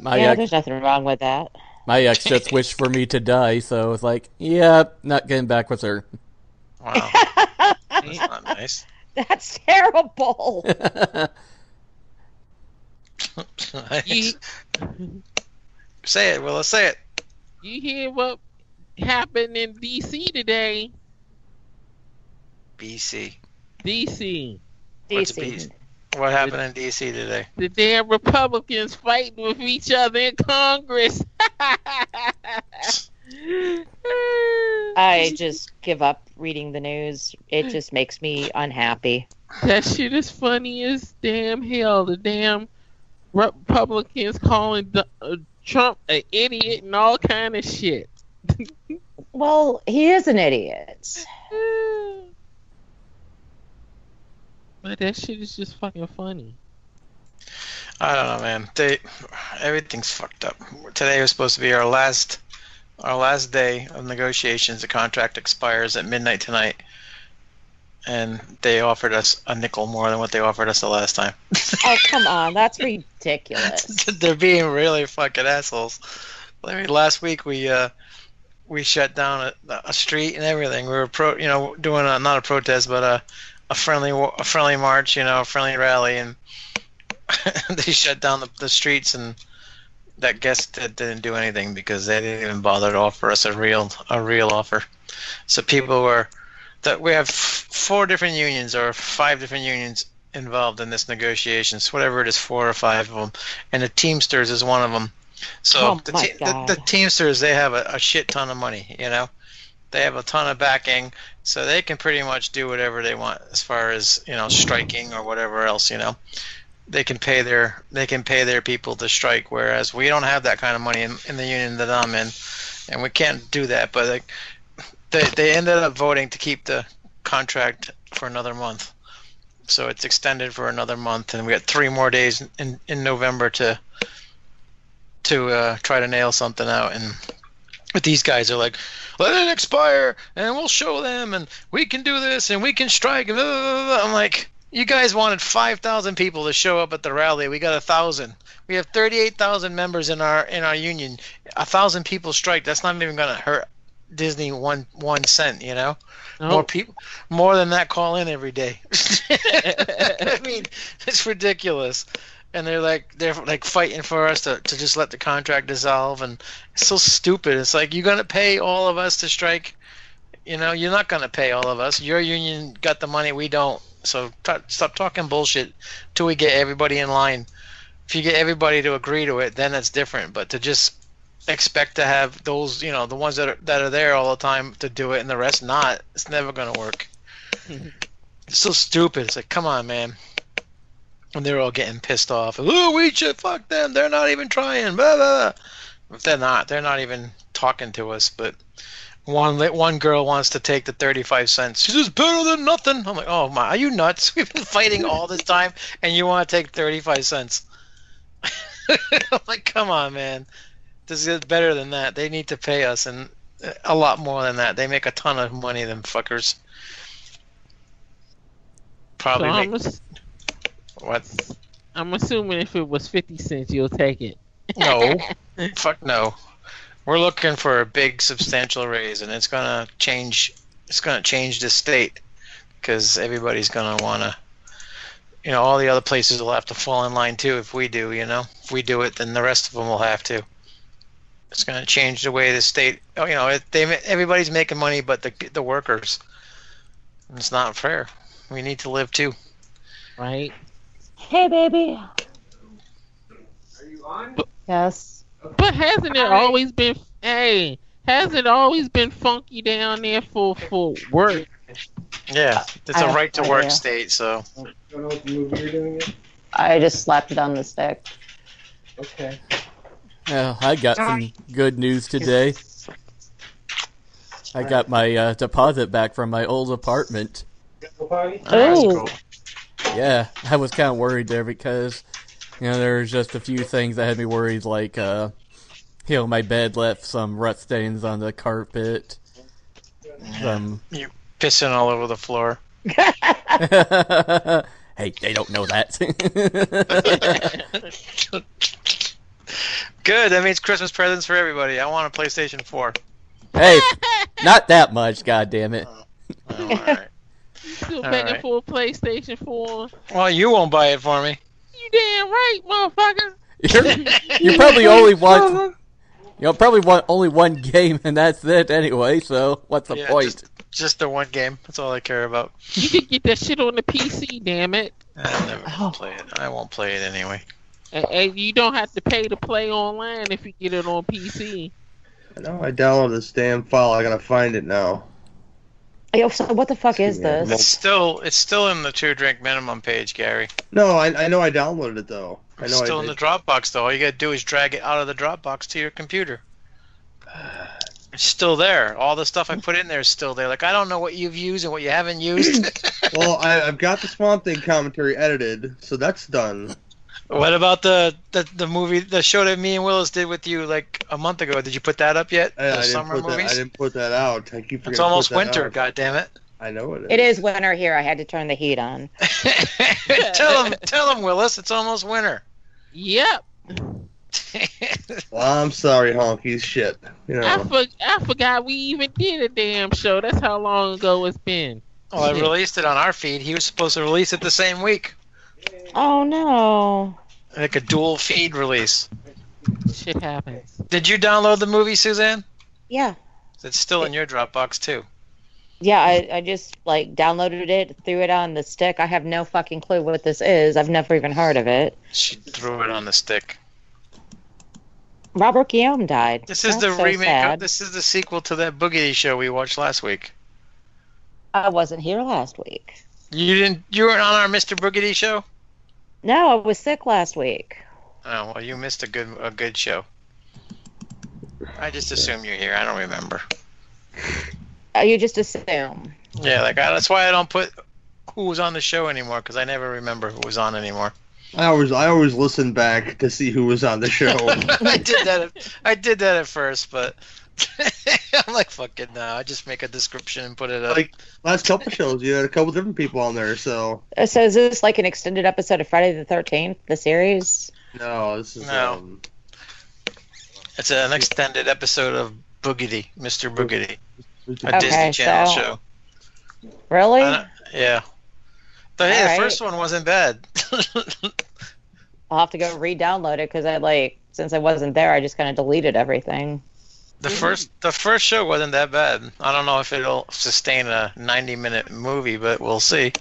Speaker 5: My
Speaker 3: uh,
Speaker 4: yeah,
Speaker 5: ex,
Speaker 4: there's nothing wrong with that.
Speaker 5: my ex just wished for me to die, so it's like, yeah, not getting back with her. <laughs>
Speaker 4: <laughs>
Speaker 3: Wow, that's not nice.
Speaker 4: <laughs>
Speaker 3: <laughs>
Speaker 4: That's terrible.
Speaker 6: you,
Speaker 3: say it, Willis. Say it.
Speaker 6: you hear what happened in DC today?
Speaker 3: BC.
Speaker 6: DC.
Speaker 3: What's a beast?
Speaker 4: Decent.
Speaker 3: What happened in DC today?
Speaker 6: The damn Republicans fighting with each other in Congress. <laughs>
Speaker 4: I just give up reading the news. It just makes me unhappy.
Speaker 6: That shit is funny as damn hell. The damn Republicans calling the, uh, Trump an idiot and all kind of shit. <sighs>
Speaker 4: Well, he is an idiot.
Speaker 6: But that shit is just fucking funny.
Speaker 3: I don't know, man. They everything's fucked up. Today was supposed to be our last our last day of negotiations. The contract expires at midnight tonight, and they offered us a nickel more than what they offered us the last time.
Speaker 4: Oh, come on. That's <laughs> ridiculous.
Speaker 3: <laughs> They're being really fucking assholes. I mean, last week we uh, we shut down a, a street and everything. We were pro, you know, doing a, not a protest, but a a friendly wa- a friendly march, you know, a friendly rally, and <laughs> they shut down the, the streets and that guest that didn't do anything because they didn't even bother to offer us a real a real offer. So people were that we have f- four different unions or five different unions involved in this negotiations, whatever it is, four or five of them, and the Teamsters is one of them. So
Speaker 4: Oh
Speaker 3: the,
Speaker 4: my
Speaker 3: te- the, the
Speaker 4: God.
Speaker 3: Teamsters they have a, a shit ton of money, you know, they have a ton of backing, so they can pretty much do whatever they want as far as you know striking or whatever else, you know. They can pay their they can pay their people to strike, whereas we don't have that kind of money in, in the union that I'm in, and we can't do that. But like, they they ended up voting to keep the contract for another month. So it's extended for another month, and we got three more days in, in November to to uh, try to nail something out. And but these guys are like, let it expire, and we'll show them, and we can do this, and we can strike. and blah, blah, blah, blah." I'm like, you guys wanted five thousand people to show up at the rally. We got a thousand. We have thirty-eight thousand members in our in our union. A thousand people strike. That's not even going to hurt Disney one one cent. You know,
Speaker 6: No.
Speaker 3: more people, more than that call in every day. <laughs> I mean, it's ridiculous. And they're like they're like fighting for us to, to just let the contract dissolve, and it's so stupid. It's like you're gonna pay all of us to strike. You know, you're not gonna pay all of us. Your union got the money, we don't. So t- stop talking bullshit till we get everybody in line. If you get everybody to agree to it, then it's different. But to just expect to have those, you know, the ones that are that are there all the time to do it, and the rest not, it's never gonna work. It's so stupid. It's like, come on, man. And they're all getting pissed off. Ooh, we should fuck them. They're not even trying. Blah blah. blah. They're not. They're not even talking to us. But one li- one girl wants to take the thirty-five cents. She says better than nothing. I'm like, oh my, are you nuts? <laughs> We've been fighting all this time, and you want to take thirty-five cents? <laughs> I'm like, come on, man. This is better than that. They need to pay us, and uh, a lot more than that. They make a ton of money, them fuckers.
Speaker 6: So
Speaker 3: Probably
Speaker 6: I'm,
Speaker 3: make,
Speaker 6: ass-
Speaker 3: what?
Speaker 6: I'm assuming if it was 50 cents, you'll take it.
Speaker 3: <laughs> No. Fuck no. We're looking for a big substantial raise and it's going to change it's going to change the state cuz everybody's going to want to you know all the other places will have to fall in line too if we do, you know. If we do it then the rest of them will have to. It's going to change the way the state oh, you know, it, they ma- everybody's making money but the the workers. It's not fair. We need to live too.
Speaker 6: Right?
Speaker 4: Hey, baby.
Speaker 8: Are you on?
Speaker 4: Yes.
Speaker 6: But hasn't it always been, hey, has it always been funky down there for, for work?
Speaker 3: Yeah, it's
Speaker 4: I
Speaker 3: a
Speaker 4: have
Speaker 3: right to
Speaker 4: no
Speaker 3: work
Speaker 4: idea.
Speaker 3: state, so
Speaker 8: Don't know what movie you're doing yet?
Speaker 4: I just slapped it on the stick.
Speaker 8: Okay.
Speaker 5: Yeah, I got some good news today. I got my uh, deposit back from my old apartment.
Speaker 8: Go potty?
Speaker 3: that's
Speaker 4: Ooh.
Speaker 3: cool.
Speaker 5: Yeah, I was kind of worried there because, you know, there was just a few things that had me worried, like, uh, you know, my bed left some rut stains on the carpet. Some. <laughs>
Speaker 3: pissing all over the floor.
Speaker 5: hey, they don't know
Speaker 3: <laughs>
Speaker 5: that. <laughs>
Speaker 3: Good. That means Christmas presents for everybody. I want a PlayStation 4.
Speaker 5: hey, not that much, God damn it.
Speaker 3: Oh, all right.
Speaker 6: You still
Speaker 3: All
Speaker 6: begging
Speaker 3: right.
Speaker 6: for a PlayStation 4?
Speaker 3: <laughs> Well, you won't buy it for me.
Speaker 6: You damn right, motherfucker.
Speaker 5: You're, you
Speaker 3: <laughs>
Speaker 5: probably only want, you know, probably want only one game, and that's it anyway. So what's the
Speaker 3: Yeah,
Speaker 5: point?
Speaker 3: Just, just the one game. That's all I care about.
Speaker 6: You can get that shit on the PC, damn it.
Speaker 3: I'll never
Speaker 4: Oh.
Speaker 3: play it. I won't play it anyway.
Speaker 6: And, and you don't have to pay to play online if you get it on PC.
Speaker 7: I know I downloaded this damn file. I gotta find it now.
Speaker 4: <laughs> Yo, so what the fuck is
Speaker 7: Yeah.
Speaker 4: this?
Speaker 3: It's still it's still in the two drink minimum page, Gary.
Speaker 7: No, I, I know I downloaded it though. I
Speaker 3: It's
Speaker 7: know
Speaker 3: still
Speaker 7: I
Speaker 3: in the
Speaker 7: did.
Speaker 3: Dropbox though. All you gotta do is drag it out of the Dropbox to your computer. It's still there. All the stuff I put in there is still there. Like I don't know what you've used and what you haven't <clears throat> used.
Speaker 7: well, I, I've got the Swamp Thing commentary edited, so that's done.
Speaker 3: What about the, the the movie the show that me and Willis did with you like a month ago? Did you put that up yet?
Speaker 7: I,
Speaker 3: the
Speaker 7: I didn't
Speaker 3: summer
Speaker 7: put that. I
Speaker 3: movies.
Speaker 7: didn't put that out. I keep forgetting.
Speaker 3: it's
Speaker 7: to put
Speaker 3: almost
Speaker 7: that
Speaker 3: winter.
Speaker 7: out.
Speaker 3: God damn
Speaker 7: <laughs>
Speaker 3: it!
Speaker 7: I know it is.
Speaker 4: It is winter here. I had to turn the heat on.
Speaker 3: <laughs> tell him, tell him, Willis. It's almost winter. <laughs>
Speaker 6: Yep.
Speaker 7: Well, I'm sorry, honkies. Shit. You know.
Speaker 6: I, for, I forgot we even did a damn show. That's how long ago it's been.
Speaker 3: well, I released it on our feed. He was supposed to release it the same week,
Speaker 4: Oh no.
Speaker 3: like a dual feed release.
Speaker 6: Shit happens. <laughs>
Speaker 3: Did you download the movie, Suzanne?
Speaker 4: Yeah.
Speaker 3: It's still in your Dropbox too.
Speaker 4: Yeah, I, I just like downloaded it, threw it on the stick. I have no fucking clue what this is. I've never even heard of it.
Speaker 3: She threw it on the stick.
Speaker 4: Robert Guillaume died.
Speaker 3: This is
Speaker 4: That's
Speaker 3: the
Speaker 4: so
Speaker 3: remake. Of,
Speaker 4: sad.
Speaker 3: this is the sequel to that Boogity show we watched last week.
Speaker 4: I wasn't here last week.
Speaker 3: You didn't. You weren't on our Mr. Boogity show.
Speaker 4: No, I was sick last week.
Speaker 3: Oh well, you missed a good a good show. I just assume you're here. I don't remember.
Speaker 4: Uh, You just assume.
Speaker 3: Yeah, like I, that's why I don't put who was on the show anymore because I never remember who was on anymore. <laughs>
Speaker 7: I always I always listen back to see who was on the
Speaker 3: <laughs>
Speaker 7: show.
Speaker 3: I did that. At, I did that at first, but <laughs> I'm like, fuck it, no. I just make a description and put it up.
Speaker 7: Like- Last couple shows, you had a couple different people on there, so
Speaker 4: Uh, So is this like an extended episode of Friday the Thirteenth, the series?
Speaker 7: no, this is
Speaker 3: No.
Speaker 7: um,
Speaker 3: it's an extended episode of Boogity, Mr. Boogity, a
Speaker 4: Okay,
Speaker 3: Disney Channel
Speaker 4: so-
Speaker 3: show.
Speaker 4: Really?
Speaker 7: Uh,
Speaker 3: I don't- yeah. But hey, the
Speaker 4: Alright.
Speaker 3: first one wasn't bad. <laughs>
Speaker 4: I'll have to go re-download it because I like since I wasn't there, I just kind of deleted everything.
Speaker 3: the
Speaker 4: Mm-hmm.
Speaker 3: first the first show wasn't that bad. I don't know if it'll sustain a 90 minute movie, but we'll see.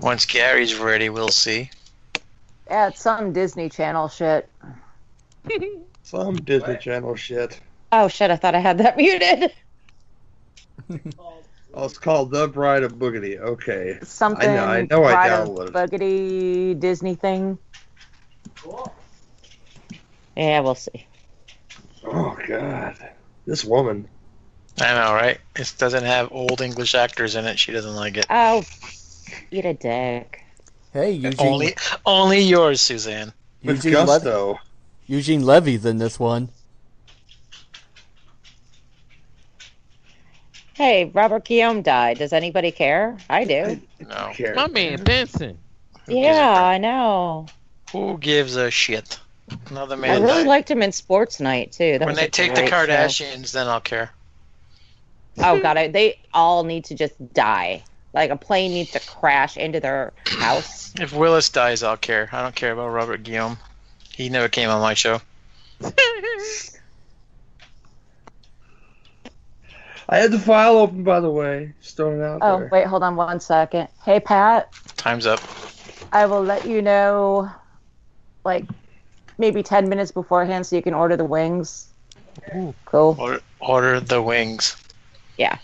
Speaker 3: Once Gary's ready, we'll see.
Speaker 4: Yeah, it's some Disney Channel shit.
Speaker 7: Some Disney Channel shit.
Speaker 4: Oh shit! I thought I had that <laughs> muted.
Speaker 7: Oh, it's called The Bride of Boogity. Okay.
Speaker 4: Something.
Speaker 7: I know I
Speaker 4: Pride of
Speaker 7: downloaded it.
Speaker 4: Boogity Disney thing. Yeah, we'll see.
Speaker 7: Oh God, this woman.
Speaker 3: I know, right? It doesn't have old English actors in it. She doesn't like it.
Speaker 4: Oh, eat a dick.
Speaker 5: Hey, Eugene.
Speaker 3: Only only yours, Suzanne.
Speaker 7: With
Speaker 5: Eugene, Levy,
Speaker 7: gusto.
Speaker 5: Eugene Levy's in this one.
Speaker 4: Hey, Robert Guillaume died. Does anybody care? I do.
Speaker 3: No.
Speaker 7: Care.
Speaker 6: My man Benson.
Speaker 4: Yeah, I know.
Speaker 3: Who gives a shit? Another
Speaker 4: I
Speaker 3: man.
Speaker 4: really
Speaker 3: died.
Speaker 4: liked him in Sports Night too. That
Speaker 3: when
Speaker 4: was
Speaker 3: they
Speaker 4: a
Speaker 3: take the
Speaker 4: great show.
Speaker 3: Kardashians, then I'll care.
Speaker 4: Oh god, I, they all need to just die. Like a plane needs to crash into their house.
Speaker 3: If Willis dies, I'll care. I don't care about Robert Guillaume. He never came on my show.
Speaker 7: I had the file open, by the way. Just throwing it out
Speaker 4: Oh
Speaker 7: there.
Speaker 4: wait, hold on one second. Hey Pat,
Speaker 3: Time's up.
Speaker 4: I will let you know, like maybe ten minutes beforehand, so you can order the wings. Cool.
Speaker 3: Order, order the wings.
Speaker 4: Yeah.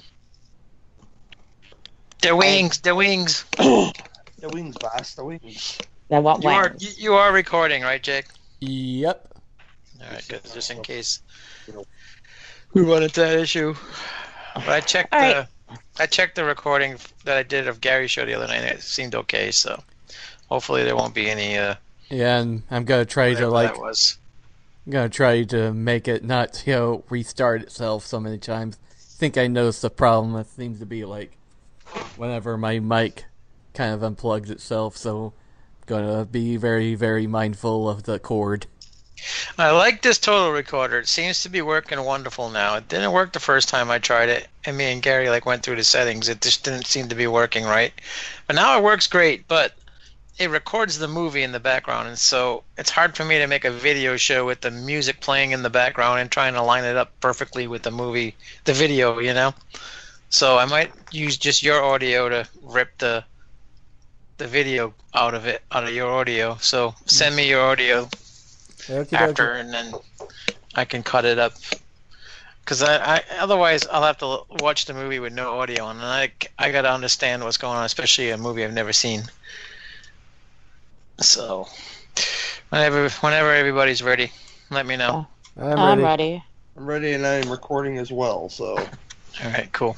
Speaker 3: The wings. The wings.
Speaker 7: The wings, boss. The wings.
Speaker 4: I want
Speaker 3: You are
Speaker 4: wings.
Speaker 3: you, you are recording, right, Jake?
Speaker 5: Yep.
Speaker 3: All right, good. Just in case we run into that issue. But I checked
Speaker 4: All
Speaker 3: the I checked the recording that I did of Gary's show the other night. and It seemed okay, so hopefully there won't be any. Uh,
Speaker 5: Yeah, and I'm gonna try to
Speaker 3: whatever
Speaker 5: like,
Speaker 3: that was.
Speaker 5: gonna try to make it not you know restart itself so many times. I think I noticed the problem. It seems to be like whenever my mic kind of unplugs itself, so gonna be very very mindful of the cord.
Speaker 3: I like this total recorder. It seems to be working wonderful now. It didn't work the first time I tried it, and me and Gary like went through the settings. It just didn't seem to be working right, but now it works great. But it records the movie in the background, and so it's hard for me to make a video show with the music playing in the background and trying to line it up perfectly with the movie, the video, you know. So I might use just your audio to rip the the video out of it, out of your audio. So send me your audio
Speaker 5: Okey-dokey.
Speaker 3: after, and then I can cut it up. Because I, I, otherwise I'll have to l- watch the movie with no audio on, and I, c- I gotta understand what's going on, especially a movie I've never seen. So, whenever, whenever everybody's ready, let me know.
Speaker 5: I'm
Speaker 4: I'm
Speaker 5: ready.
Speaker 4: ready.
Speaker 7: I'm ready, and I am recording as well. So
Speaker 3: All right, cool.